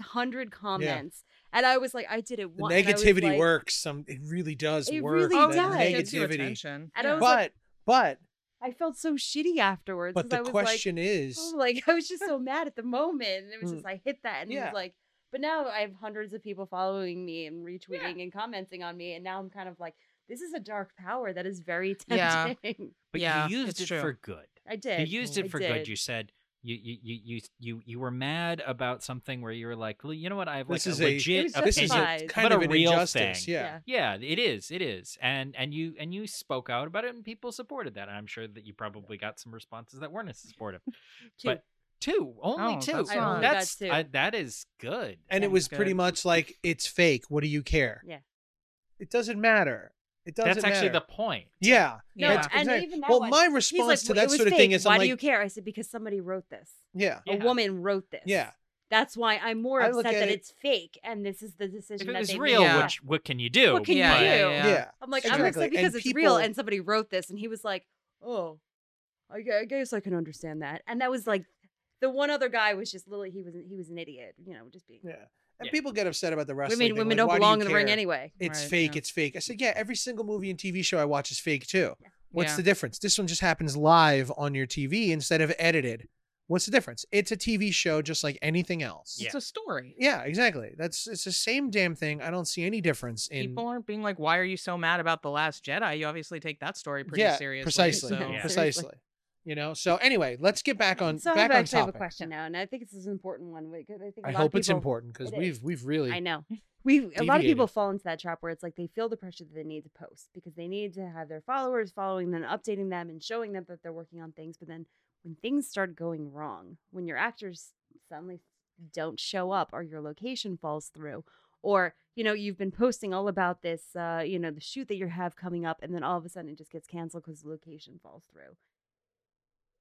[SPEAKER 2] hundred comments. And I was like, I did it
[SPEAKER 1] The
[SPEAKER 2] once. and I was
[SPEAKER 1] negativity
[SPEAKER 2] like-
[SPEAKER 1] works. Some it really does
[SPEAKER 2] It
[SPEAKER 1] work.
[SPEAKER 2] really
[SPEAKER 1] that
[SPEAKER 2] does.
[SPEAKER 3] Oh, it gets you
[SPEAKER 1] Negativity.
[SPEAKER 3] attention.
[SPEAKER 2] And I
[SPEAKER 3] Yeah.
[SPEAKER 2] was
[SPEAKER 1] But but
[SPEAKER 2] I felt so shitty afterwards.
[SPEAKER 1] but
[SPEAKER 2] 'cause
[SPEAKER 1] the
[SPEAKER 2] I was
[SPEAKER 1] question
[SPEAKER 2] like,
[SPEAKER 1] is,
[SPEAKER 2] oh, like I was just so mad at the moment. And it was
[SPEAKER 1] Mm.
[SPEAKER 2] just I hit that and it
[SPEAKER 1] Yeah.
[SPEAKER 2] was like but now I have hundreds of people following me and retweeting and commenting on me. And now I'm kind of like, this is a dark power that is very
[SPEAKER 3] Yeah.
[SPEAKER 2] tempting.
[SPEAKER 4] But
[SPEAKER 3] Yeah,
[SPEAKER 4] you used
[SPEAKER 3] it's
[SPEAKER 4] it
[SPEAKER 3] true.
[SPEAKER 4] for good.
[SPEAKER 2] I did.
[SPEAKER 4] You used
[SPEAKER 2] I
[SPEAKER 4] it for good.
[SPEAKER 2] did.
[SPEAKER 4] You said you you you you you you were mad about something where you were like, "Well, you know what? I have like
[SPEAKER 1] This
[SPEAKER 4] a
[SPEAKER 1] is a-
[SPEAKER 2] It
[SPEAKER 4] legit
[SPEAKER 2] was
[SPEAKER 1] this is
[SPEAKER 4] opinion.
[SPEAKER 1] a
[SPEAKER 2] justified.
[SPEAKER 1] kind
[SPEAKER 4] But
[SPEAKER 1] of
[SPEAKER 4] a
[SPEAKER 1] an
[SPEAKER 4] real
[SPEAKER 1] injustice.
[SPEAKER 4] thing.
[SPEAKER 1] Yeah.
[SPEAKER 4] Yeah, it is. It is. And and you and you spoke out about it and people supported that. And I'm sure that you probably got some responses that weren't as supportive.
[SPEAKER 2] Two.
[SPEAKER 4] But two, only
[SPEAKER 3] Oh,
[SPEAKER 4] two.
[SPEAKER 3] that's
[SPEAKER 2] I only got
[SPEAKER 4] that's
[SPEAKER 2] two.
[SPEAKER 4] I- that is good.
[SPEAKER 1] And it
[SPEAKER 3] Yeah,
[SPEAKER 1] was pretty
[SPEAKER 3] good.
[SPEAKER 1] much like it's fake. What do you care?
[SPEAKER 2] Yeah.
[SPEAKER 1] It doesn't matter. It doesn't
[SPEAKER 4] that's actually
[SPEAKER 1] matter.
[SPEAKER 4] the point.
[SPEAKER 1] Yeah.
[SPEAKER 2] No,
[SPEAKER 1] that's
[SPEAKER 2] and
[SPEAKER 1] exact-
[SPEAKER 2] even that
[SPEAKER 1] Well,
[SPEAKER 2] one,
[SPEAKER 1] my
[SPEAKER 2] He's
[SPEAKER 1] response
[SPEAKER 2] like,
[SPEAKER 1] to
[SPEAKER 2] "Well, it
[SPEAKER 1] that
[SPEAKER 2] was
[SPEAKER 1] sort of
[SPEAKER 2] fake.
[SPEAKER 1] thing is
[SPEAKER 2] Why
[SPEAKER 1] I'm
[SPEAKER 2] do
[SPEAKER 1] like,
[SPEAKER 2] you care? I said, because somebody wrote this.
[SPEAKER 1] yeah.
[SPEAKER 4] Yeah.
[SPEAKER 2] A woman wrote this.
[SPEAKER 1] Yeah.
[SPEAKER 2] That's why I'm more
[SPEAKER 1] I look
[SPEAKER 2] upset
[SPEAKER 1] at
[SPEAKER 2] that
[SPEAKER 1] it-
[SPEAKER 2] it's fake and this is the
[SPEAKER 4] If
[SPEAKER 2] decision
[SPEAKER 4] it
[SPEAKER 2] that
[SPEAKER 4] was
[SPEAKER 2] they
[SPEAKER 4] real,
[SPEAKER 2] made.
[SPEAKER 3] Yeah.
[SPEAKER 4] what you- what can you do?
[SPEAKER 2] What can you
[SPEAKER 4] But-
[SPEAKER 2] do?
[SPEAKER 1] Yeah.
[SPEAKER 2] I'm like, I'm
[SPEAKER 1] Exactly.
[SPEAKER 2] upset because
[SPEAKER 1] And
[SPEAKER 2] it's real
[SPEAKER 1] people-
[SPEAKER 2] and somebody wrote this. And he was like, oh, I, gu- I guess I can understand that. And that was like, the one other guy was just literally, he was, an- he was an idiot, you know, just being.
[SPEAKER 1] Yeah. And
[SPEAKER 4] Yeah.
[SPEAKER 1] people get upset about the wrestling.
[SPEAKER 2] women
[SPEAKER 1] thing, like,
[SPEAKER 2] women don't
[SPEAKER 1] why do you
[SPEAKER 2] belong in the ring
[SPEAKER 1] care?
[SPEAKER 2] anyway.
[SPEAKER 1] It's
[SPEAKER 3] Right,
[SPEAKER 1] fake.
[SPEAKER 3] yeah.
[SPEAKER 1] It's fake. I said, yeah, every single movie and TV show I watch is fake too. What's
[SPEAKER 3] Yeah.
[SPEAKER 1] the difference? This one just happens live on your TV instead of edited. What's the difference? It's a TV show just like anything else.
[SPEAKER 4] Yeah.
[SPEAKER 3] It's a story.
[SPEAKER 1] Yeah, exactly. That's it's the same damn thing. I don't see any difference in
[SPEAKER 3] People aren't being like, "Why are you so mad about the Last Jedi?" You obviously take that story pretty
[SPEAKER 1] yeah,
[SPEAKER 3] seriously.
[SPEAKER 1] Precisely.
[SPEAKER 3] So.
[SPEAKER 4] Yeah.
[SPEAKER 1] Precisely. You know. So anyway, let's get back on
[SPEAKER 2] so
[SPEAKER 1] back
[SPEAKER 2] I
[SPEAKER 1] on
[SPEAKER 2] actually have
[SPEAKER 1] topic.
[SPEAKER 2] a question now, and I think this is an important one because I think
[SPEAKER 1] I
[SPEAKER 2] a lot of
[SPEAKER 1] hope it's
[SPEAKER 2] people-
[SPEAKER 1] important because
[SPEAKER 2] It is.
[SPEAKER 1] we've we've really
[SPEAKER 2] I know. We a lot of
[SPEAKER 1] Deviated.
[SPEAKER 2] people fall into that trap where it's like they feel the pressure that they need to post because they need to have their followers following them, updating them, and showing them that they're working on things. But then when things start going wrong, when your actors suddenly don't show up, or your location falls through, or you know you've been posting all about this, uh, you know the shoot that you have coming up, and then all of a sudden it just gets canceled because the location falls through.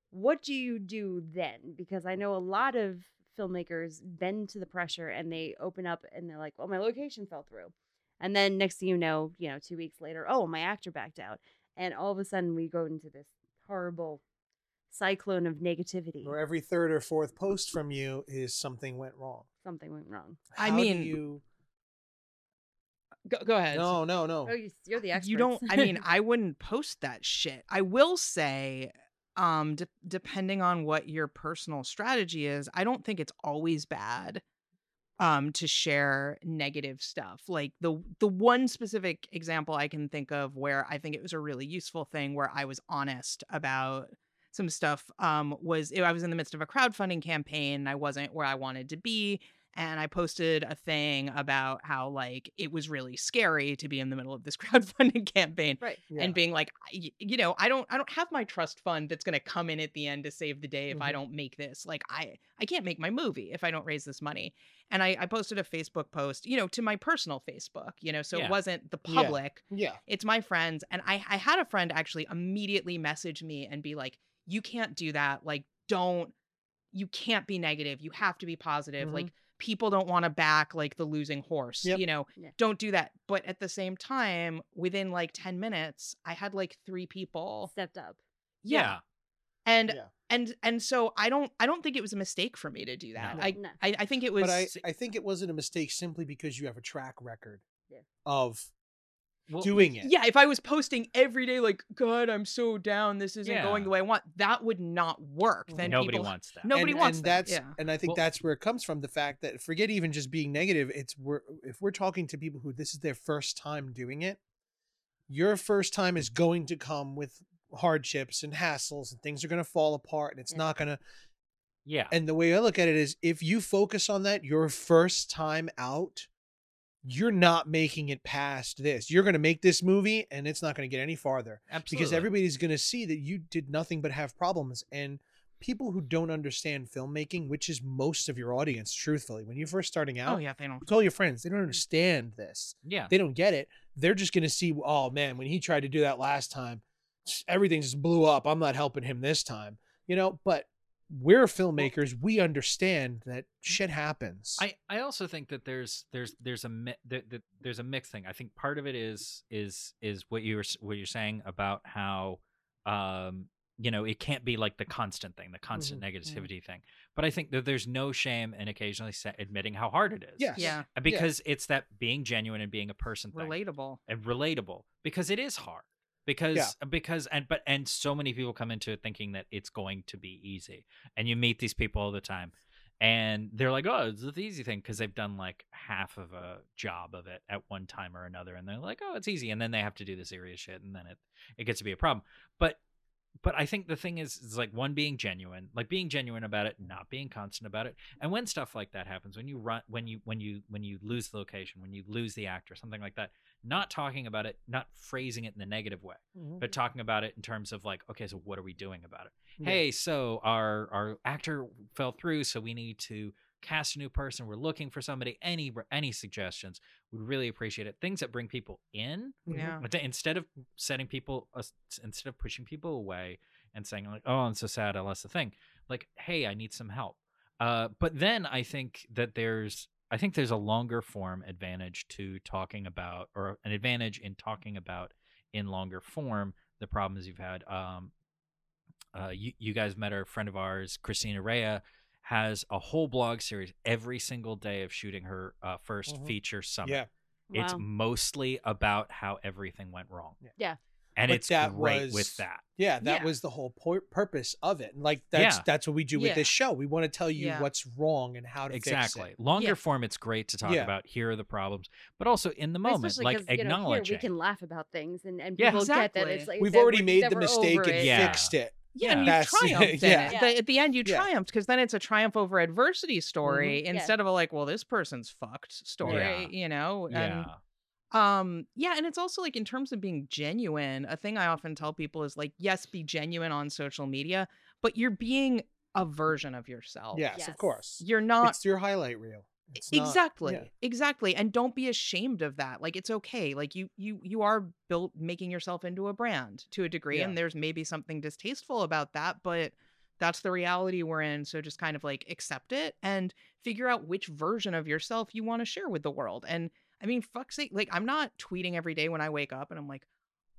[SPEAKER 2] What do you do then? Because I know a lot of filmmakers bend to the pressure and they open up and they're like, "Well, my location fell through," and then next thing you know, you know, two weeks later, oh, my actor backed out, and all of a sudden we go into this horrible cyclone of negativity.
[SPEAKER 1] or every third or fourth post from you is something went wrong.
[SPEAKER 2] Something went wrong.
[SPEAKER 3] I
[SPEAKER 1] How do
[SPEAKER 3] mean,
[SPEAKER 1] you
[SPEAKER 3] Go, go ahead.
[SPEAKER 1] no, no, no.
[SPEAKER 2] Oh, you, you're the expert.
[SPEAKER 3] you don't i mean i wouldn't post that shit i will say um de- depending on what your personal strategy is i don't think it's always bad um to share negative stuff like the the one specific example i can think of where i think it was a really useful thing where i was honest about some stuff um was i was in the midst of a crowdfunding campaign and i wasn't where i wanted to be and I posted a thing about how like it was really scary to be in the middle of this crowdfunding campaign
[SPEAKER 2] right.
[SPEAKER 1] Yeah.
[SPEAKER 3] and being like I- y- you know I don't I don't have my trust fund that's going to come in at the end to save the day if I
[SPEAKER 1] Mhm.
[SPEAKER 3] don't make this like I I can't make my movie if I don't raise this money and I I posted a Facebook post you know to my personal Facebook you know so
[SPEAKER 4] Yeah.
[SPEAKER 3] it wasn't the
[SPEAKER 1] Yeah.
[SPEAKER 3] public
[SPEAKER 1] yeah.
[SPEAKER 3] it's my friends and I, I had a friend actually immediately message me and be like you can't do that like don't you can't be negative you have to be positive
[SPEAKER 1] Mhm.
[SPEAKER 3] like people don't want to back like the losing horse
[SPEAKER 1] Yep.
[SPEAKER 3] you know
[SPEAKER 2] Yeah.
[SPEAKER 3] don't do that but at the same time within like 10 minutes i had like three people
[SPEAKER 2] Stepped up.
[SPEAKER 4] yeah.
[SPEAKER 3] and
[SPEAKER 1] Yeah.
[SPEAKER 3] and and so i don't i don't think it was a mistake for me to do that
[SPEAKER 4] No.
[SPEAKER 3] I,
[SPEAKER 2] No.
[SPEAKER 3] I i think it was
[SPEAKER 1] but I, I think it wasn't a mistake simply because you have a track record
[SPEAKER 2] Yeah.
[SPEAKER 1] of
[SPEAKER 4] Well,
[SPEAKER 1] doing it.
[SPEAKER 3] yeah if i was posting every day like god i'm so down this isn't
[SPEAKER 4] Yeah.
[SPEAKER 3] going the way i want that would not work then
[SPEAKER 4] nobody
[SPEAKER 3] people,
[SPEAKER 4] wants that.
[SPEAKER 3] nobody
[SPEAKER 1] and,
[SPEAKER 3] wants
[SPEAKER 1] and
[SPEAKER 3] that.
[SPEAKER 1] that's
[SPEAKER 3] yeah.
[SPEAKER 1] and I think
[SPEAKER 4] Well-
[SPEAKER 1] that's where it comes from the fact that forget even just being negative it's we're if we're talking to people who this is their first time doing it your first time is going to come with hardships and hassles and things are going to fall apart and it's
[SPEAKER 2] Yeah.
[SPEAKER 1] not going to
[SPEAKER 4] Yeah.
[SPEAKER 1] and the way I look at it is if you focus on that your first time out, you're not making it past this. You're going to make this movie and it's not going to get any farther
[SPEAKER 4] Absolutely.
[SPEAKER 1] because everybody's going to see that you did nothing but have problems. And people who don't understand filmmaking, which is most of your audience, truthfully, when you're first starting out,
[SPEAKER 3] Oh yeah, they don't.
[SPEAKER 1] tell your friends they don't understand this.
[SPEAKER 4] Yeah.
[SPEAKER 1] They don't get it. They're just going to see, oh man, when he tried to do that last time, everything just blew up. I'm not helping him this time, you know. But we're filmmakers. We understand that shit happens.
[SPEAKER 4] I, I also think that there's there's there's a mi- that, that there's a mixed thing. I think part of it is is is what you were s- what you're saying about how um you know it can't be like the constant thing, the constant negativity thing. But I think that there's no shame in occasionally sa- admitting how hard it is.
[SPEAKER 1] Yes.
[SPEAKER 3] Yeah,
[SPEAKER 4] And because it's that being genuine and being a person thing
[SPEAKER 3] relatable.
[SPEAKER 4] and relatable because it is hard because uh,
[SPEAKER 1] Yeah.
[SPEAKER 4] because and but and so many people come into it thinking that it's going to be easy and you meet these people all the time and they're like oh it's the easy thing because they've done like half of a job of it at one time or another and they're like oh it's easy and then they have to do the serious shit and then it it gets to be a problem but but i think the thing is is like one being genuine like being genuine about it not being constant about it and when stuff like that happens when you run when you when you when you lose the location when you lose the actor something like that not talking about it, not phrasing it in the negative way, but talking about it in terms of like, okay, so what are we doing about it?
[SPEAKER 1] Mm-hmm. Yeah.
[SPEAKER 4] Hey, so our our actor fell through, so we need to cast a new person. We're looking for somebody. Any any suggestions? We'd really appreciate it. Things that bring people in
[SPEAKER 1] Mhm.
[SPEAKER 3] Yeah,
[SPEAKER 4] but to- instead of setting people us- instead of pushing people away and saying like oh i'm so sad i lost the thing like hey i need some help uh, but then i think that there's i think there's a longer form advantage to talking about or an advantage in talking about in longer form the problems you've had um, uh, you, you guys met a friend of ours christina rea has a whole blog series every single day of shooting her uh, 1st
[SPEAKER 5] Mhm.
[SPEAKER 4] feature summit.
[SPEAKER 1] Mm-hmm. Yeah.
[SPEAKER 4] It's
[SPEAKER 2] Wow.
[SPEAKER 4] mostly about how everything went wrong.
[SPEAKER 5] Yeah.
[SPEAKER 2] Yeah.
[SPEAKER 4] And
[SPEAKER 1] But
[SPEAKER 4] it's
[SPEAKER 1] that
[SPEAKER 4] great
[SPEAKER 1] was-
[SPEAKER 4] with that.
[SPEAKER 1] Yeah, that
[SPEAKER 2] Yeah.
[SPEAKER 1] was the whole por- purpose of it. And, Like that's
[SPEAKER 4] Yeah.
[SPEAKER 1] that's what we do with
[SPEAKER 3] Yeah.
[SPEAKER 1] this show. We want to tell you
[SPEAKER 3] Yeah.
[SPEAKER 1] what's wrong and how to
[SPEAKER 4] Exactly.
[SPEAKER 1] fix it.
[SPEAKER 4] Longer
[SPEAKER 3] Yeah.
[SPEAKER 4] form, it's great to talk
[SPEAKER 1] Yeah.
[SPEAKER 4] about here are the problems, but also in the moment,
[SPEAKER 2] Especially
[SPEAKER 4] like
[SPEAKER 2] 'cause, you know, here
[SPEAKER 4] acknowledging.
[SPEAKER 2] we can laugh about things and, and
[SPEAKER 4] Yeah,
[SPEAKER 2] people get that it's
[SPEAKER 3] exactly.
[SPEAKER 2] like
[SPEAKER 1] We've
[SPEAKER 2] that
[SPEAKER 1] already
[SPEAKER 2] we're-
[SPEAKER 1] made
[SPEAKER 2] that
[SPEAKER 1] the
[SPEAKER 2] we're
[SPEAKER 1] mistake
[SPEAKER 2] over
[SPEAKER 1] and
[SPEAKER 2] it.
[SPEAKER 4] Yeah.
[SPEAKER 1] fixed it.
[SPEAKER 3] Yeah, and you
[SPEAKER 1] That's-
[SPEAKER 3] triumphed in
[SPEAKER 1] yeah.
[SPEAKER 3] it. The- at the end, you
[SPEAKER 1] Yeah.
[SPEAKER 3] triumphed because then it's a triumph over
[SPEAKER 4] Mm-hmm.
[SPEAKER 3] adversity story
[SPEAKER 2] Yeah.
[SPEAKER 3] instead of a like, well, this person's fucked story,
[SPEAKER 4] Yeah.
[SPEAKER 3] you know?
[SPEAKER 4] yeah.
[SPEAKER 3] And um yeah and it's also like in terms of being genuine a thing i often tell people is like yes be genuine on social media but you're being a version of yourself
[SPEAKER 1] Yes,
[SPEAKER 2] Oh, Yes.
[SPEAKER 1] of course.
[SPEAKER 3] you're not
[SPEAKER 1] it's your highlight reel. It's not-
[SPEAKER 3] exactly
[SPEAKER 1] yeah.
[SPEAKER 3] exactly and don't be ashamed of that like it's okay like you you you are built making yourself into a brand to a degree
[SPEAKER 1] Yeah.
[SPEAKER 3] and there's maybe something distasteful about that but that's the reality we're in so just kind of like accept it and figure out which version of yourself you want to share with the world and i mean fuck's sake like i'm not tweeting every day when i wake up and i'm like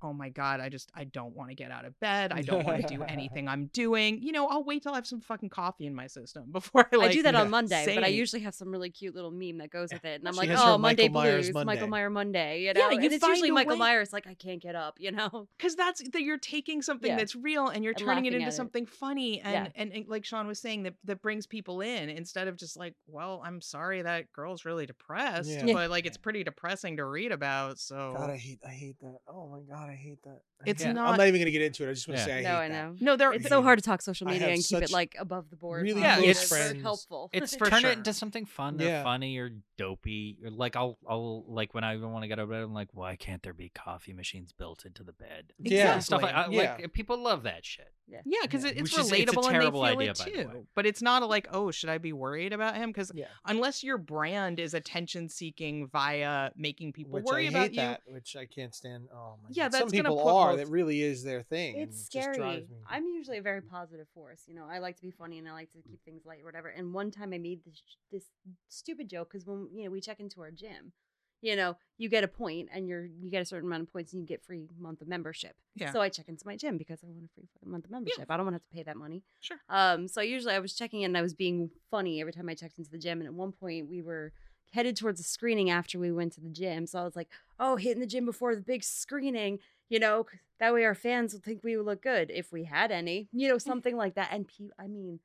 [SPEAKER 3] oh my god i just i don't want to get out of bed i don't want to do anything i'm doing you know i'll wait till i have some fucking coffee in my system before i
[SPEAKER 2] I
[SPEAKER 3] like
[SPEAKER 2] do that on
[SPEAKER 1] yeah,
[SPEAKER 2] Monday, but I
[SPEAKER 3] say-
[SPEAKER 2] usually have some really cute little meme that goes with it, and I'm
[SPEAKER 1] She
[SPEAKER 2] like,
[SPEAKER 1] has her
[SPEAKER 2] "Oh, Monday
[SPEAKER 1] Michael Myers
[SPEAKER 2] blues,
[SPEAKER 1] Monday.
[SPEAKER 2] Michael Meyer Monday." You
[SPEAKER 3] Yeah,
[SPEAKER 2] know,
[SPEAKER 3] you
[SPEAKER 2] and it's
[SPEAKER 3] find
[SPEAKER 2] usually
[SPEAKER 3] a
[SPEAKER 2] Michael
[SPEAKER 3] way-
[SPEAKER 2] Myers like, "I can't get up," you know.
[SPEAKER 3] because that's that you're taking something
[SPEAKER 2] Yeah.
[SPEAKER 3] that's real and you're
[SPEAKER 2] And
[SPEAKER 3] turning
[SPEAKER 2] laughing
[SPEAKER 3] it into
[SPEAKER 2] at it.
[SPEAKER 3] something funny and,
[SPEAKER 2] Yeah.
[SPEAKER 3] and and like Sean was saying that that brings people in instead of just like well I'm sorry that girl's really depressed
[SPEAKER 1] Yeah. Yeah.
[SPEAKER 3] but like it's pretty depressing to read about so
[SPEAKER 1] God, I hate I hate that. Oh my god, I hate that. I
[SPEAKER 3] It's
[SPEAKER 1] hate- I'm
[SPEAKER 3] not-
[SPEAKER 1] not even gonna get into it. I just want to
[SPEAKER 4] Yeah.
[SPEAKER 1] say I
[SPEAKER 2] no,
[SPEAKER 1] hate
[SPEAKER 2] I
[SPEAKER 1] that.
[SPEAKER 2] know.
[SPEAKER 3] no there
[SPEAKER 2] It's
[SPEAKER 3] there-
[SPEAKER 2] so hard to talk social
[SPEAKER 1] I
[SPEAKER 2] media
[SPEAKER 1] have
[SPEAKER 2] and keep
[SPEAKER 1] such
[SPEAKER 2] it like above the board.
[SPEAKER 1] really
[SPEAKER 2] Yeah,
[SPEAKER 4] close
[SPEAKER 2] it's very
[SPEAKER 1] friends.
[SPEAKER 2] helpful.
[SPEAKER 3] it's for
[SPEAKER 4] turn
[SPEAKER 3] sure
[SPEAKER 4] it into something fun
[SPEAKER 1] Yeah.
[SPEAKER 4] or funny or dopey. Or like I'll I'll like when I don't want to get out of bed, I'm like, why can't there be coffee machines built into the bed?
[SPEAKER 1] Yeah.
[SPEAKER 4] And Stuff like, I,
[SPEAKER 1] Exactly.
[SPEAKER 4] like eh, people love that shit.
[SPEAKER 3] yeah because
[SPEAKER 1] Yeah.
[SPEAKER 3] it, it's
[SPEAKER 4] Which is- it's a
[SPEAKER 3] relatable and they
[SPEAKER 4] terrible
[SPEAKER 3] feel
[SPEAKER 4] idea,
[SPEAKER 3] it
[SPEAKER 4] by the
[SPEAKER 3] too
[SPEAKER 4] way.
[SPEAKER 3] but it's not a, like oh should I be worried about him because
[SPEAKER 1] Yeah.
[SPEAKER 3] unless your brand is attention seeking via making people
[SPEAKER 1] Which
[SPEAKER 3] worry
[SPEAKER 1] I
[SPEAKER 3] about
[SPEAKER 1] hate
[SPEAKER 3] you
[SPEAKER 1] that, which I can't stand. Oh my
[SPEAKER 3] Yeah,
[SPEAKER 1] god. Some
[SPEAKER 3] that's gonna
[SPEAKER 1] people
[SPEAKER 3] put
[SPEAKER 1] are.
[SPEAKER 3] most-
[SPEAKER 1] That really is their thing. and
[SPEAKER 2] It's
[SPEAKER 1] it just
[SPEAKER 2] scary.
[SPEAKER 1] drives me- Mm-hmm.
[SPEAKER 2] I'm usually a very positive force. You know, I like to be funny and I like to keep things light or whatever. And one time I made this this stupid joke because when you know we check into our gym, you know, you get a point and you're you get a certain amount of points and you get free month of membership.
[SPEAKER 3] Yeah.
[SPEAKER 2] So I check into my gym because I want a free fucking month of membership. I don't want to have to pay that money.
[SPEAKER 3] Sure.
[SPEAKER 2] Um. So usually I was checking in and I was being funny every time I checked into the gym. And at one point we were headed towards a screening after we went to the gym. So I was like, oh, hitting the gym before the big screening. You know, 'cause that way our fans will think we look good if we had any. You know, something like that. And pe- I mean,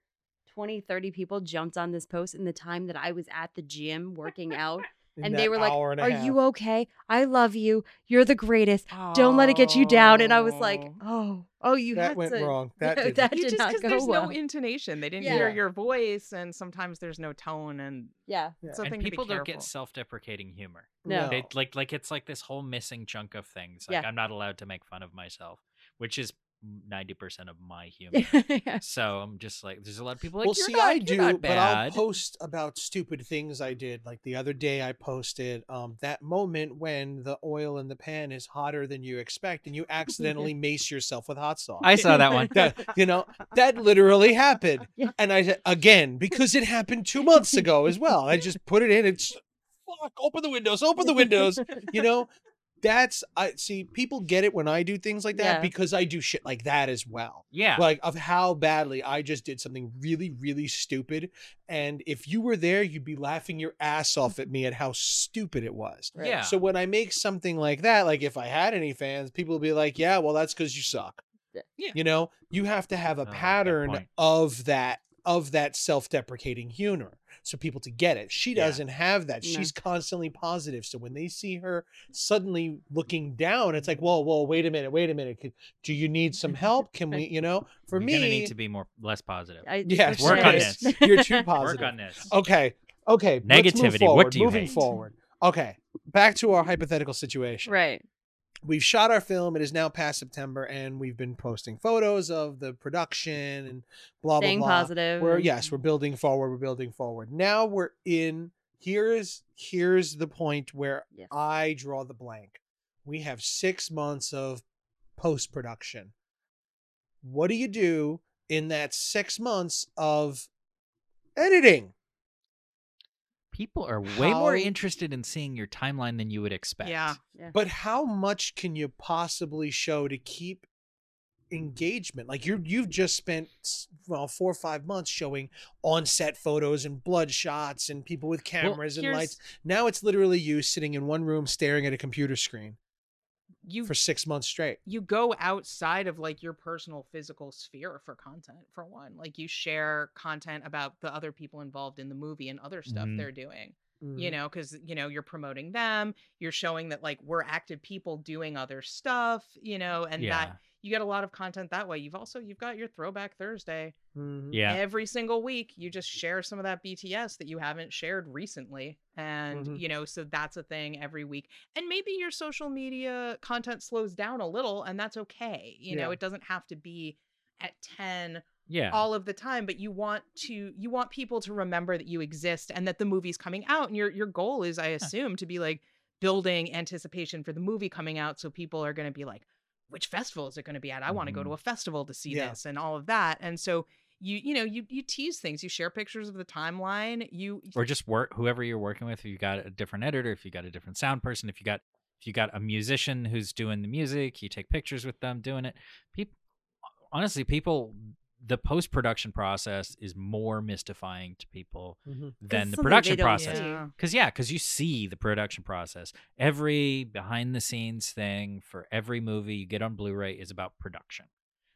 [SPEAKER 2] 20, 30 people jumped on this post in the time that I was at the gym working out.
[SPEAKER 1] In
[SPEAKER 2] and
[SPEAKER 1] that
[SPEAKER 2] they were like,
[SPEAKER 1] hour and a
[SPEAKER 2] are
[SPEAKER 1] half.
[SPEAKER 2] you okay? I love you. You're the greatest. Don't let it get you down. And I was like,
[SPEAKER 3] Oh.
[SPEAKER 2] oh, oh, you
[SPEAKER 1] that
[SPEAKER 2] had
[SPEAKER 1] went
[SPEAKER 2] to-
[SPEAKER 1] wrong. That,
[SPEAKER 2] Yeah,
[SPEAKER 1] did
[SPEAKER 2] that-
[SPEAKER 3] you
[SPEAKER 2] did
[SPEAKER 3] just
[SPEAKER 2] not
[SPEAKER 3] because
[SPEAKER 2] go
[SPEAKER 3] there's
[SPEAKER 2] well.
[SPEAKER 3] no intonation they didn't
[SPEAKER 2] Yeah.
[SPEAKER 3] hear your voice and sometimes there's no tone and
[SPEAKER 2] Yeah.
[SPEAKER 1] Yeah.
[SPEAKER 3] it's a thing
[SPEAKER 4] and
[SPEAKER 3] to be
[SPEAKER 4] people don't get
[SPEAKER 3] careful.
[SPEAKER 4] self-deprecating humor.
[SPEAKER 2] No.
[SPEAKER 4] They, like like it's like this whole missing chunk of things. Like
[SPEAKER 2] Yeah.
[SPEAKER 4] I'm not allowed to make fun of myself, which is ninety percent of my humor.
[SPEAKER 2] yeah.
[SPEAKER 4] so I'm just like, there's a lot of people like,
[SPEAKER 1] well,
[SPEAKER 4] you're
[SPEAKER 1] see,
[SPEAKER 4] not-
[SPEAKER 1] I
[SPEAKER 4] you're
[SPEAKER 1] do,
[SPEAKER 4] not
[SPEAKER 1] but I'll
[SPEAKER 4] bad.
[SPEAKER 1] post about stupid things I did. Like the other day, I posted um, that moment when the oil in the pan is hotter than you expect, and you accidentally mace yourself with hot sauce.
[SPEAKER 4] I saw that one.
[SPEAKER 1] That- you know that literally happened,
[SPEAKER 2] Yeah.
[SPEAKER 1] and I said again because it happened two months ago as well. I just put it in. It's fuck. Open the windows. Open the windows. You know. That's I see people get it when I do things like that
[SPEAKER 2] Yeah.
[SPEAKER 1] because I do shit like that as well
[SPEAKER 4] Yeah.
[SPEAKER 1] like of how badly I just did something really, really stupid. And if you were there, you'd be laughing your ass off at me at how stupid it was.
[SPEAKER 4] Right. Yeah.
[SPEAKER 1] So when I make something like that, like if I had any fans, people would be like, "Yeah, well, that's because you suck."
[SPEAKER 2] Yeah.
[SPEAKER 3] Yeah.
[SPEAKER 1] You know, you have to have a
[SPEAKER 4] Oh, good
[SPEAKER 1] pattern
[SPEAKER 4] point.
[SPEAKER 1] of that of that self-deprecating humor so people to get it she
[SPEAKER 4] Yeah.
[SPEAKER 1] doesn't have that
[SPEAKER 2] No.
[SPEAKER 1] she's constantly positive so when they see her suddenly looking down it's like whoa whoa wait a minute wait a minute Could- do you need some help can we you know for
[SPEAKER 4] you're
[SPEAKER 1] me
[SPEAKER 4] gonna need to be more less positive.
[SPEAKER 2] I,
[SPEAKER 1] Yes,
[SPEAKER 2] for
[SPEAKER 4] Work on
[SPEAKER 2] sure.
[SPEAKER 4] this.
[SPEAKER 1] You're too positive.
[SPEAKER 4] Work on this.
[SPEAKER 1] Okay. Okay. let's move
[SPEAKER 4] Negativity, what
[SPEAKER 1] forward,
[SPEAKER 4] do you
[SPEAKER 1] Moving
[SPEAKER 4] hate?
[SPEAKER 1] forward. Okay. Back to our hypothetical situation.
[SPEAKER 2] Right.
[SPEAKER 1] We've shot our film. It is now past September, and we've been posting photos of the production and blah
[SPEAKER 2] Staying
[SPEAKER 1] blah blah.
[SPEAKER 2] positive.
[SPEAKER 1] We're
[SPEAKER 2] and-
[SPEAKER 1] yes, we're building forward. We're building forward. Now we're in. Here's here's the point where
[SPEAKER 2] Yes.
[SPEAKER 1] I draw the blank. We have six months of post production. What do you do in that six months of editing?
[SPEAKER 4] People are way more
[SPEAKER 1] How-
[SPEAKER 4] interested in seeing your timeline than you would expect.
[SPEAKER 3] Yeah.
[SPEAKER 1] But how much can you possibly show to keep engagement. Like you you've just spent s- well four or five months showing on set photos and blood shots and people with
[SPEAKER 4] Well,
[SPEAKER 1] cameras and
[SPEAKER 4] here's-
[SPEAKER 1] lights. Now it's literally you sitting in one room staring at a computer screen
[SPEAKER 3] You
[SPEAKER 1] for six months straight.
[SPEAKER 3] you go outside of like your personal physical sphere for content for one like you share content about the other people involved in the movie and other stuff
[SPEAKER 4] Mhm.
[SPEAKER 3] they're doing
[SPEAKER 4] Mm-hmm.
[SPEAKER 3] you know because you know you're promoting them you're showing that like we're active people doing other stuff you know and
[SPEAKER 4] yeah,
[SPEAKER 3] that you get a lot of content that way you've also you've got your throwback thursday
[SPEAKER 1] Mhm.
[SPEAKER 4] yeah.
[SPEAKER 3] every single week you just share some of that bts that you haven't shared recently and
[SPEAKER 1] Mhm.
[SPEAKER 3] you know so that's a thing every week and maybe your social media content slows down a little and that's okay you know
[SPEAKER 1] Yeah.
[SPEAKER 3] it doesn't have to be at 10
[SPEAKER 4] yeah.
[SPEAKER 3] all of the time but you want to you want people to remember that you exist and that the movie's coming out and your your goal is i assume to be like building anticipation for the movie coming out so people are going to be like which festival is it going to be at i want to go
[SPEAKER 4] Mhm.
[SPEAKER 3] to a festival to see
[SPEAKER 1] Yeah.
[SPEAKER 3] this and all of that and so you you know you you tease things you share pictures of the timeline you
[SPEAKER 4] or just work whoever you're working with if you got a different editor if you got a different sound person if you got if you got a musician who's doing the music you take pictures with them doing it people honestly people the post production process is more mystifying to people
[SPEAKER 1] Mhm.
[SPEAKER 2] It's
[SPEAKER 4] than the
[SPEAKER 2] something
[SPEAKER 4] production
[SPEAKER 2] they don't
[SPEAKER 4] process
[SPEAKER 2] see.
[SPEAKER 3] Yeah.
[SPEAKER 4] Cause yeah, cause you see the production process. Every behind the scenes thing for every movie you get on Blu-ray is about production.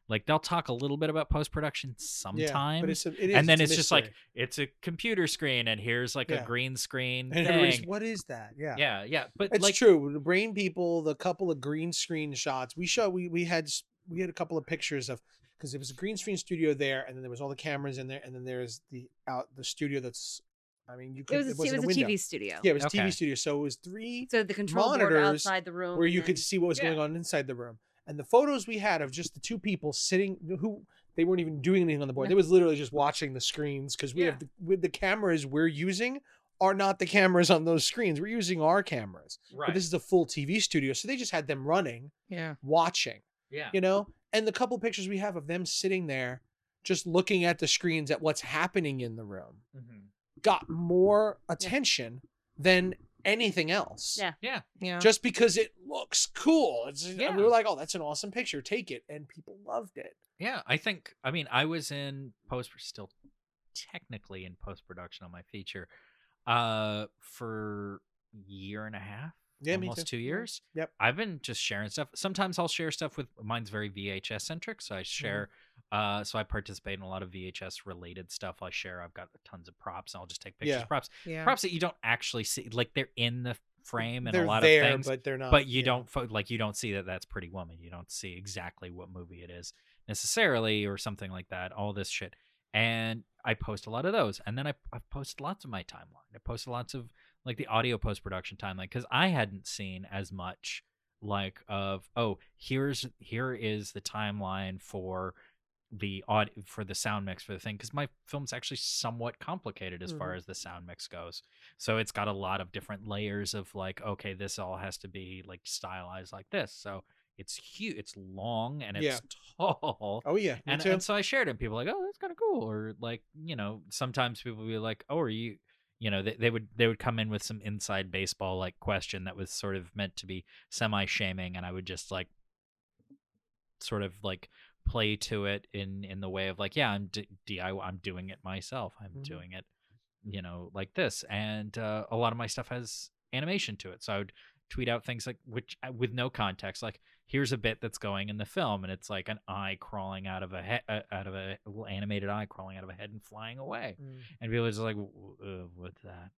[SPEAKER 4] Like they'll talk a little bit about post production sometimes,
[SPEAKER 1] Yeah, but it's a, it is,
[SPEAKER 4] and then
[SPEAKER 1] a
[SPEAKER 4] it's just like
[SPEAKER 1] mystery.
[SPEAKER 4] it's a computer screen, and here's like
[SPEAKER 1] Yeah.
[SPEAKER 4] a green screen
[SPEAKER 1] and everybody's,
[SPEAKER 4] thing.
[SPEAKER 1] what is that? Yeah.
[SPEAKER 4] yeah, yeah, but
[SPEAKER 1] It's
[SPEAKER 4] like
[SPEAKER 1] true. The brain people, the couple of green screen shots we show, we we had s- we had a couple of pictures of because it was a green screen studio there, and then there was all the cameras in there, and then there's the out the studio that's, I mean, you
[SPEAKER 2] It
[SPEAKER 1] could
[SPEAKER 2] was a, it
[SPEAKER 1] wasn't
[SPEAKER 2] was a,
[SPEAKER 1] window.
[SPEAKER 2] TV studio.
[SPEAKER 1] Yeah, it was a
[SPEAKER 4] Okay.
[SPEAKER 1] TV studio, so it was three
[SPEAKER 2] So the control board
[SPEAKER 1] Monitors
[SPEAKER 2] outside the room,
[SPEAKER 1] where
[SPEAKER 2] and
[SPEAKER 1] you could
[SPEAKER 2] then-
[SPEAKER 1] see what was
[SPEAKER 3] Yeah.
[SPEAKER 1] going on inside the room, and the photos we had of just the two people sitting who. They weren't even doing anything on the board.
[SPEAKER 2] No.
[SPEAKER 1] They was literally just watching the screens because we
[SPEAKER 3] Yeah.
[SPEAKER 1] have the, with the cameras we're using are not the cameras on those screens. We're using our cameras
[SPEAKER 4] right,
[SPEAKER 1] but this is a full TV studio. So they just had them running,
[SPEAKER 3] yeah
[SPEAKER 1] watching,
[SPEAKER 4] yeah,
[SPEAKER 1] you know? And the couple pictures we have of them sitting there just looking at the screens at what's happening in the room
[SPEAKER 4] Mhm.
[SPEAKER 1] got more attention than anything else.
[SPEAKER 2] Yeah.
[SPEAKER 4] yeah,
[SPEAKER 3] yeah
[SPEAKER 1] Just because it looks cool. It's, and
[SPEAKER 4] Yeah.
[SPEAKER 1] we were like, oh, that's an awesome picture. Take it. And people loved it.
[SPEAKER 4] yeah. I think I mean I was in post still technically in post production on my feature uh for year and a half
[SPEAKER 1] Yeah, me
[SPEAKER 4] almost
[SPEAKER 1] too. Mm-hmm.
[SPEAKER 4] two years.
[SPEAKER 1] Yep.
[SPEAKER 4] I've been just sharing stuff. Sometimes I'll share stuff with mine's very VHS centric, so I
[SPEAKER 1] Mm-hmm.
[SPEAKER 4] share. Uh, so I participate in a lot of VHS related stuff. I share. I've got tons of props, and I'll just take pictures.
[SPEAKER 1] Yeah.
[SPEAKER 4] of Props,
[SPEAKER 3] yeah
[SPEAKER 4] props that you don't actually see, like they're in the frame and
[SPEAKER 1] They're
[SPEAKER 4] a lot
[SPEAKER 1] there,
[SPEAKER 4] of things,
[SPEAKER 1] but they're not.
[SPEAKER 4] but you
[SPEAKER 1] yeah.
[SPEAKER 4] don't fo- like you don't see that that's Pretty Woman. You don't see exactly what movie it is necessarily, or something like that. All this shit, and I post a lot of those, and then I I post lots of my timeline. I post lots of like the audio post production timeline because I hadn't seen as much like of oh here's here is the timeline for the odd for the sound mix for the thing because my film's actually somewhat complicated as far as the sound mix goes so it's got a lot of different layers of like okay this all has to be like stylized like this so it's huge it's long and it's
[SPEAKER 1] Yeah.
[SPEAKER 4] tall
[SPEAKER 1] Oh, yeah. Me
[SPEAKER 4] and,
[SPEAKER 1] too.
[SPEAKER 4] and so I shared it. And people were like, oh, that's kind of cool. Or like, you know, sometimes people would be like, oh, are you, you know, they, they would they would come in with some inside baseball like question that was sort of meant to be semi shaming, and I would just like, sort of like play to it in in the way of like, yeah, I'm d- DIY, I'm doing it myself, I'm
[SPEAKER 1] Mhm.
[SPEAKER 4] doing it, you know, like this. And uh, a lot of my stuff has animation to it, so I would tweet out things like which uh, with no context like here's a bit that's going in the film and it's like an eye crawling out of a he- uh, out of a little animated eye crawling out of a head and flying away
[SPEAKER 1] Mm.
[SPEAKER 4] and people are just like "W- uh, what's that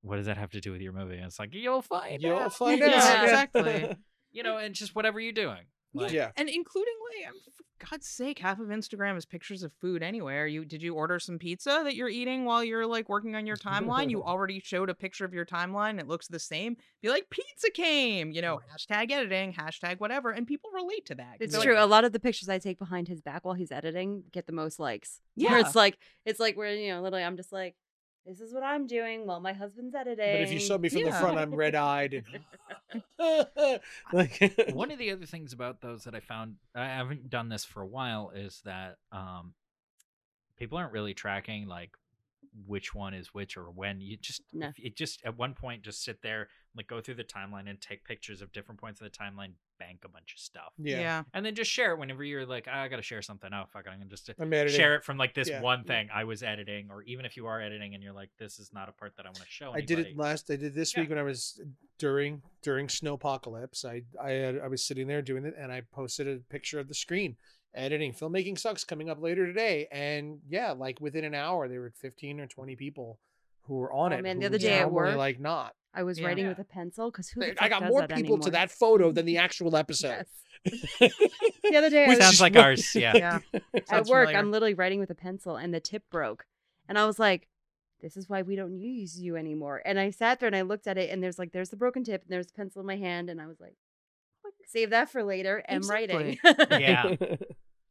[SPEAKER 4] what does that have to do with your movie and it's like you'll find
[SPEAKER 1] You'll
[SPEAKER 4] out."
[SPEAKER 1] find
[SPEAKER 3] Yeah,
[SPEAKER 1] out.
[SPEAKER 3] exactly.
[SPEAKER 4] you know and just whatever you're doing like,
[SPEAKER 1] yeah.
[SPEAKER 3] and including like I'm- for god's sake half of instagram is pictures of food anyway Are you did you order some pizza that you're eating while you're like working on your timeline you already showed a picture of your timeline it looks the same be like pizza came you know hashtag editing hashtag whatever and people relate to that 'cause
[SPEAKER 2] It's
[SPEAKER 3] they're like,
[SPEAKER 2] true. A lot of the pictures I take behind his back while he's editing get the most likes. Where
[SPEAKER 3] Yeah.
[SPEAKER 2] it's like it's like where you know literally I'm just like, this is what I'm doing while my husband's editing.
[SPEAKER 1] But if you saw me from the
[SPEAKER 3] Yeah.
[SPEAKER 1] front, I'm red eyed. and like,
[SPEAKER 4] one of the other things about those that I found I haven't done this for a while is that um people aren't really tracking like which one is which or when. You just
[SPEAKER 2] No.
[SPEAKER 4] if- it just at one point just sit there like go through the timeline and take pictures of different points of the timeline, bank a bunch of stuff,
[SPEAKER 1] Yeah.
[SPEAKER 4] and then just share it whenever you're like, "Ah, I gotta share something. Oh fuck, I'm gonna just
[SPEAKER 1] I'm editing.
[SPEAKER 4] share it from like this
[SPEAKER 1] Yeah.
[SPEAKER 4] one thing I was editing, or even if you are editing and you're like, this is not a part that I want to show.
[SPEAKER 1] I did
[SPEAKER 4] anybody."
[SPEAKER 1] it last. I did this
[SPEAKER 4] Yeah.
[SPEAKER 1] week when I was during during snowpocalypse. I I had, I was sitting there doing it, and I posted a picture of the screen. Editing filmmaking sucks coming up later today, and yeah, like within an hour, there were fifteen or twenty people who were on
[SPEAKER 2] Oh,
[SPEAKER 1] it.
[SPEAKER 2] man, the
[SPEAKER 1] who
[SPEAKER 2] other
[SPEAKER 1] was
[SPEAKER 2] day at
[SPEAKER 1] normally,
[SPEAKER 2] work-
[SPEAKER 1] like not.
[SPEAKER 2] I was
[SPEAKER 3] Yeah.
[SPEAKER 2] writing
[SPEAKER 4] Yeah.
[SPEAKER 2] with a pencil because who? the
[SPEAKER 1] I
[SPEAKER 2] fuck
[SPEAKER 1] got
[SPEAKER 2] does
[SPEAKER 1] more
[SPEAKER 2] that
[SPEAKER 1] people to
[SPEAKER 2] anymore?
[SPEAKER 1] that photo than the actual episode.
[SPEAKER 2] Yes. the other day, I
[SPEAKER 1] Which
[SPEAKER 2] was
[SPEAKER 1] is
[SPEAKER 4] Sounds like
[SPEAKER 1] what-
[SPEAKER 4] ours, yeah.
[SPEAKER 3] Yeah.
[SPEAKER 2] at
[SPEAKER 3] Sounds
[SPEAKER 2] work,
[SPEAKER 3] familiar.
[SPEAKER 2] I'm literally writing with a pencil and the tip broke. And I was like, this is why we don't use you anymore. And I sat there and I looked at it and there's like, there's the broken tip and there's a pencil in my hand. And I was like, "Fuck, save that for later and writing.
[SPEAKER 4] yeah, Yeah.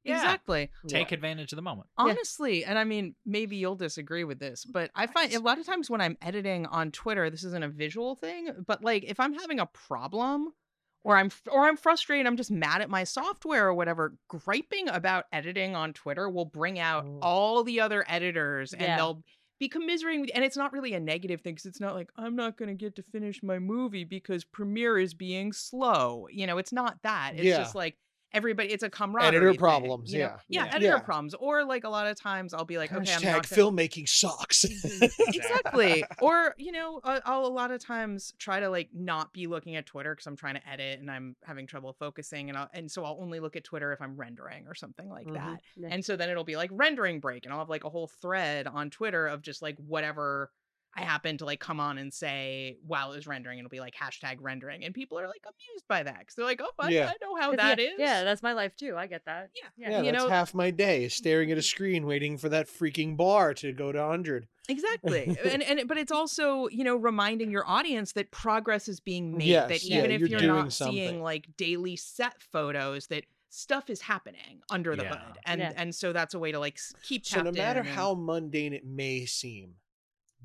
[SPEAKER 3] Exactly.
[SPEAKER 4] take advantage of the moment.
[SPEAKER 3] Honestly, and I mean, maybe you'll disagree with this, but I find a lot of times when I'm editing on Twitter, this isn't a visual thing, but like if I'm having a problem or I'm or I'm frustrated, I'm just mad at my software or whatever, griping about editing on Twitter will bring out
[SPEAKER 1] Oh.
[SPEAKER 3] all the other editors and
[SPEAKER 2] Yeah.
[SPEAKER 3] they'll be commiserating with- and it's not really a negative thing because it's not like I'm not going to get to finish my movie because Premiere is being slow. You know, it's not that. It's
[SPEAKER 1] Yeah.
[SPEAKER 3] just like everybody it's a camaraderie thing,
[SPEAKER 1] problems,
[SPEAKER 3] you know?
[SPEAKER 1] yeah.
[SPEAKER 3] yeah
[SPEAKER 4] Yeah.
[SPEAKER 3] editor
[SPEAKER 1] Yeah.
[SPEAKER 3] problems or like a lot of times i'll be like okay i'm
[SPEAKER 1] Hashtag
[SPEAKER 3] not gonna-
[SPEAKER 1] filmmaking sucks.
[SPEAKER 4] Mm-hmm.
[SPEAKER 3] exactly or you know I- i'll a lot of times try to like not be looking at twitter because i'm trying to edit and i'm having trouble focusing and i'll and so i'll only look at twitter if i'm rendering or something like
[SPEAKER 1] Mhm.
[SPEAKER 3] that
[SPEAKER 2] Yeah.
[SPEAKER 3] and so then it'll be like rendering break and i'll have like a whole thread on twitter of just like whatever i happen to like come on and say while it was rendering it'll be like hashtag rendering and people are like amused by that because they're like oh I,
[SPEAKER 1] Yeah.
[SPEAKER 3] I know how
[SPEAKER 2] 'Cause
[SPEAKER 3] that
[SPEAKER 2] yeah,
[SPEAKER 3] is.
[SPEAKER 2] Yeah, that's my life too. I get that.
[SPEAKER 3] Yeah.
[SPEAKER 1] Yeah,
[SPEAKER 3] you
[SPEAKER 1] that's
[SPEAKER 3] know-
[SPEAKER 1] half my day is staring at
[SPEAKER 4] Mm-hmm.
[SPEAKER 1] a screen waiting for that freaking bar to go to hundred.
[SPEAKER 3] Exactly. and and but it's also, you know, reminding your audience that progress is being made that
[SPEAKER 1] Yes,
[SPEAKER 2] yeah,
[SPEAKER 3] even if
[SPEAKER 1] you're
[SPEAKER 3] you're,
[SPEAKER 1] doing
[SPEAKER 3] not
[SPEAKER 1] something.
[SPEAKER 3] seeing like daily set photos that stuff is happening under the
[SPEAKER 4] Yeah.
[SPEAKER 3] hood. And
[SPEAKER 2] Yeah.
[SPEAKER 3] and so that's a way to like s- keep
[SPEAKER 1] So no
[SPEAKER 3] tapped
[SPEAKER 1] matter
[SPEAKER 3] in and-
[SPEAKER 1] how mundane it may seem,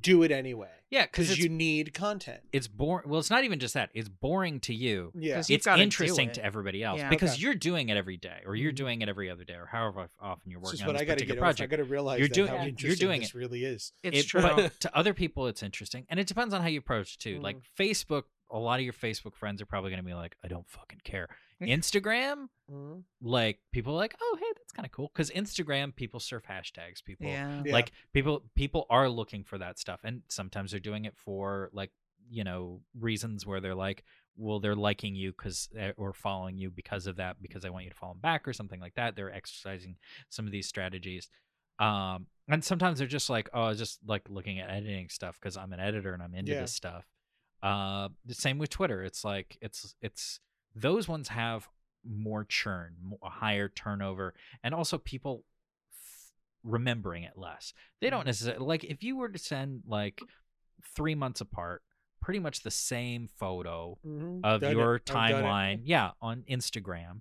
[SPEAKER 1] do it anyway
[SPEAKER 4] Yeah,
[SPEAKER 1] because
[SPEAKER 4] it's,
[SPEAKER 1] you need content.
[SPEAKER 4] it's boring. Well, it's not even just that. It's boring to you.
[SPEAKER 1] Yeah,
[SPEAKER 3] 'Cause you've
[SPEAKER 4] It's
[SPEAKER 3] gotta do
[SPEAKER 4] interesting
[SPEAKER 3] it.
[SPEAKER 4] to everybody else
[SPEAKER 3] Yeah.
[SPEAKER 4] because
[SPEAKER 1] Okay.
[SPEAKER 4] you're doing it every day, or you're
[SPEAKER 1] Mhm.
[SPEAKER 4] doing it every other day, or however often you're
[SPEAKER 1] this
[SPEAKER 4] working
[SPEAKER 1] is
[SPEAKER 4] on
[SPEAKER 1] what
[SPEAKER 4] this
[SPEAKER 1] I got to
[SPEAKER 4] particular
[SPEAKER 1] get. Over. I
[SPEAKER 4] project.
[SPEAKER 1] got to realize
[SPEAKER 4] You're
[SPEAKER 1] that
[SPEAKER 4] doing-
[SPEAKER 1] how
[SPEAKER 2] you're- you're
[SPEAKER 1] interesting
[SPEAKER 4] doing
[SPEAKER 1] this
[SPEAKER 4] it.
[SPEAKER 1] really is.
[SPEAKER 3] It's
[SPEAKER 4] It-
[SPEAKER 3] true.
[SPEAKER 4] But to other people, it's interesting, and it depends on how you approach it too. Like
[SPEAKER 1] Mhm.
[SPEAKER 4] Facebook, a lot of your Facebook friends are probably going to be like, "I don't fucking care." Instagram,
[SPEAKER 1] Mm-hmm.
[SPEAKER 4] Mm-hmm. like people are like, "Oh, hey, that's kind of cool," because Instagram people surf hashtags. People
[SPEAKER 3] yeah.
[SPEAKER 1] Yeah.
[SPEAKER 4] like people people are looking for that stuff and sometimes they're doing it for like you know reasons where they're like well they're liking you because or following you because of that because they want you to follow them back or something like that they're exercising some of these strategies um and sometimes they're just like oh I was just like looking at editing stuff because i'm an editor and i'm into
[SPEAKER 1] Yeah.
[SPEAKER 4] this stuff uh the same with twitter it's like it's it's those ones have more churn mo- a higher turnover and also people f- remembering it less they don't
[SPEAKER 1] Mm-hmm.
[SPEAKER 4] necessarily like if you were to send like three months apart pretty much the same photo
[SPEAKER 1] Mhm.
[SPEAKER 4] of
[SPEAKER 1] Done it.
[SPEAKER 4] your
[SPEAKER 1] I've done it.
[SPEAKER 4] timeline yeah on instagram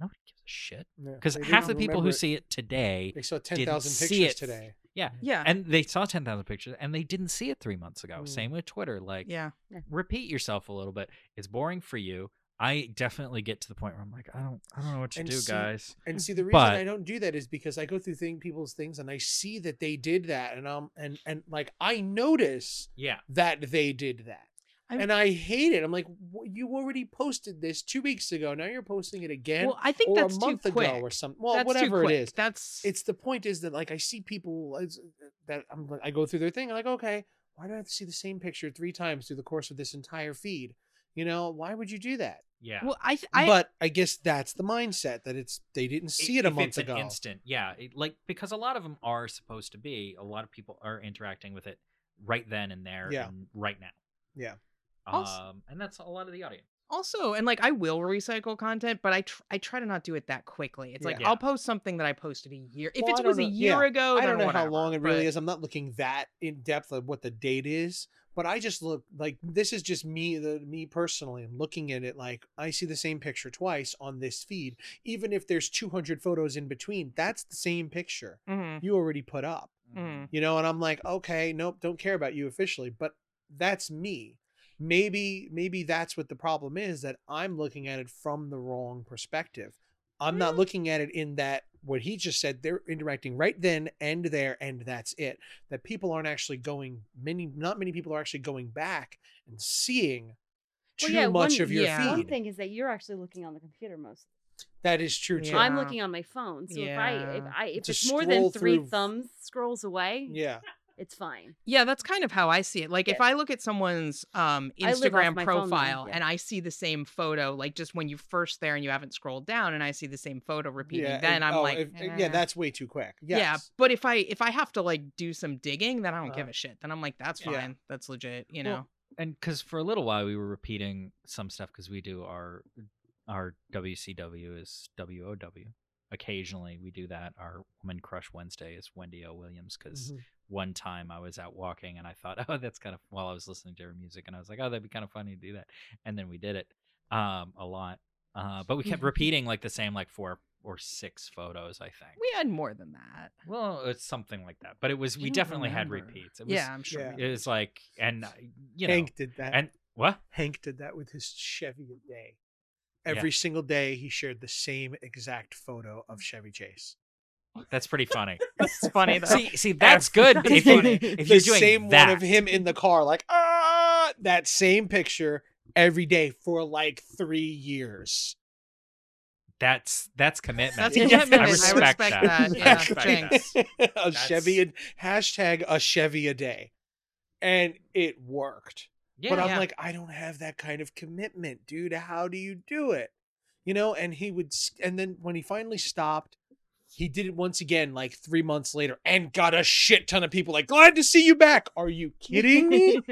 [SPEAKER 4] nobody gives a shit
[SPEAKER 1] Yeah.
[SPEAKER 4] because
[SPEAKER 1] They
[SPEAKER 4] half the
[SPEAKER 1] didn't
[SPEAKER 4] people who
[SPEAKER 1] remember it.
[SPEAKER 4] see it today
[SPEAKER 1] they saw ten
[SPEAKER 4] didn't
[SPEAKER 1] thousand
[SPEAKER 4] see
[SPEAKER 1] pictures
[SPEAKER 4] it.
[SPEAKER 1] today.
[SPEAKER 4] yeah
[SPEAKER 3] Yeah.
[SPEAKER 4] and they saw 10,000 pictures and they didn't see it three months ago
[SPEAKER 1] Mm.
[SPEAKER 4] same with twitter like
[SPEAKER 3] yeah.
[SPEAKER 4] repeat yourself a little bit it's boring for you i definitely get to the point where i'm like i don't i don't know what to
[SPEAKER 1] And
[SPEAKER 4] do
[SPEAKER 1] see-
[SPEAKER 4] guys
[SPEAKER 1] And see, the reason
[SPEAKER 4] But-
[SPEAKER 1] I don't do that is because I go through thing, people's things and I see that they did that, and um, and and like I notice
[SPEAKER 4] yeah
[SPEAKER 1] that they did that.
[SPEAKER 3] I'm-
[SPEAKER 1] and I hate it. I'm like, "Wh- you already posted this two weeks ago. Now you're posting it again,
[SPEAKER 3] Well, I think
[SPEAKER 1] or
[SPEAKER 3] that's
[SPEAKER 1] a
[SPEAKER 3] too
[SPEAKER 1] month
[SPEAKER 3] quick.
[SPEAKER 1] ago, or something. Well,
[SPEAKER 3] that's too
[SPEAKER 1] whatever it
[SPEAKER 3] quick.
[SPEAKER 1] is.
[SPEAKER 3] That's
[SPEAKER 1] It's the point is that like I see people it's- that I'm like I go through their thing. I'm like, okay, why do I have to see the same picture three times through the course of this entire feed? You know, why would you do that?
[SPEAKER 4] yeah
[SPEAKER 3] well, I th- I
[SPEAKER 1] but I guess that's the mindset that it's they didn't see it a
[SPEAKER 4] if
[SPEAKER 1] month
[SPEAKER 4] it's an
[SPEAKER 1] ago.
[SPEAKER 4] instant, yeah. It, like because a lot of them are supposed to be. A lot of people are interacting with it right then and there,
[SPEAKER 1] Yeah.
[SPEAKER 4] and right now.
[SPEAKER 1] Yeah.
[SPEAKER 3] Also-
[SPEAKER 4] Um, and that's a lot of the audience.
[SPEAKER 3] also and like i will recycle content but i tr- i try to not do it that quickly it's like
[SPEAKER 4] Yeah.
[SPEAKER 3] i'll post something that i posted a year if
[SPEAKER 1] Well, I
[SPEAKER 3] it
[SPEAKER 1] don't
[SPEAKER 3] was a
[SPEAKER 1] know-
[SPEAKER 3] year
[SPEAKER 1] yeah.
[SPEAKER 3] ago
[SPEAKER 1] I
[SPEAKER 3] then
[SPEAKER 1] don't know
[SPEAKER 3] whatever,
[SPEAKER 1] how long it really is.
[SPEAKER 3] but-
[SPEAKER 1] I'm not looking that in depth of what the date is, but I just look like this is just me, the me personally. I'm looking at it like I see the same picture twice on this feed, even if there's 200 photos in between. That's the same picture
[SPEAKER 3] Mhm.
[SPEAKER 1] you already put up,
[SPEAKER 4] Mm-hmm.
[SPEAKER 3] Mm.
[SPEAKER 1] you know. And I'm like, okay, nope, don't care about you officially, but that's me. Maybe maybe that's what the problem is that I'm looking at it from the wrong perspective. I'm not looking at it in that what he just said, they're interacting right then and there, and that's it. That people aren't actually going many, not many people are actually going back and seeing
[SPEAKER 2] Well,
[SPEAKER 1] too
[SPEAKER 2] yeah,
[SPEAKER 1] much
[SPEAKER 2] one-
[SPEAKER 1] of your
[SPEAKER 3] yeah.
[SPEAKER 2] One
[SPEAKER 1] feed.
[SPEAKER 2] thing is that you're actually looking on the computer most.
[SPEAKER 1] That is true too.
[SPEAKER 3] Yeah.
[SPEAKER 2] I'm looking on my phone, so if I
[SPEAKER 3] Yeah.
[SPEAKER 2] if I if
[SPEAKER 1] To
[SPEAKER 2] it's more than
[SPEAKER 1] scroll
[SPEAKER 2] three
[SPEAKER 1] through-
[SPEAKER 2] thumbs scrolls away,
[SPEAKER 1] Yeah.
[SPEAKER 2] it's fine.
[SPEAKER 3] Yeah, that's kind of how I see it. Like if
[SPEAKER 2] Yeah.
[SPEAKER 3] I look at someone's um
[SPEAKER 2] I live off
[SPEAKER 3] Instagram
[SPEAKER 2] my phone now,
[SPEAKER 3] profile
[SPEAKER 2] yeah.
[SPEAKER 3] and I see the same photo, like just when you first there and you haven't scrolled down and I see the same photo repeating,
[SPEAKER 1] yeah. if-
[SPEAKER 3] then I'm
[SPEAKER 1] oh,
[SPEAKER 3] like
[SPEAKER 1] if- yeah,
[SPEAKER 3] "Eh."
[SPEAKER 1] that's way too quick.
[SPEAKER 3] Yeah,
[SPEAKER 1] Yes.
[SPEAKER 3] but if I if I have to like do some digging, then I don't give
[SPEAKER 1] Uh,
[SPEAKER 3] a shit. Then I'm like, that's
[SPEAKER 1] yeah.
[SPEAKER 3] fine, that's legit, you know.
[SPEAKER 4] Well, and because for a little while we were repeating some stuff because we do our our WCW is WOW. Occasionally we do that. Our Woman Crush Wednesday is Wendy O. Williams because
[SPEAKER 1] Mhm.
[SPEAKER 3] Mm-hmm.
[SPEAKER 4] one time I was out walking and I thought, oh, that's kind of while I was listening to her music and I was like, oh, that'd be kind of funny to do that, and then we did it um a lot. Uh, but we kept repeating like the same like four or six photos, I think.
[SPEAKER 3] we had more than that.
[SPEAKER 4] Well, it's something like that. But it was
[SPEAKER 3] I
[SPEAKER 4] we
[SPEAKER 3] don't
[SPEAKER 4] definitely had
[SPEAKER 3] remember.
[SPEAKER 4] repeats. It was,
[SPEAKER 3] Yeah, I'm sure.
[SPEAKER 1] Yeah.
[SPEAKER 3] we
[SPEAKER 4] It
[SPEAKER 3] did.
[SPEAKER 4] was like and you know
[SPEAKER 1] Hank did that.
[SPEAKER 4] and what
[SPEAKER 1] Hank did that with his Chevy a day.
[SPEAKER 4] Yeah.
[SPEAKER 1] Every single day, he shared the same exact photo of Chevy Chase.
[SPEAKER 4] That's pretty funny.
[SPEAKER 3] It's funny though.
[SPEAKER 4] see, see, that's good.
[SPEAKER 3] That's
[SPEAKER 4] If, you,
[SPEAKER 3] funny.
[SPEAKER 1] the
[SPEAKER 4] if you're doing
[SPEAKER 1] same
[SPEAKER 4] that,
[SPEAKER 1] one of him in the car, like ah, that same picture every day for like three years.
[SPEAKER 4] that's that's commitment.
[SPEAKER 3] that's
[SPEAKER 1] Yeah.
[SPEAKER 3] commitment.
[SPEAKER 1] I
[SPEAKER 3] I
[SPEAKER 1] respect
[SPEAKER 3] respect,
[SPEAKER 4] that.
[SPEAKER 3] that.
[SPEAKER 4] I
[SPEAKER 3] Yeah,
[SPEAKER 4] respect
[SPEAKER 3] thanks.
[SPEAKER 1] a
[SPEAKER 4] That's-
[SPEAKER 1] Chevy a- hashtag a Chevy a day, and it worked.
[SPEAKER 4] Yeah,
[SPEAKER 1] but I'm
[SPEAKER 3] yeah.
[SPEAKER 1] like, I don't have that kind of commitment, dude. How do you do it? You know, and he would, s- and then when he finally stopped, he did it once again, like three months later, and got a shit ton of people like, glad to see you back. Are you kidding me?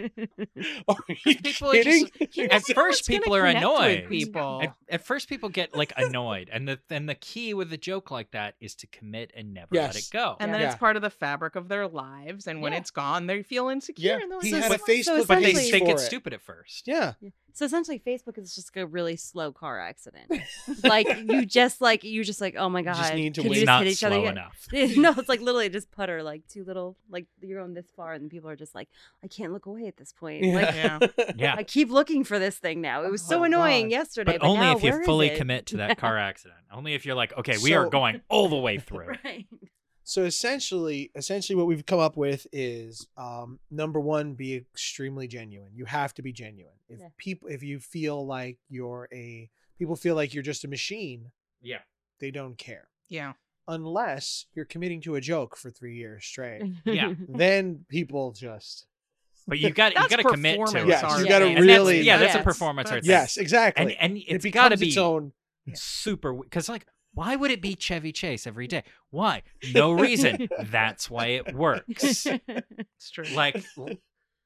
[SPEAKER 1] Are you
[SPEAKER 3] People are
[SPEAKER 1] kidding?
[SPEAKER 3] just- you
[SPEAKER 4] At
[SPEAKER 3] never know
[SPEAKER 4] first
[SPEAKER 3] what's gonna
[SPEAKER 4] people are
[SPEAKER 3] connect with
[SPEAKER 4] annoyed.
[SPEAKER 3] People.
[SPEAKER 4] at, at first people get like annoyed, and the and the key with a joke like that is to commit and never let
[SPEAKER 1] Yes.
[SPEAKER 4] it go.
[SPEAKER 3] and
[SPEAKER 2] Yeah.
[SPEAKER 3] then
[SPEAKER 1] Yeah.
[SPEAKER 3] it's part of the fabric of their lives. And when
[SPEAKER 2] Yeah.
[SPEAKER 3] it's gone, they feel insecure.
[SPEAKER 1] yeah,
[SPEAKER 3] and they're like,
[SPEAKER 1] he
[SPEAKER 3] "This
[SPEAKER 1] had a
[SPEAKER 3] is why I'm so
[SPEAKER 1] Facebook
[SPEAKER 4] but they
[SPEAKER 1] page
[SPEAKER 3] silly."
[SPEAKER 4] think
[SPEAKER 1] for
[SPEAKER 4] it's
[SPEAKER 1] it.
[SPEAKER 4] stupid at first.
[SPEAKER 1] Yeah,
[SPEAKER 2] So essentially, Facebook is just a really slow car accident. like you just like you just like oh my
[SPEAKER 1] You
[SPEAKER 2] god,
[SPEAKER 1] just need to
[SPEAKER 2] can
[SPEAKER 1] wait.
[SPEAKER 2] you
[SPEAKER 4] It's
[SPEAKER 2] just
[SPEAKER 4] not
[SPEAKER 2] hit each
[SPEAKER 4] slow
[SPEAKER 2] other? yet?"
[SPEAKER 4] enough.
[SPEAKER 2] no, it's like literally just putter like two little like you're going this far and people are just like I can't look away at this point. Like
[SPEAKER 3] Yeah.
[SPEAKER 4] Yeah,
[SPEAKER 2] I keep looking for this thing now. It was so
[SPEAKER 1] Oh,
[SPEAKER 2] annoying
[SPEAKER 1] God.
[SPEAKER 2] yesterday,
[SPEAKER 4] but
[SPEAKER 2] but,
[SPEAKER 4] only
[SPEAKER 2] now,
[SPEAKER 4] if you
[SPEAKER 2] where is
[SPEAKER 4] fully
[SPEAKER 2] it?
[SPEAKER 4] commit to that car accident. Only if you're like, okay, we are
[SPEAKER 1] So-
[SPEAKER 4] going all the way through.
[SPEAKER 2] Right.
[SPEAKER 1] so essentially essentially what we've come up with is um number one be extremely genuine you have to be genuine if
[SPEAKER 2] Yeah.
[SPEAKER 1] people if you feel like you're a people feel like you're just a machine
[SPEAKER 4] Yeah,
[SPEAKER 1] they don't care
[SPEAKER 3] Yeah.
[SPEAKER 1] unless you're committing to a joke for three years straight
[SPEAKER 4] Yeah.
[SPEAKER 2] Mm-hmm.
[SPEAKER 1] then people just
[SPEAKER 4] but you got you
[SPEAKER 3] That's
[SPEAKER 4] got to commit to it.
[SPEAKER 3] performance
[SPEAKER 1] yes
[SPEAKER 3] art.
[SPEAKER 1] you
[SPEAKER 2] sorry.
[SPEAKER 1] gotta
[SPEAKER 2] Yeah,
[SPEAKER 4] And that's-
[SPEAKER 1] really
[SPEAKER 4] yeah, that's a
[SPEAKER 2] Yes.
[SPEAKER 4] performance art. thing.
[SPEAKER 1] yes exactly
[SPEAKER 4] and and
[SPEAKER 1] it
[SPEAKER 4] it's got to
[SPEAKER 1] becomes
[SPEAKER 4] be
[SPEAKER 1] its own
[SPEAKER 4] super because like why would it be chevy chase every day why no reason that's why it works
[SPEAKER 3] It's true.
[SPEAKER 4] like l-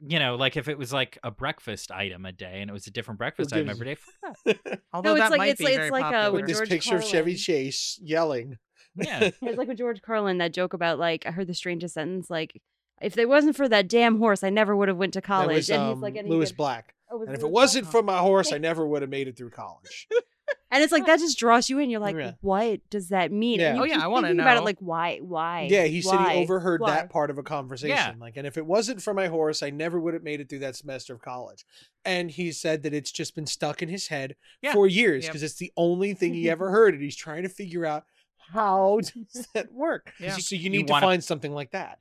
[SPEAKER 4] you know like if it was like a breakfast item a day and it was a different breakfast
[SPEAKER 1] gives
[SPEAKER 4] item
[SPEAKER 1] a-
[SPEAKER 4] every day fuck that.
[SPEAKER 3] Although
[SPEAKER 2] it's
[SPEAKER 3] that
[SPEAKER 2] like-
[SPEAKER 3] might
[SPEAKER 2] it's
[SPEAKER 3] be
[SPEAKER 2] like- it's
[SPEAKER 3] very
[SPEAKER 2] like, uh,
[SPEAKER 3] popular.
[SPEAKER 1] with this
[SPEAKER 2] George
[SPEAKER 1] picture of chevy
[SPEAKER 2] Carlin.
[SPEAKER 1] chase yelling
[SPEAKER 4] yeah
[SPEAKER 2] It's like with George Carlin, that joke about like I heard the strangest sentence like if there wasn't for that damn horse, I never would have went to
[SPEAKER 1] that
[SPEAKER 2] college.
[SPEAKER 1] was
[SPEAKER 2] and
[SPEAKER 1] um,
[SPEAKER 2] he's like, and he
[SPEAKER 1] lewis
[SPEAKER 2] did-
[SPEAKER 1] black
[SPEAKER 2] oh,
[SPEAKER 1] and if
[SPEAKER 2] Lewis
[SPEAKER 1] it wasn't
[SPEAKER 2] Black?
[SPEAKER 1] for my horse i never would have made it through college
[SPEAKER 2] and it's like that just draws you in. You're like,
[SPEAKER 1] Yeah.
[SPEAKER 2] what does that mean?
[SPEAKER 1] Yeah.
[SPEAKER 2] And you
[SPEAKER 3] Oh, yeah,
[SPEAKER 2] keep
[SPEAKER 3] I wanna
[SPEAKER 2] thinking about it.
[SPEAKER 3] know.
[SPEAKER 2] Like, why? Why?
[SPEAKER 1] Yeah, he said
[SPEAKER 2] Why?
[SPEAKER 1] he overheard
[SPEAKER 2] Why?
[SPEAKER 1] that part of a conversation. Like, and if it wasn't for my horse, I never would have made it through that semester of college. And he said that it's just been stuck in his head
[SPEAKER 4] Yeah.
[SPEAKER 1] for years
[SPEAKER 3] Yep.
[SPEAKER 1] because it's the only thing he ever heard, and he's trying to figure out how does that work.
[SPEAKER 3] Yeah.
[SPEAKER 1] So you
[SPEAKER 4] You
[SPEAKER 1] need to
[SPEAKER 4] wanna-
[SPEAKER 1] find something like that.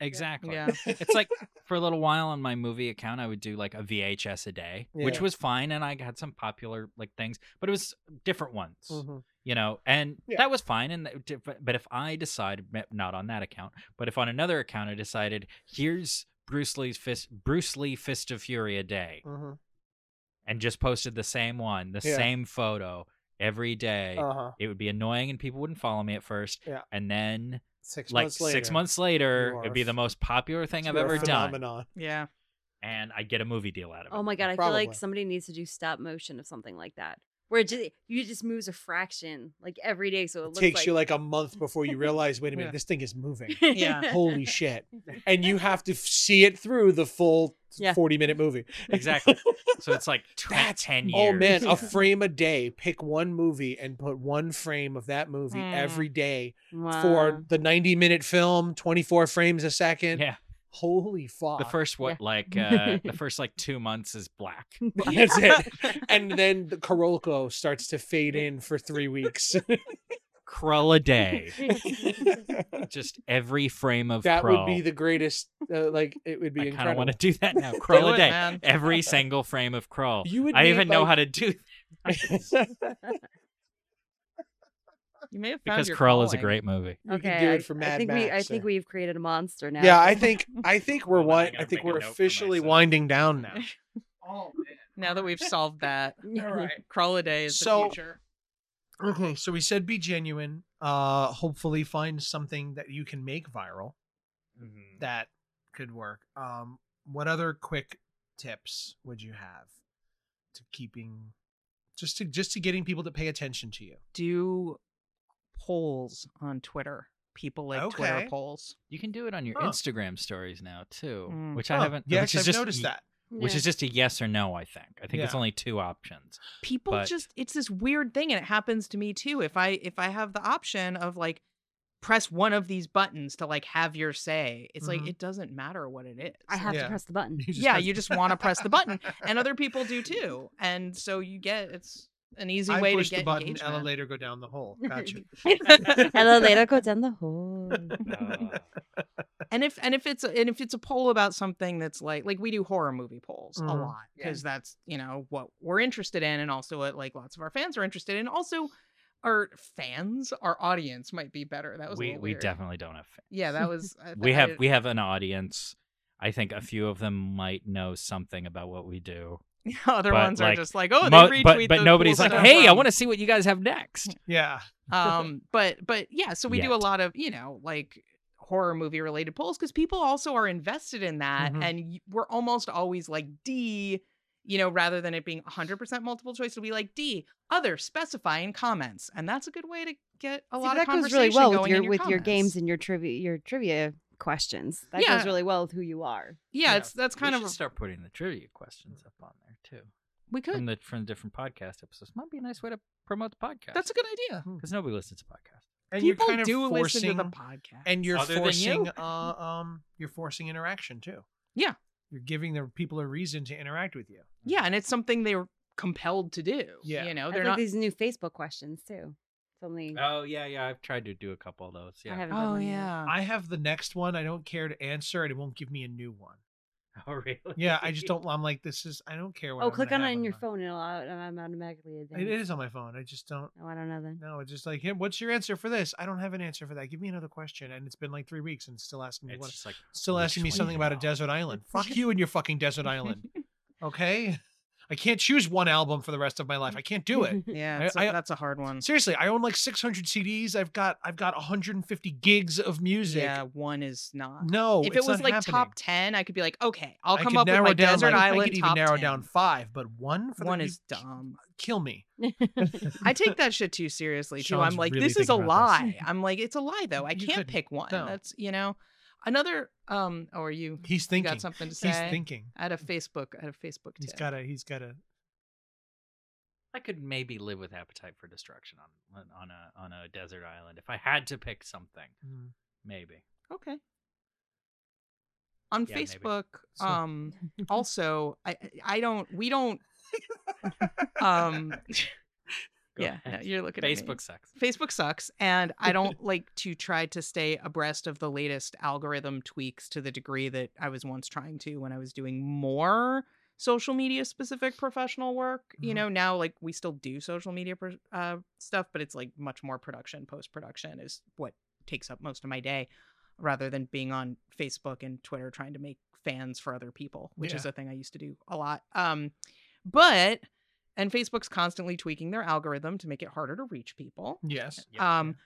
[SPEAKER 4] exactly
[SPEAKER 3] Yeah.
[SPEAKER 4] it's like for a little while on my movie account i would do like a vhs a day which
[SPEAKER 1] Yeah.
[SPEAKER 4] was fine and i had some popular like things but it was different ones
[SPEAKER 1] Mm-hmm,
[SPEAKER 4] you know and
[SPEAKER 1] Yeah.
[SPEAKER 4] that was fine and that- di- but- but if i decided m- not on that account but if on another account i decided here's bruce lee's fist bruce lee fist of fury a day
[SPEAKER 1] mm-hmm.
[SPEAKER 4] and just posted the same one the
[SPEAKER 1] Yeah.
[SPEAKER 4] same photo every day
[SPEAKER 1] Uh huh.
[SPEAKER 4] it would be annoying and people wouldn't follow me at first
[SPEAKER 1] Yeah.
[SPEAKER 4] and then
[SPEAKER 1] Six
[SPEAKER 4] like
[SPEAKER 1] months later.
[SPEAKER 4] six months later
[SPEAKER 1] you are
[SPEAKER 4] it'd be
[SPEAKER 1] f-
[SPEAKER 4] the most popular thing i've
[SPEAKER 1] you're a
[SPEAKER 4] ever done
[SPEAKER 1] phenomenon.
[SPEAKER 3] Yeah.
[SPEAKER 4] and i get a movie deal out of it
[SPEAKER 2] Oh my god, I feel
[SPEAKER 1] Probably.
[SPEAKER 2] like somebody needs to do stop motion of something like that, where it just you just moves a fraction like every day, so it,
[SPEAKER 1] It
[SPEAKER 2] looks
[SPEAKER 1] takes
[SPEAKER 2] like...
[SPEAKER 1] you like a month before you realize, wait a minute,
[SPEAKER 3] Yeah.
[SPEAKER 1] this thing is moving.
[SPEAKER 3] Yeah.
[SPEAKER 1] Holy shit. And you have to f- see it through the full
[SPEAKER 2] Yeah.
[SPEAKER 1] 40 minute movie.
[SPEAKER 4] exactly so it's like tw- 10
[SPEAKER 1] Oh
[SPEAKER 4] years
[SPEAKER 1] man,
[SPEAKER 4] Yeah.
[SPEAKER 1] a frame a day. Pick one movie and put one frame of that movie
[SPEAKER 3] Mm.
[SPEAKER 1] every day
[SPEAKER 2] wow.
[SPEAKER 1] for the 90 minute film, 24 frames a second.
[SPEAKER 4] yeah
[SPEAKER 1] Holy fuck.
[SPEAKER 4] the first what
[SPEAKER 2] Yeah.
[SPEAKER 4] like uh the first like two months is black
[SPEAKER 1] That's it. and then the Karolko starts to fade in for three weeks.
[SPEAKER 4] Krull a day.
[SPEAKER 6] that
[SPEAKER 4] Just every frame of
[SPEAKER 6] would
[SPEAKER 4] Krull.
[SPEAKER 6] be the greatest. Uh, like it would be
[SPEAKER 4] I kind of
[SPEAKER 6] incredible.
[SPEAKER 4] want to do that now. Krull
[SPEAKER 3] it,
[SPEAKER 4] a day.
[SPEAKER 3] man.
[SPEAKER 4] Every single frame of Krull.
[SPEAKER 6] You would
[SPEAKER 4] I
[SPEAKER 6] need,
[SPEAKER 4] even know
[SPEAKER 6] like-
[SPEAKER 4] how to do that
[SPEAKER 3] You may have found
[SPEAKER 4] because
[SPEAKER 3] your
[SPEAKER 4] Krull is a
[SPEAKER 3] calling.
[SPEAKER 4] great movie.
[SPEAKER 6] You
[SPEAKER 2] Okay,
[SPEAKER 6] could do
[SPEAKER 2] I-
[SPEAKER 6] it for Mad
[SPEAKER 2] I think we I
[SPEAKER 6] Max,
[SPEAKER 2] think
[SPEAKER 6] uh,
[SPEAKER 2] we've created a monster now.
[SPEAKER 6] Yeah, I think I think we're
[SPEAKER 4] Hold on, I
[SPEAKER 6] one. I
[SPEAKER 4] gotta
[SPEAKER 6] think
[SPEAKER 4] make a
[SPEAKER 6] we're
[SPEAKER 4] note for
[SPEAKER 6] officially
[SPEAKER 4] myself.
[SPEAKER 6] winding down now.
[SPEAKER 1] Oh
[SPEAKER 3] Now that we've solved that,
[SPEAKER 2] Yeah.
[SPEAKER 3] Crawl a day is
[SPEAKER 6] So-
[SPEAKER 3] the future.
[SPEAKER 1] Okay, so we said be genuine. Uh, hopefully find something that you can make viral
[SPEAKER 4] Mm-hmm.
[SPEAKER 3] Mm.
[SPEAKER 1] that could work. Um, what other quick tips would you have to keeping, just to just to getting people to pay attention to you?
[SPEAKER 3] Do polls on Twitter. People like Twitter
[SPEAKER 1] Okay.
[SPEAKER 3] polls.
[SPEAKER 4] You can do it on your
[SPEAKER 1] Huh.
[SPEAKER 4] Instagram stories now too,
[SPEAKER 3] Mm.
[SPEAKER 4] which
[SPEAKER 1] Huh,
[SPEAKER 4] I haven't.
[SPEAKER 1] Oh, Yes,
[SPEAKER 4] which is
[SPEAKER 1] I've
[SPEAKER 4] just,
[SPEAKER 1] noticed that.
[SPEAKER 4] Which
[SPEAKER 2] Yeah.
[SPEAKER 4] is just a yes or no. I think. I think it's
[SPEAKER 1] Yeah.
[SPEAKER 4] only two options.
[SPEAKER 3] People
[SPEAKER 4] But-
[SPEAKER 3] just it's this weird thing and it happens to me too. If I if I have the option of like press one of these buttons to like have your say, it's
[SPEAKER 1] Mhm.
[SPEAKER 4] Mm-hmm.
[SPEAKER 3] like it doesn't matter what it is.
[SPEAKER 2] I have
[SPEAKER 1] Yeah.
[SPEAKER 2] to press the button.
[SPEAKER 1] You just
[SPEAKER 3] yeah,
[SPEAKER 1] press-
[SPEAKER 3] you just want to press the button and other people do too. And so you get it's an easy
[SPEAKER 1] I
[SPEAKER 3] way to
[SPEAKER 1] push
[SPEAKER 3] get
[SPEAKER 1] the button. Ella
[SPEAKER 3] engagement.
[SPEAKER 1] later go down the hole. Gotcha.
[SPEAKER 2] Hello, later go down the hole.
[SPEAKER 4] Uh,
[SPEAKER 3] and if and if it's a, and if it's a poll about something that's like like we do horror movie polls a
[SPEAKER 4] Mm-hmm.
[SPEAKER 1] Mhm.
[SPEAKER 3] lot because that's you know what we're interested in and also what like lots of our fans are interested in also our fans our audience might be better that was a
[SPEAKER 4] we
[SPEAKER 3] little
[SPEAKER 4] we
[SPEAKER 3] weird.
[SPEAKER 4] definitely don't have. Fans.
[SPEAKER 3] yeah that was I-
[SPEAKER 4] We
[SPEAKER 3] I
[SPEAKER 4] have
[SPEAKER 3] did-
[SPEAKER 4] we have an audience. I think a few of them might know something about what we do.
[SPEAKER 3] other
[SPEAKER 4] but,
[SPEAKER 3] ones
[SPEAKER 4] like,
[SPEAKER 3] are just like oh
[SPEAKER 4] Mo-
[SPEAKER 3] they retweet
[SPEAKER 4] but
[SPEAKER 3] the
[SPEAKER 4] but nobody's
[SPEAKER 3] cool
[SPEAKER 4] like,
[SPEAKER 3] stuff
[SPEAKER 4] hey, I
[SPEAKER 3] from-"
[SPEAKER 4] want to see what you guys have next.
[SPEAKER 1] yeah.
[SPEAKER 3] um but but yeah so we do a
[SPEAKER 4] Yet.
[SPEAKER 3] lot of you know like horror movie related polls because people also are invested in that
[SPEAKER 4] Mm-hmm.
[SPEAKER 1] Mhm.
[SPEAKER 3] and y- we're almost always like d you know rather than it being 100% multiple choice it'll be like d other specifying comments and that's a good way to get a lot
[SPEAKER 2] See, that
[SPEAKER 3] of
[SPEAKER 2] goes really
[SPEAKER 3] conversation
[SPEAKER 2] well
[SPEAKER 3] going
[SPEAKER 2] with your,
[SPEAKER 3] in your
[SPEAKER 2] with your
[SPEAKER 3] comments.
[SPEAKER 2] games and your trivia your trivia questions. That
[SPEAKER 3] Yeah.
[SPEAKER 2] goes really well with who you are.
[SPEAKER 3] yeah,
[SPEAKER 1] yeah,
[SPEAKER 3] it's that's kind of
[SPEAKER 4] we should start putting the trivia questions up on there too
[SPEAKER 3] we
[SPEAKER 4] from
[SPEAKER 3] could
[SPEAKER 4] the from different podcast episodes. Might be a nice way to promote the podcast.
[SPEAKER 3] that's a good idea
[SPEAKER 4] because nobody listens to podcasts.
[SPEAKER 1] And
[SPEAKER 3] people
[SPEAKER 1] you're kind of
[SPEAKER 3] do
[SPEAKER 1] forcing,
[SPEAKER 3] listen to the podcast
[SPEAKER 1] and you're
[SPEAKER 4] Other than
[SPEAKER 1] forcing
[SPEAKER 4] you.
[SPEAKER 1] uh, um you're forcing interaction too.
[SPEAKER 3] Yeah.
[SPEAKER 1] You're giving the people a reason to interact with you.
[SPEAKER 3] yeah and it's something they're compelled to do
[SPEAKER 1] Yeah.
[SPEAKER 3] you know
[SPEAKER 2] I
[SPEAKER 3] they're
[SPEAKER 2] like
[SPEAKER 3] not
[SPEAKER 2] these new Facebook questions too. Something
[SPEAKER 4] Oh yeah, yeah. I've tried to do a couple of those.
[SPEAKER 2] I
[SPEAKER 4] Yeah.
[SPEAKER 2] haven't. done
[SPEAKER 3] oh
[SPEAKER 2] one yet.
[SPEAKER 3] yeah
[SPEAKER 1] I have the next one. I don't care to answer, and it won't give me a new one.
[SPEAKER 4] Oh really?
[SPEAKER 1] Yeah, I just don't. I'm like, this is. I don't care what.
[SPEAKER 2] Oh,
[SPEAKER 1] I'm
[SPEAKER 2] click
[SPEAKER 1] gonna have
[SPEAKER 2] on it in your
[SPEAKER 1] my-
[SPEAKER 2] phone and it'll auto- I'm automatically advanced.
[SPEAKER 1] It is on my phone. I just don't.
[SPEAKER 2] Oh, I don't know then.
[SPEAKER 1] No, it's just like, hey, what's your answer for this? I don't have an answer for that. Give me another question. And it's been like three weeks, and it's still asking me
[SPEAKER 4] It's
[SPEAKER 1] what.
[SPEAKER 4] just like
[SPEAKER 1] Still asking me
[SPEAKER 4] which one
[SPEAKER 1] something about a
[SPEAKER 4] now?
[SPEAKER 1] desert island. Fuck you and your fucking desert island. Okay, I can't choose one album for the rest of my life. I can't do it.
[SPEAKER 3] yeah
[SPEAKER 1] I-
[SPEAKER 3] it's a-
[SPEAKER 1] I-
[SPEAKER 3] that's a hard one
[SPEAKER 1] Seriously, I own like 600 CDs. I've got I've got 150 gigs of music.
[SPEAKER 3] Yeah, one is not.
[SPEAKER 1] No,
[SPEAKER 3] if it
[SPEAKER 1] it's
[SPEAKER 3] was
[SPEAKER 1] not
[SPEAKER 3] like top
[SPEAKER 1] happening.
[SPEAKER 3] ten, I could be like, okay, I'll
[SPEAKER 1] I
[SPEAKER 3] come
[SPEAKER 1] could
[SPEAKER 3] up with
[SPEAKER 1] narrow
[SPEAKER 3] my
[SPEAKER 1] down,
[SPEAKER 3] desert
[SPEAKER 1] like, I
[SPEAKER 3] island
[SPEAKER 1] could even
[SPEAKER 3] top
[SPEAKER 1] narrow
[SPEAKER 3] 10.
[SPEAKER 1] down five, but one for
[SPEAKER 3] One
[SPEAKER 1] the,
[SPEAKER 3] is
[SPEAKER 1] you-
[SPEAKER 3] dumb.
[SPEAKER 1] Kill me.
[SPEAKER 3] I take that shit too seriously too.
[SPEAKER 1] Sean's
[SPEAKER 3] I'm like,
[SPEAKER 1] really
[SPEAKER 3] this is a
[SPEAKER 1] thinking about
[SPEAKER 3] lie.
[SPEAKER 1] this.
[SPEAKER 3] I'm like, it's a lie though. I
[SPEAKER 1] You
[SPEAKER 3] can't
[SPEAKER 1] couldn't.
[SPEAKER 3] pick one.
[SPEAKER 1] No.
[SPEAKER 3] That's you know, another. Um, oh, are you?
[SPEAKER 1] He's
[SPEAKER 3] You
[SPEAKER 1] thinking.
[SPEAKER 3] got something to say?
[SPEAKER 1] He's thinking.
[SPEAKER 3] I had a Facebook. I had a Facebook.
[SPEAKER 1] He's
[SPEAKER 3] tip.
[SPEAKER 1] got a. He's got a.
[SPEAKER 4] I could maybe live with appetite for destruction on on a on a desert island if I had to pick something.
[SPEAKER 1] mm.
[SPEAKER 4] Maybe.
[SPEAKER 3] Okay. On
[SPEAKER 4] Yeah, maybe.
[SPEAKER 3] Facebook,
[SPEAKER 1] So-
[SPEAKER 3] um,
[SPEAKER 1] Mm. Oh,
[SPEAKER 3] also, I I don't. We don't. Um,
[SPEAKER 4] Go
[SPEAKER 3] yeah, no,
[SPEAKER 4] ahead.
[SPEAKER 3] you're looking at me.
[SPEAKER 4] Facebook sucks.
[SPEAKER 3] Facebook sucks, and I don't like to try to stay abreast of the latest algorithm tweaks to the degree that I was once trying to when I was doing more social media specific professional work. You
[SPEAKER 1] Mhm.
[SPEAKER 3] know, now like we still do social media pro- uh, stuff, but it's like much more production. Post production is what takes up most of my day rather than being on Facebook and Twitter trying to make fans for other people, which is
[SPEAKER 1] Yeah.
[SPEAKER 3] a thing I used to do a lot. Um, but and Facebook's constantly tweaking their algorithm to make it harder to reach people.
[SPEAKER 1] Yes.
[SPEAKER 4] Yeah.
[SPEAKER 3] Um,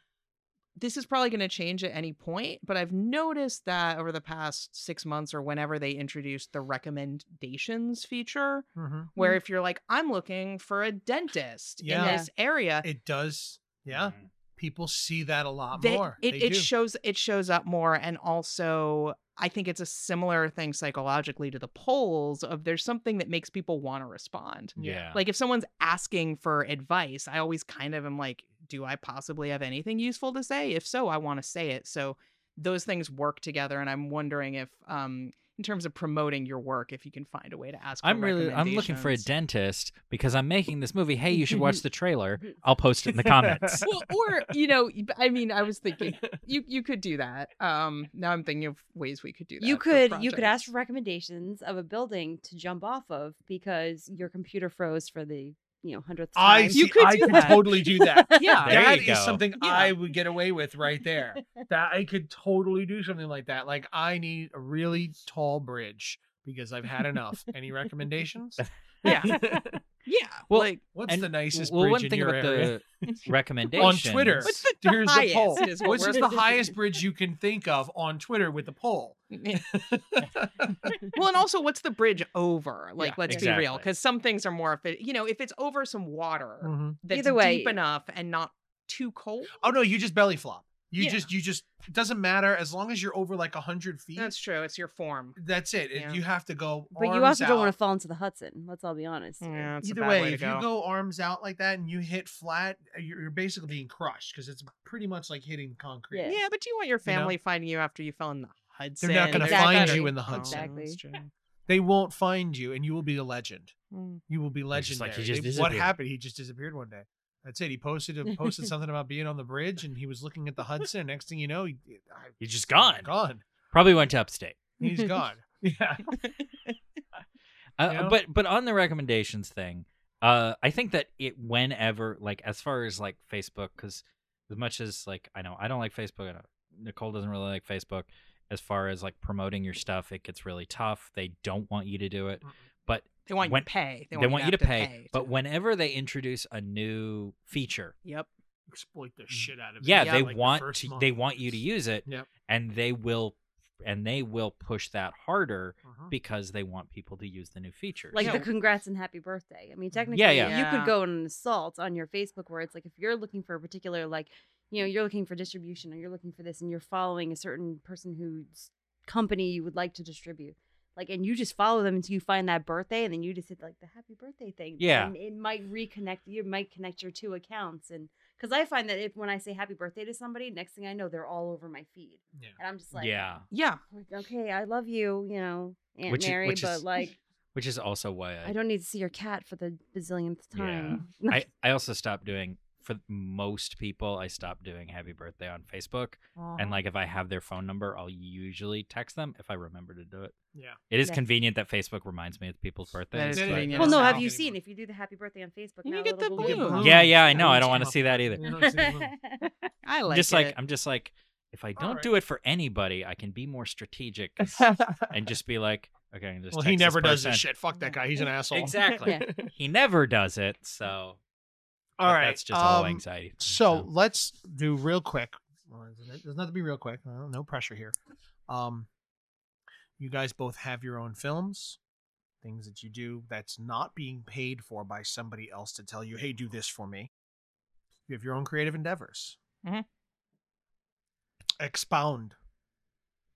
[SPEAKER 3] this is probably going to change at any point, but I've noticed that over the past six months or whenever they introduced the recommendations feature,
[SPEAKER 1] hmm
[SPEAKER 3] where if you're like, I'm looking for a dentist
[SPEAKER 1] Yeah.
[SPEAKER 3] in this area,
[SPEAKER 1] It does. Yeah.
[SPEAKER 4] Mhm.
[SPEAKER 1] People see that a lot
[SPEAKER 3] Mm. they-
[SPEAKER 1] more.
[SPEAKER 3] it,
[SPEAKER 1] They
[SPEAKER 3] it
[SPEAKER 1] do.
[SPEAKER 3] shows it shows up more, and also I think it's a similar thing psychologically to the polls of there's something that makes people want to respond.
[SPEAKER 1] Yeah.
[SPEAKER 4] Yeah.
[SPEAKER 3] Like if someone's asking for advice, I always kind of am like, do I possibly have anything useful to say? If so, I want to say it. So those things work together and I'm wondering if um in terms of promoting your work if you can find a way to ask. For
[SPEAKER 4] I'm really I'm looking for a
[SPEAKER 3] recommendations.
[SPEAKER 4] dentist because I'm making this movie. Hey, you should watch the trailer. I'll post it in the comments.
[SPEAKER 3] well, or you know, I mean, I was thinking you you could do that. Um, now I'm thinking of ways we could do that.
[SPEAKER 2] you
[SPEAKER 3] for
[SPEAKER 2] could you could ask
[SPEAKER 3] projects.
[SPEAKER 2] for recommendations of a building to jump off of because your computer froze for the you know hundredth time.
[SPEAKER 1] I
[SPEAKER 3] You
[SPEAKER 1] see,
[SPEAKER 3] could
[SPEAKER 1] I
[SPEAKER 3] do
[SPEAKER 1] could
[SPEAKER 3] that.
[SPEAKER 1] totally do that.
[SPEAKER 3] Yeah.
[SPEAKER 4] There
[SPEAKER 1] That
[SPEAKER 4] you
[SPEAKER 1] is
[SPEAKER 4] go.
[SPEAKER 1] something
[SPEAKER 3] Yeah.
[SPEAKER 1] I would get away with right there. that I could totally do something like that. Like I need a really tall bridge because I've had enough. Any recommendations?
[SPEAKER 3] Yeah. Yeah.
[SPEAKER 4] Well,
[SPEAKER 3] like
[SPEAKER 1] What's the nicest
[SPEAKER 4] well,
[SPEAKER 1] bridge
[SPEAKER 4] one
[SPEAKER 1] in
[SPEAKER 4] thing
[SPEAKER 1] your
[SPEAKER 4] about
[SPEAKER 1] area?
[SPEAKER 4] the recommendation
[SPEAKER 1] on Twitter,
[SPEAKER 3] What's the- the
[SPEAKER 1] here's
[SPEAKER 3] highest
[SPEAKER 1] poll.
[SPEAKER 3] is what
[SPEAKER 1] What's
[SPEAKER 3] we're-
[SPEAKER 1] the highest bridge you can think of on Twitter with the poll?
[SPEAKER 3] well, and also, what's the bridge over? Like,
[SPEAKER 1] Yeah,
[SPEAKER 3] let's be real,
[SPEAKER 4] exactly.
[SPEAKER 3] because some things are more. If you know, if it's over some water
[SPEAKER 1] Mm-hmm.
[SPEAKER 3] that's
[SPEAKER 2] Either way-
[SPEAKER 3] deep enough and not too cold.
[SPEAKER 1] Oh no, you just belly flop. You
[SPEAKER 3] Yeah.
[SPEAKER 1] just you just it doesn't matter as long as you're over like hundred feet.
[SPEAKER 3] That's true. It's your form.
[SPEAKER 1] that's it. It-
[SPEAKER 3] Yeah.
[SPEAKER 1] You have to go.
[SPEAKER 2] but you
[SPEAKER 1] arms
[SPEAKER 2] also don't want
[SPEAKER 1] out.
[SPEAKER 2] to fall into the Hudson. Let's all be honest. here.
[SPEAKER 3] Yeah, it's
[SPEAKER 1] Either
[SPEAKER 3] a bad
[SPEAKER 1] way,
[SPEAKER 3] way, to
[SPEAKER 1] if
[SPEAKER 3] go.
[SPEAKER 1] you go arms out like that and you hit flat, uh, you're, you're basically being crushed because it's pretty much like hitting concrete.
[SPEAKER 2] Yeah.
[SPEAKER 3] yeah, but do you want your
[SPEAKER 1] know?
[SPEAKER 3] family finding you after you fell in the Hudson?
[SPEAKER 1] gonna
[SPEAKER 3] There's
[SPEAKER 2] find
[SPEAKER 3] better-
[SPEAKER 1] you in the
[SPEAKER 3] Oh,
[SPEAKER 1] Hudson.
[SPEAKER 2] Exactly.
[SPEAKER 3] that's true.
[SPEAKER 1] They won't find you, and you will be a legend.
[SPEAKER 3] Mm.
[SPEAKER 1] You will be
[SPEAKER 4] just like,
[SPEAKER 1] legendary.
[SPEAKER 4] he just
[SPEAKER 1] They- what
[SPEAKER 4] disappeared.
[SPEAKER 1] happened? He just disappeared one day. That's it. He posted a, posted something about being on the bridge, and he was looking at the Hudson. And next thing you know, he, I-
[SPEAKER 4] He's just gone.
[SPEAKER 1] Gone.
[SPEAKER 4] Probably went to upstate.
[SPEAKER 1] He's gone. yeah.
[SPEAKER 4] Uh,
[SPEAKER 1] You know?
[SPEAKER 4] But but on the recommendations thing, uh, I think that it whenever like as far as like Facebook, because as much as like I know I don't like Facebook, and uh, Nicole doesn't really like Facebook. As far as like promoting your stuff, it gets really tough. They don't want you to do it.
[SPEAKER 1] Mm-mm.
[SPEAKER 4] But
[SPEAKER 3] They want
[SPEAKER 4] When-
[SPEAKER 3] you to pay.
[SPEAKER 4] they,
[SPEAKER 3] They,
[SPEAKER 4] want you to
[SPEAKER 3] have
[SPEAKER 4] pay. but
[SPEAKER 3] to-
[SPEAKER 4] whenever they introduce a new feature,
[SPEAKER 3] yep,
[SPEAKER 1] Exploit the shit out of it.
[SPEAKER 4] yeah,
[SPEAKER 3] Yeah,
[SPEAKER 4] they
[SPEAKER 1] like the
[SPEAKER 4] want
[SPEAKER 1] first
[SPEAKER 4] to,
[SPEAKER 1] month.
[SPEAKER 4] they want you to use it,
[SPEAKER 1] Yep.
[SPEAKER 4] and they will and they will push that harder
[SPEAKER 1] Mhm.
[SPEAKER 4] because they want people to use the new features.
[SPEAKER 2] Like the
[SPEAKER 3] Yeah.
[SPEAKER 2] congrats and happy birthday. I mean, technically,
[SPEAKER 4] yeah.
[SPEAKER 2] you
[SPEAKER 3] Yeah.
[SPEAKER 2] could go on an assault on your Facebook where it's like if you're looking for a particular, like, you know, you're looking for distribution or you're looking for this and you're following a certain person whose company you would like to distribute. Like, and you just follow them until you find that birthday and then you just hit like the happy birthday thing.
[SPEAKER 4] Yeah.
[SPEAKER 2] And it might reconnect, you might connect your two accounts. And because I find that if when I say happy birthday to somebody, next thing I know, they're all over my feed.
[SPEAKER 1] Yeah.
[SPEAKER 2] And I'm just like,
[SPEAKER 4] yeah,
[SPEAKER 3] yeah.
[SPEAKER 2] like, okay, I love you, you know, Aunt
[SPEAKER 4] Which is-
[SPEAKER 2] Mary,
[SPEAKER 4] which
[SPEAKER 2] but
[SPEAKER 4] is-
[SPEAKER 2] like,
[SPEAKER 4] which is also why I
[SPEAKER 2] I don't need to see your cat for the bazillionth
[SPEAKER 4] Yeah.
[SPEAKER 2] time.
[SPEAKER 4] I, I also stopped doing for most people I stopped doing happy birthday on Facebook and like if I have their phone number I'll usually text them if I remember to do it.
[SPEAKER 1] Yeah.
[SPEAKER 4] It is
[SPEAKER 2] Yeah.
[SPEAKER 4] convenient that Facebook reminds me of people's birthdays.
[SPEAKER 3] is
[SPEAKER 4] but-
[SPEAKER 3] convenient.
[SPEAKER 2] well, no,
[SPEAKER 3] Yeah.
[SPEAKER 2] have you
[SPEAKER 1] Anymore.
[SPEAKER 2] seen if you do the happy birthday on Facebook?
[SPEAKER 3] You
[SPEAKER 2] now,
[SPEAKER 3] get
[SPEAKER 2] little
[SPEAKER 3] the
[SPEAKER 2] balloon.
[SPEAKER 1] balloon.
[SPEAKER 4] Yeah, yeah, I
[SPEAKER 1] That
[SPEAKER 4] know. I
[SPEAKER 1] one's
[SPEAKER 4] don't want to
[SPEAKER 1] tough.
[SPEAKER 4] see that either.
[SPEAKER 1] You don't see the-
[SPEAKER 3] I
[SPEAKER 4] I'm
[SPEAKER 3] like
[SPEAKER 4] just like
[SPEAKER 3] it.
[SPEAKER 4] I'm just like if I don't
[SPEAKER 1] Alright.
[SPEAKER 4] do it for anybody, I can be more strategic and just be like, okay, I'm just
[SPEAKER 1] well, he
[SPEAKER 4] text this
[SPEAKER 1] never does this
[SPEAKER 4] person.
[SPEAKER 1] shit. Fuck that guy. He's an asshole.
[SPEAKER 4] Exactly. He never does it, so
[SPEAKER 1] All
[SPEAKER 4] but
[SPEAKER 1] right.
[SPEAKER 4] that's just all
[SPEAKER 1] um,
[SPEAKER 4] anxiety. thing,
[SPEAKER 1] So let's do real quick. Well, It doesn't have to be real quick. No no pressure here. Um, you guys both have your own films, things that you do that's not being paid for by somebody else to tell you, "Hey, do this for me." You have your own creative endeavors.
[SPEAKER 3] Mhm.
[SPEAKER 1] Expound.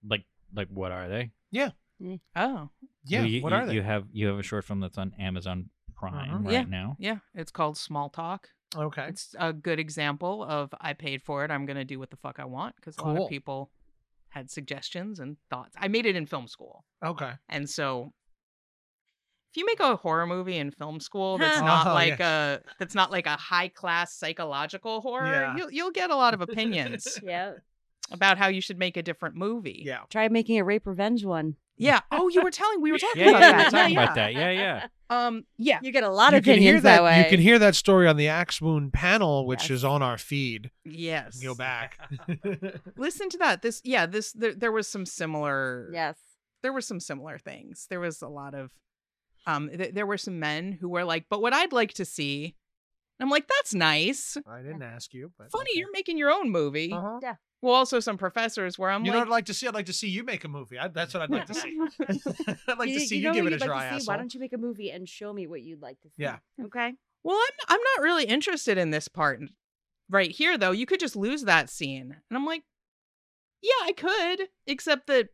[SPEAKER 4] like like what are they?
[SPEAKER 3] oh,
[SPEAKER 1] Yeah.
[SPEAKER 4] Well, you,
[SPEAKER 1] what
[SPEAKER 4] you-
[SPEAKER 1] are they?
[SPEAKER 4] You have you have a short film that's on Amazon Prime
[SPEAKER 1] Mhm.
[SPEAKER 4] right
[SPEAKER 3] Yeah.
[SPEAKER 4] now.
[SPEAKER 3] yeah. It's called Small Talk.
[SPEAKER 1] okay.
[SPEAKER 3] It's a good example of I paid for it. I'm gonna do what the fuck I want because a lot
[SPEAKER 1] Cool.
[SPEAKER 3] of people had suggestions and thoughts. I made it in film school,
[SPEAKER 1] Okay.
[SPEAKER 3] and so if you make a horror movie in film school that's
[SPEAKER 1] Huh.
[SPEAKER 3] not
[SPEAKER 1] Oh,
[SPEAKER 3] like a that's not like a high class psychological horror,
[SPEAKER 1] Yeah.
[SPEAKER 3] you'll you'll get a lot of opinions
[SPEAKER 2] yeah.
[SPEAKER 3] about how you should make a different movie.
[SPEAKER 1] Yeah.
[SPEAKER 2] Try making a rape revenge one.
[SPEAKER 3] Yeah. Oh, you were telling we were talking
[SPEAKER 4] Yeah, yeah,
[SPEAKER 3] about
[SPEAKER 4] we
[SPEAKER 3] that.
[SPEAKER 4] were talking
[SPEAKER 3] yeah,
[SPEAKER 4] about that. Yeah, yeah.
[SPEAKER 3] yeah. Um. Yeah.
[SPEAKER 2] You get a lot
[SPEAKER 1] you
[SPEAKER 2] of
[SPEAKER 1] can
[SPEAKER 2] opinions
[SPEAKER 1] hear that.
[SPEAKER 2] way.
[SPEAKER 1] You can hear that story on the Axe Wound panel, which
[SPEAKER 2] Yes.
[SPEAKER 1] is on our feed.
[SPEAKER 3] Yes.
[SPEAKER 1] Go back.
[SPEAKER 3] Listen to that. This. Yeah. This. There, there was some similar.
[SPEAKER 2] Yes.
[SPEAKER 3] There were some similar things. There was a lot of. Um. Th- there were some men who were like, "But what I'd like to see," and I'm like, "That's nice.
[SPEAKER 1] I didn't ask you, but
[SPEAKER 3] Funny,
[SPEAKER 1] okay.
[SPEAKER 3] you're making your own movie."
[SPEAKER 1] Uh-huh.
[SPEAKER 3] Well, also some professors where I'm
[SPEAKER 1] you know
[SPEAKER 3] like,
[SPEAKER 1] what I'd like to see? I'd like to see you make a movie. I, that's what I'd like to see. I'd like to see you,
[SPEAKER 2] know
[SPEAKER 1] give
[SPEAKER 2] what
[SPEAKER 1] it a
[SPEAKER 2] you'd like
[SPEAKER 1] try
[SPEAKER 2] to see?
[SPEAKER 1] asshole.
[SPEAKER 2] Why don't you make a movie and show me what you'd like to see?
[SPEAKER 1] Yeah.
[SPEAKER 2] Okay.
[SPEAKER 3] "Well, I'm I'm not really interested in this part right here though. You could just lose that scene." And I'm like, "Yeah, I could, except that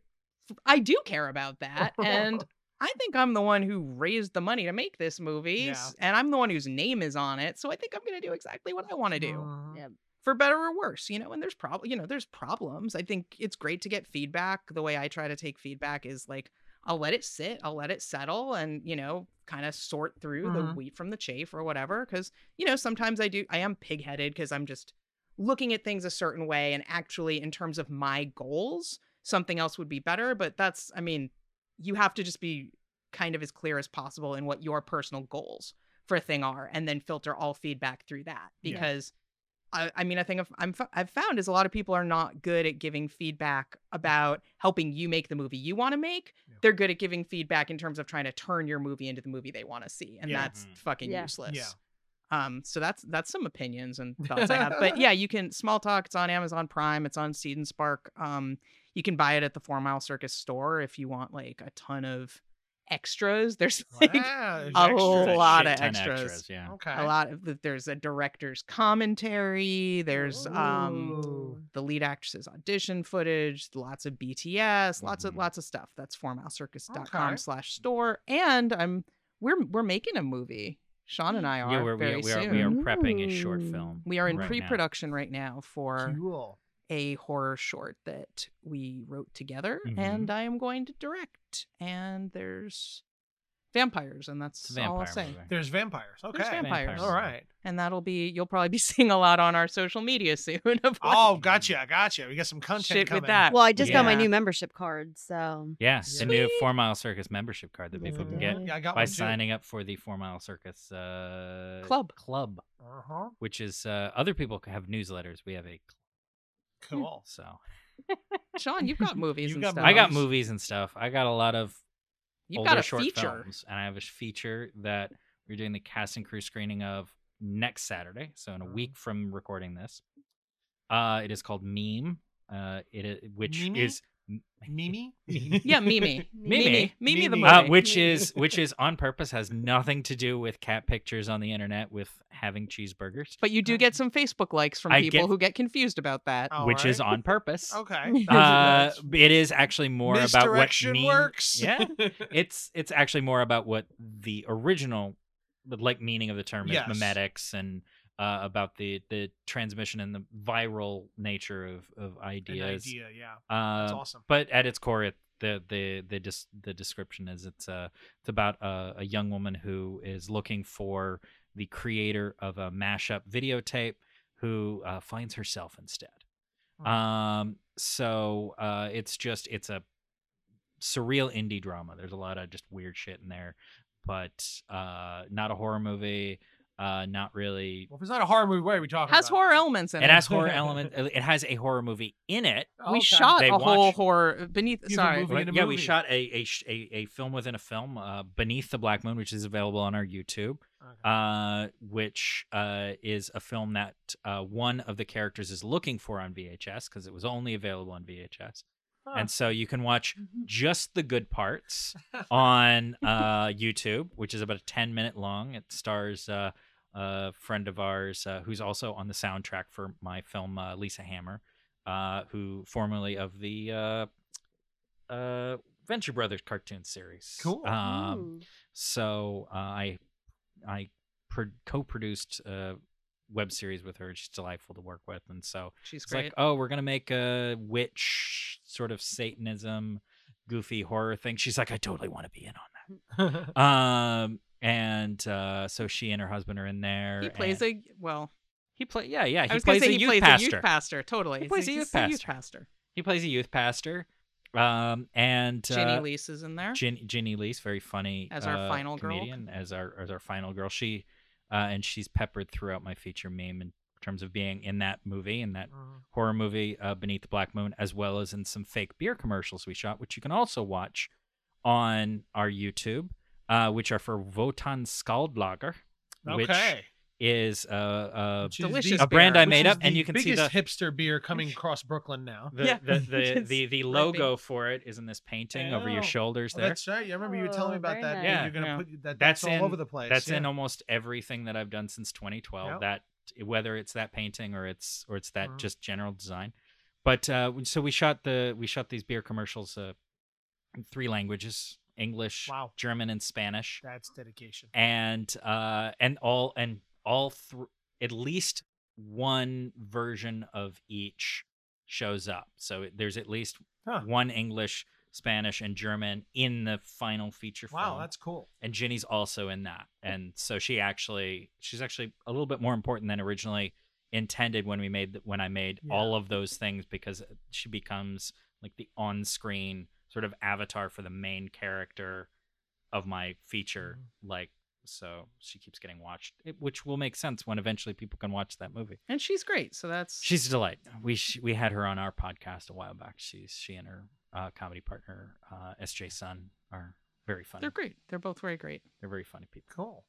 [SPEAKER 3] I do care about that and I think I'm the one who raised the money to make this movie,
[SPEAKER 1] Yeah.
[SPEAKER 3] s- and I'm the one whose name is on it. So I think I'm going to do exactly what I want to do,
[SPEAKER 1] Mhm.
[SPEAKER 2] Yeah.
[SPEAKER 3] for better or worse. You know, and there's problem. You know, there's problems. I think it's great to get feedback. The way I try to take feedback is like I'll let it sit, I'll let it settle and, you know, kind of sort through the
[SPEAKER 1] Mhm.
[SPEAKER 3] wheat from the chaff or whatever cuz you know, sometimes I do I am pigheaded cuz I'm just looking at things a certain way and actually in terms of my goals, something else would be better, but that's I mean, you have to just be kind of as clear as possible in what your personal goals for a thing are and then filter all feedback through that
[SPEAKER 1] Yeah.
[SPEAKER 3] because I, I mean i think I've, I'm, f- I've found is a lot of people are not good at giving feedback about helping you make the movie you want to make
[SPEAKER 1] Yeah.
[SPEAKER 3] they're good at giving feedback in terms of trying to turn your movie into the movie they want to see and
[SPEAKER 1] Yeah.
[SPEAKER 3] that's
[SPEAKER 4] Mhm.
[SPEAKER 3] fucking
[SPEAKER 2] Yeah.
[SPEAKER 3] useless
[SPEAKER 1] Yeah.
[SPEAKER 3] um so that's that's some opinions and thoughts i have but yeah you can small talk it's on amazon prime it's on seed and spark um you can buy it at the four mile circus store if you want like a ton of extras there's like
[SPEAKER 1] Wow, there's
[SPEAKER 3] a
[SPEAKER 1] extras.
[SPEAKER 3] whole lot of
[SPEAKER 4] Shit ton
[SPEAKER 3] extras. Oh,
[SPEAKER 4] yeah.
[SPEAKER 1] Okay.
[SPEAKER 3] a lot of th- there's a director's commentary there's um
[SPEAKER 1] Ooh.
[SPEAKER 3] the lead actress's audition footage lots of bts lots of
[SPEAKER 4] Mhm.
[SPEAKER 3] lots of stuff that's formousercus.com
[SPEAKER 1] Okay.
[SPEAKER 3] slash store and i'm we're we're making a movie sean and i are
[SPEAKER 4] Yeah, we're, we,
[SPEAKER 3] very
[SPEAKER 4] are, we,
[SPEAKER 3] soon
[SPEAKER 4] are, we are prepping a short
[SPEAKER 2] Ooh.
[SPEAKER 4] film.
[SPEAKER 3] We are in
[SPEAKER 4] right now.
[SPEAKER 3] pre-production right now for
[SPEAKER 1] Cool.
[SPEAKER 3] a horror short that we wrote together and i am going to direct and there's vampires and that's
[SPEAKER 4] It's a
[SPEAKER 3] all
[SPEAKER 4] vampire
[SPEAKER 3] i'll say
[SPEAKER 4] movie.
[SPEAKER 1] There's vampires. Okay.
[SPEAKER 3] There's vampires.
[SPEAKER 4] Vampires.
[SPEAKER 1] All right.
[SPEAKER 3] and that'll be you'll probably be seeing a lot on our social media soon of what
[SPEAKER 1] Oh, gotcha, gotcha. We got some content
[SPEAKER 3] Shit with
[SPEAKER 1] coming.
[SPEAKER 3] that.
[SPEAKER 2] Well, I just got my
[SPEAKER 3] Yeah.
[SPEAKER 2] new membership card, so
[SPEAKER 4] Yeah, the new
[SPEAKER 3] Sweet.
[SPEAKER 4] Four Mile Circus membership card that people can
[SPEAKER 2] Mhm.
[SPEAKER 4] get
[SPEAKER 1] Mm-hmm. Yeah, I got
[SPEAKER 4] by
[SPEAKER 1] one too.
[SPEAKER 4] signing up for the Four Mile Circus uh,
[SPEAKER 3] Club.
[SPEAKER 4] Club,
[SPEAKER 1] Uh-huh.
[SPEAKER 4] which is uh, other people have newsletters. We have a
[SPEAKER 1] Cool.
[SPEAKER 4] so
[SPEAKER 3] sean you've got movies
[SPEAKER 1] You've
[SPEAKER 3] and
[SPEAKER 1] got
[SPEAKER 3] stuff
[SPEAKER 4] I got
[SPEAKER 1] Nice.
[SPEAKER 4] movies and stuff. I got a lot of
[SPEAKER 3] you've
[SPEAKER 4] older
[SPEAKER 3] got a
[SPEAKER 4] short
[SPEAKER 3] feature
[SPEAKER 4] films, and I have a feature that we're doing the cast and crew screening of next Saturday, so
[SPEAKER 3] Mm-hmm.
[SPEAKER 4] in a week from recording this. Uh, it is called Meme. Uh, it i- which
[SPEAKER 1] Meme?
[SPEAKER 4] is
[SPEAKER 1] Mimi?
[SPEAKER 3] yeah mimi
[SPEAKER 4] Mimi.
[SPEAKER 3] mimi mimi the
[SPEAKER 1] Mimi.
[SPEAKER 3] movie
[SPEAKER 4] uh, which
[SPEAKER 2] Meme.
[SPEAKER 4] is which is on purpose has nothing to do with cat pictures on the internet with having cheeseburgers,
[SPEAKER 3] but you do get some facebook likes from
[SPEAKER 4] I
[SPEAKER 3] people
[SPEAKER 4] get- Oh,
[SPEAKER 3] who get confused about that
[SPEAKER 1] All
[SPEAKER 4] which is
[SPEAKER 1] right.
[SPEAKER 4] on purpose.
[SPEAKER 1] Okay.
[SPEAKER 4] Uh, it is actually more about what
[SPEAKER 1] Misdirection
[SPEAKER 4] meme-
[SPEAKER 1] works.
[SPEAKER 4] Yeah, it's it's actually more about what the original the, like meaning of the term
[SPEAKER 1] Yes.
[SPEAKER 4] is memetics and uh, about the the transmission and the viral nature of of
[SPEAKER 1] An
[SPEAKER 4] ideas.
[SPEAKER 1] idea, yeah.
[SPEAKER 4] Uh,
[SPEAKER 1] That's awesome.
[SPEAKER 4] But at its core, it, the the the dis- the description is it's uh it's about a, a young woman who is looking for the creator of a mashup videotape who uh, finds herself instead.
[SPEAKER 1] Hmm.
[SPEAKER 4] Um, so uh, it's just it's a surreal indie drama. There's a lot of just weird shit in there, but uh, not a horror movie. Uh, not really.
[SPEAKER 1] Well, if it's not a horror movie, what are we talking
[SPEAKER 3] has
[SPEAKER 1] about?
[SPEAKER 3] horror elements in it,
[SPEAKER 4] It has horror element. It has a horror movie in it.
[SPEAKER 1] Okay.
[SPEAKER 3] we shot
[SPEAKER 4] They
[SPEAKER 3] a whole
[SPEAKER 4] watch-
[SPEAKER 3] horror beneath
[SPEAKER 1] You have a
[SPEAKER 3] sorry
[SPEAKER 1] movie
[SPEAKER 4] Well,
[SPEAKER 1] in a
[SPEAKER 4] yeah, we
[SPEAKER 1] movie.
[SPEAKER 4] shot a a, sh- a a film within a film, uh, Beneath the Black Moon, which is available on our YouTube,
[SPEAKER 1] Okay.
[SPEAKER 4] uh, which uh, is a film that uh, one of the characters is looking for on VHS because it was only available on VHS,
[SPEAKER 1] Huh. Mm-hmm.
[SPEAKER 4] and so you can watch just the good parts on uh, YouTube, which is about a ten minute long. It stars. Uh, a friend of ours uh, who's also on the soundtrack for my film, uh, Lisa Hammer, uh, who formerly of the uh, uh, Venture Brothers cartoon series.
[SPEAKER 1] Cool.
[SPEAKER 4] Um,
[SPEAKER 2] Ooh.
[SPEAKER 4] so uh, I I pro- co-produced a web series with her. She's delightful to work with, and so
[SPEAKER 3] she's
[SPEAKER 4] it's
[SPEAKER 3] great
[SPEAKER 4] like, oh, we're gonna make a witch sort of Satanism, goofy horror thing. She's like, I totally want to be in on that. um, and uh, so she and her husband are in there.
[SPEAKER 3] he plays
[SPEAKER 4] and-
[SPEAKER 3] a well
[SPEAKER 4] he play yeah yeah
[SPEAKER 3] i
[SPEAKER 4] he
[SPEAKER 3] was gonna
[SPEAKER 4] plays
[SPEAKER 3] say
[SPEAKER 4] a
[SPEAKER 3] he
[SPEAKER 4] youth
[SPEAKER 3] plays a
[SPEAKER 4] pastor.
[SPEAKER 3] youth pastor totally
[SPEAKER 4] He plays a
[SPEAKER 3] He's
[SPEAKER 4] youth
[SPEAKER 3] youth
[SPEAKER 4] pastor.
[SPEAKER 3] pastor
[SPEAKER 4] He plays a youth pastor. Um, and
[SPEAKER 3] jenny
[SPEAKER 4] uh,
[SPEAKER 3] lease is in there
[SPEAKER 4] Gin, Ginny Lee's very funny
[SPEAKER 3] As our
[SPEAKER 4] uh,
[SPEAKER 3] final girl.
[SPEAKER 4] comedian, as our as our final girl. She uh, and she's peppered throughout my feature meme in terms of being in that movie in that
[SPEAKER 1] Mhm.
[SPEAKER 4] horror movie uh, Beneath the Black Moon, as well as in some fake beer commercials we shot, which you can also watch on our YouTube, uh, which are for Votan Skaldlager, which
[SPEAKER 1] okay.
[SPEAKER 4] is uh, uh,
[SPEAKER 1] Which is
[SPEAKER 3] delicious
[SPEAKER 1] the-
[SPEAKER 4] a brand I
[SPEAKER 3] beer.
[SPEAKER 4] made
[SPEAKER 1] which
[SPEAKER 4] up,
[SPEAKER 1] is
[SPEAKER 4] and
[SPEAKER 1] the
[SPEAKER 4] you can see the
[SPEAKER 1] biggest hipster beer coming across Brooklyn now. Oh,
[SPEAKER 4] the
[SPEAKER 3] Yeah.
[SPEAKER 4] the the,
[SPEAKER 3] It's
[SPEAKER 4] the, the logo for it is in this painting over
[SPEAKER 1] Oh.
[SPEAKER 4] your shoulders
[SPEAKER 1] Oh,
[SPEAKER 4] there.
[SPEAKER 1] that's right. Yeah, I remember you were telling me
[SPEAKER 2] Oh,
[SPEAKER 1] about
[SPEAKER 2] very
[SPEAKER 1] that.
[SPEAKER 2] nice.
[SPEAKER 1] Yeah,
[SPEAKER 4] Yeah.
[SPEAKER 1] you're gonna
[SPEAKER 3] Yeah.
[SPEAKER 1] put that. That's,
[SPEAKER 4] That's
[SPEAKER 1] all
[SPEAKER 4] in-
[SPEAKER 1] over the place.
[SPEAKER 4] That's
[SPEAKER 1] yeah.
[SPEAKER 4] in almost everything that I've done since 2012.
[SPEAKER 1] Yep.
[SPEAKER 4] That whether it's that painting or it's or it's that
[SPEAKER 1] Mhm.
[SPEAKER 4] just general design. But uh, we- so we shot the we shot these beer commercials uh, in three languages: English,
[SPEAKER 1] Wow.
[SPEAKER 4] German, and Spanish.
[SPEAKER 1] That's dedication.
[SPEAKER 4] And uh, and all and all thr at least one version of each shows up. So it- there's at least
[SPEAKER 1] Huh.
[SPEAKER 4] one English Spanish, and German in the final feature film.
[SPEAKER 7] Wow, that's cool.
[SPEAKER 4] and Ginny's also in that. And so she actually she's actually a little bit more important than originally intended when we made when I made
[SPEAKER 7] Yeah.
[SPEAKER 4] all of those things because she becomes like the on-screen sort of avatar for the main character of my feature
[SPEAKER 3] Mm-hmm.
[SPEAKER 4] like so she keeps getting watched it- which will make sense when eventually people can watch that movie.
[SPEAKER 3] and she's great. So that's
[SPEAKER 4] She's a delight. We sh- we had her on our podcast a while back. She's she and her uh, comedy partner uh, SJ Sun are very funny.
[SPEAKER 3] they're great. They're both very great.
[SPEAKER 4] They're very funny people.
[SPEAKER 7] Cool.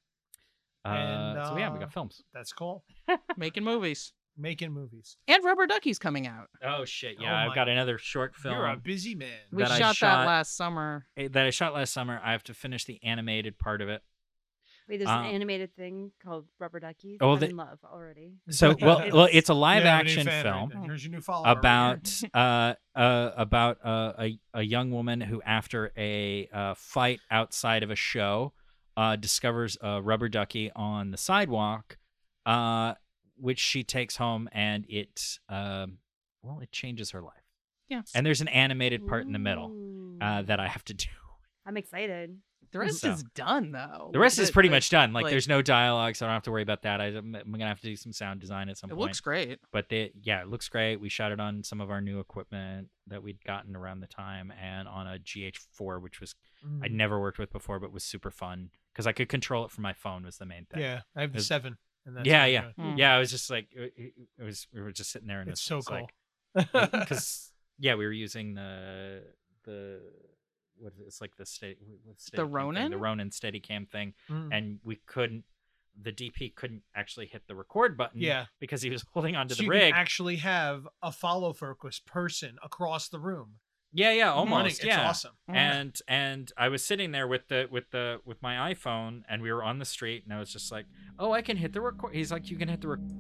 [SPEAKER 4] Uh,
[SPEAKER 7] And,
[SPEAKER 4] so yeah, we
[SPEAKER 7] uh,
[SPEAKER 4] got films.
[SPEAKER 7] That's cool.
[SPEAKER 3] Making movies.
[SPEAKER 7] Making movies.
[SPEAKER 3] And Rubber Ducky's coming out.
[SPEAKER 4] Oh shit!
[SPEAKER 7] Oh
[SPEAKER 4] Yeah, I've
[SPEAKER 7] my-
[SPEAKER 4] got another short film
[SPEAKER 7] You're a busy man.
[SPEAKER 3] We
[SPEAKER 4] That I
[SPEAKER 3] shot,
[SPEAKER 4] shot-
[SPEAKER 3] that last summer.
[SPEAKER 4] eh, that I shot last summer. I have to finish the animated part of it.
[SPEAKER 2] Wait, there's
[SPEAKER 4] Uh,
[SPEAKER 2] an animated thing called Rubber Duckies.
[SPEAKER 4] Oh,
[SPEAKER 2] I'm
[SPEAKER 4] they-
[SPEAKER 2] in love already.
[SPEAKER 4] So
[SPEAKER 7] Yeah.
[SPEAKER 4] well, well, it's a
[SPEAKER 7] You
[SPEAKER 4] live
[SPEAKER 7] have a new
[SPEAKER 4] action
[SPEAKER 7] fan right
[SPEAKER 4] film
[SPEAKER 7] there. Here's your new follower. right
[SPEAKER 4] about uh, uh about uh, a a young woman who, after a uh, fight outside of a show, uh, discovers a rubber ducky on the sidewalk, uh, which she takes home, and it um, well, it changes her life.
[SPEAKER 3] Yeah.
[SPEAKER 4] And there's an animated part in the middle
[SPEAKER 2] Ooh.
[SPEAKER 4] uh, that I have to do.
[SPEAKER 2] I'm excited.
[SPEAKER 3] the rest
[SPEAKER 4] so-
[SPEAKER 3] is done though.
[SPEAKER 4] The rest is
[SPEAKER 3] It-
[SPEAKER 4] pretty
[SPEAKER 3] like,
[SPEAKER 4] much done. Like,
[SPEAKER 3] like-
[SPEAKER 4] there's no dialogue, so I don't have to worry about that. I, am gonna have to do some sound design at some
[SPEAKER 3] It
[SPEAKER 4] point.
[SPEAKER 3] looks great.
[SPEAKER 4] but they, yeah, it looks great. We shot it on some of our new equipment that we'd gotten around the time, and on a GH4, which was
[SPEAKER 7] here. Mm.
[SPEAKER 3] Hmm.
[SPEAKER 4] I'd never worked with before, but was super fun because I could control it from my phone. Was the main thing.
[SPEAKER 7] Yeah, I have the
[SPEAKER 4] Is-
[SPEAKER 7] seven. And that's
[SPEAKER 4] Yeah,
[SPEAKER 7] what I'm
[SPEAKER 4] yeah.
[SPEAKER 7] doing.
[SPEAKER 3] Mm.
[SPEAKER 4] yeah. I was just like, it, it- it was. We were just sitting there, and
[SPEAKER 7] It's so
[SPEAKER 4] was
[SPEAKER 7] cool.
[SPEAKER 4] because yeah, we were using the the what is it? It's like the state
[SPEAKER 3] The
[SPEAKER 4] the
[SPEAKER 3] Ronin?
[SPEAKER 4] Ronin Steadicam thing
[SPEAKER 7] Mm.
[SPEAKER 4] and we couldn't the dp couldn't actually hit the record button
[SPEAKER 7] Yeah.
[SPEAKER 4] because he was holding onto
[SPEAKER 7] so
[SPEAKER 4] the
[SPEAKER 7] you
[SPEAKER 4] rig
[SPEAKER 7] can actually have a follow focus person across the room.
[SPEAKER 4] yeah yeah
[SPEAKER 7] running.
[SPEAKER 4] almost
[SPEAKER 7] It's
[SPEAKER 4] yeah
[SPEAKER 7] awesome.
[SPEAKER 4] and and i was sitting there with the with the with my iphone and we were on the street and i was just like oh i can hit the record he's like you can hit the record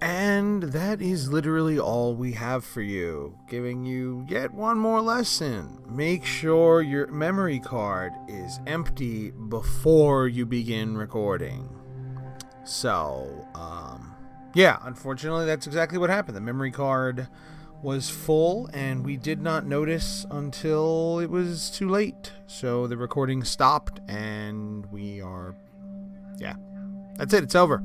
[SPEAKER 1] And that is literally all we have for you, giving you yet one more lesson. Make sure your memory card is empty before you begin recording. So, um, yeah, unfortunately, that's exactly what happened. The memory card was full, and we did not notice until it was too late. So the recording stopped, and we are. Yeah. That's it, it's over.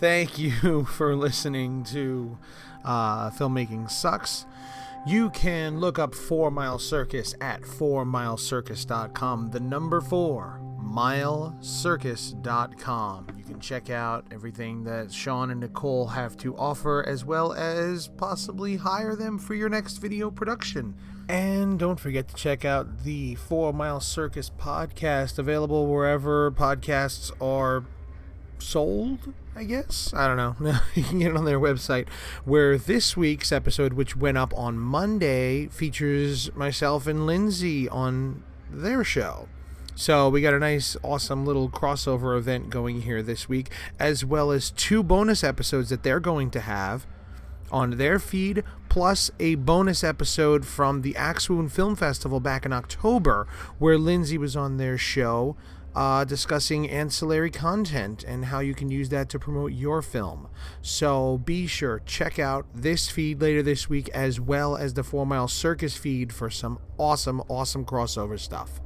[SPEAKER 1] Thank you for listening to uh, Filmmaking Sucks. You can look up Four Mile Circus at fourmilecircus.com, the number four, milecircus.com. You can check out everything that Sean and Nicole have to offer, as well as possibly hire them for your next video production. And don't forget to check out the Four Mile Circus podcast, available wherever podcasts are sold, I guess. I don't know. you can get it on their website. Where this week's episode, which went up on Monday, features myself and Lindsay on their show. So we got a nice, awesome little crossover event going here this week, as well as two bonus episodes that they're going to have on their feed, plus a bonus episode from the Axwoon Film Festival back in October, where Lindsay was on their show uh, discussing ancillary content and how you can use that to promote your film. So be sure check out this feed later this week, as well as the Four Mile Circus feed for some awesome, awesome crossover stuff.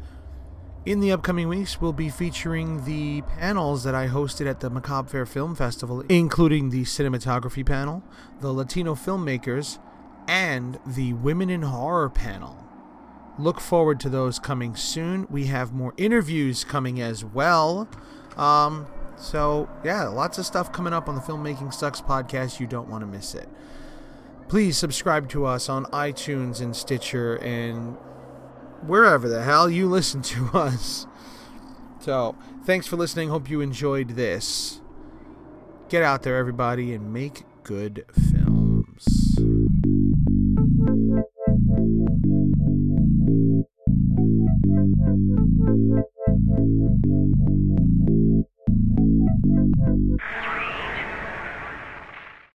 [SPEAKER 1] In the upcoming weeks, we'll be featuring the panels that I hosted at the Macabre Fair Film Festival, including the cinematography panel, the Latino filmmakers, and the Women in Horror panel. Look forward to those coming soon. We have more interviews coming as well. Um, so, yeah, lots of stuff coming up on the Filmmaking Sucks podcast. You don't want to miss it. Please subscribe to us on iTunes and Stitcher and wherever the hell you listen to us. So, thanks for listening. Hope you enjoyed this. Get out there, everybody, and make good films.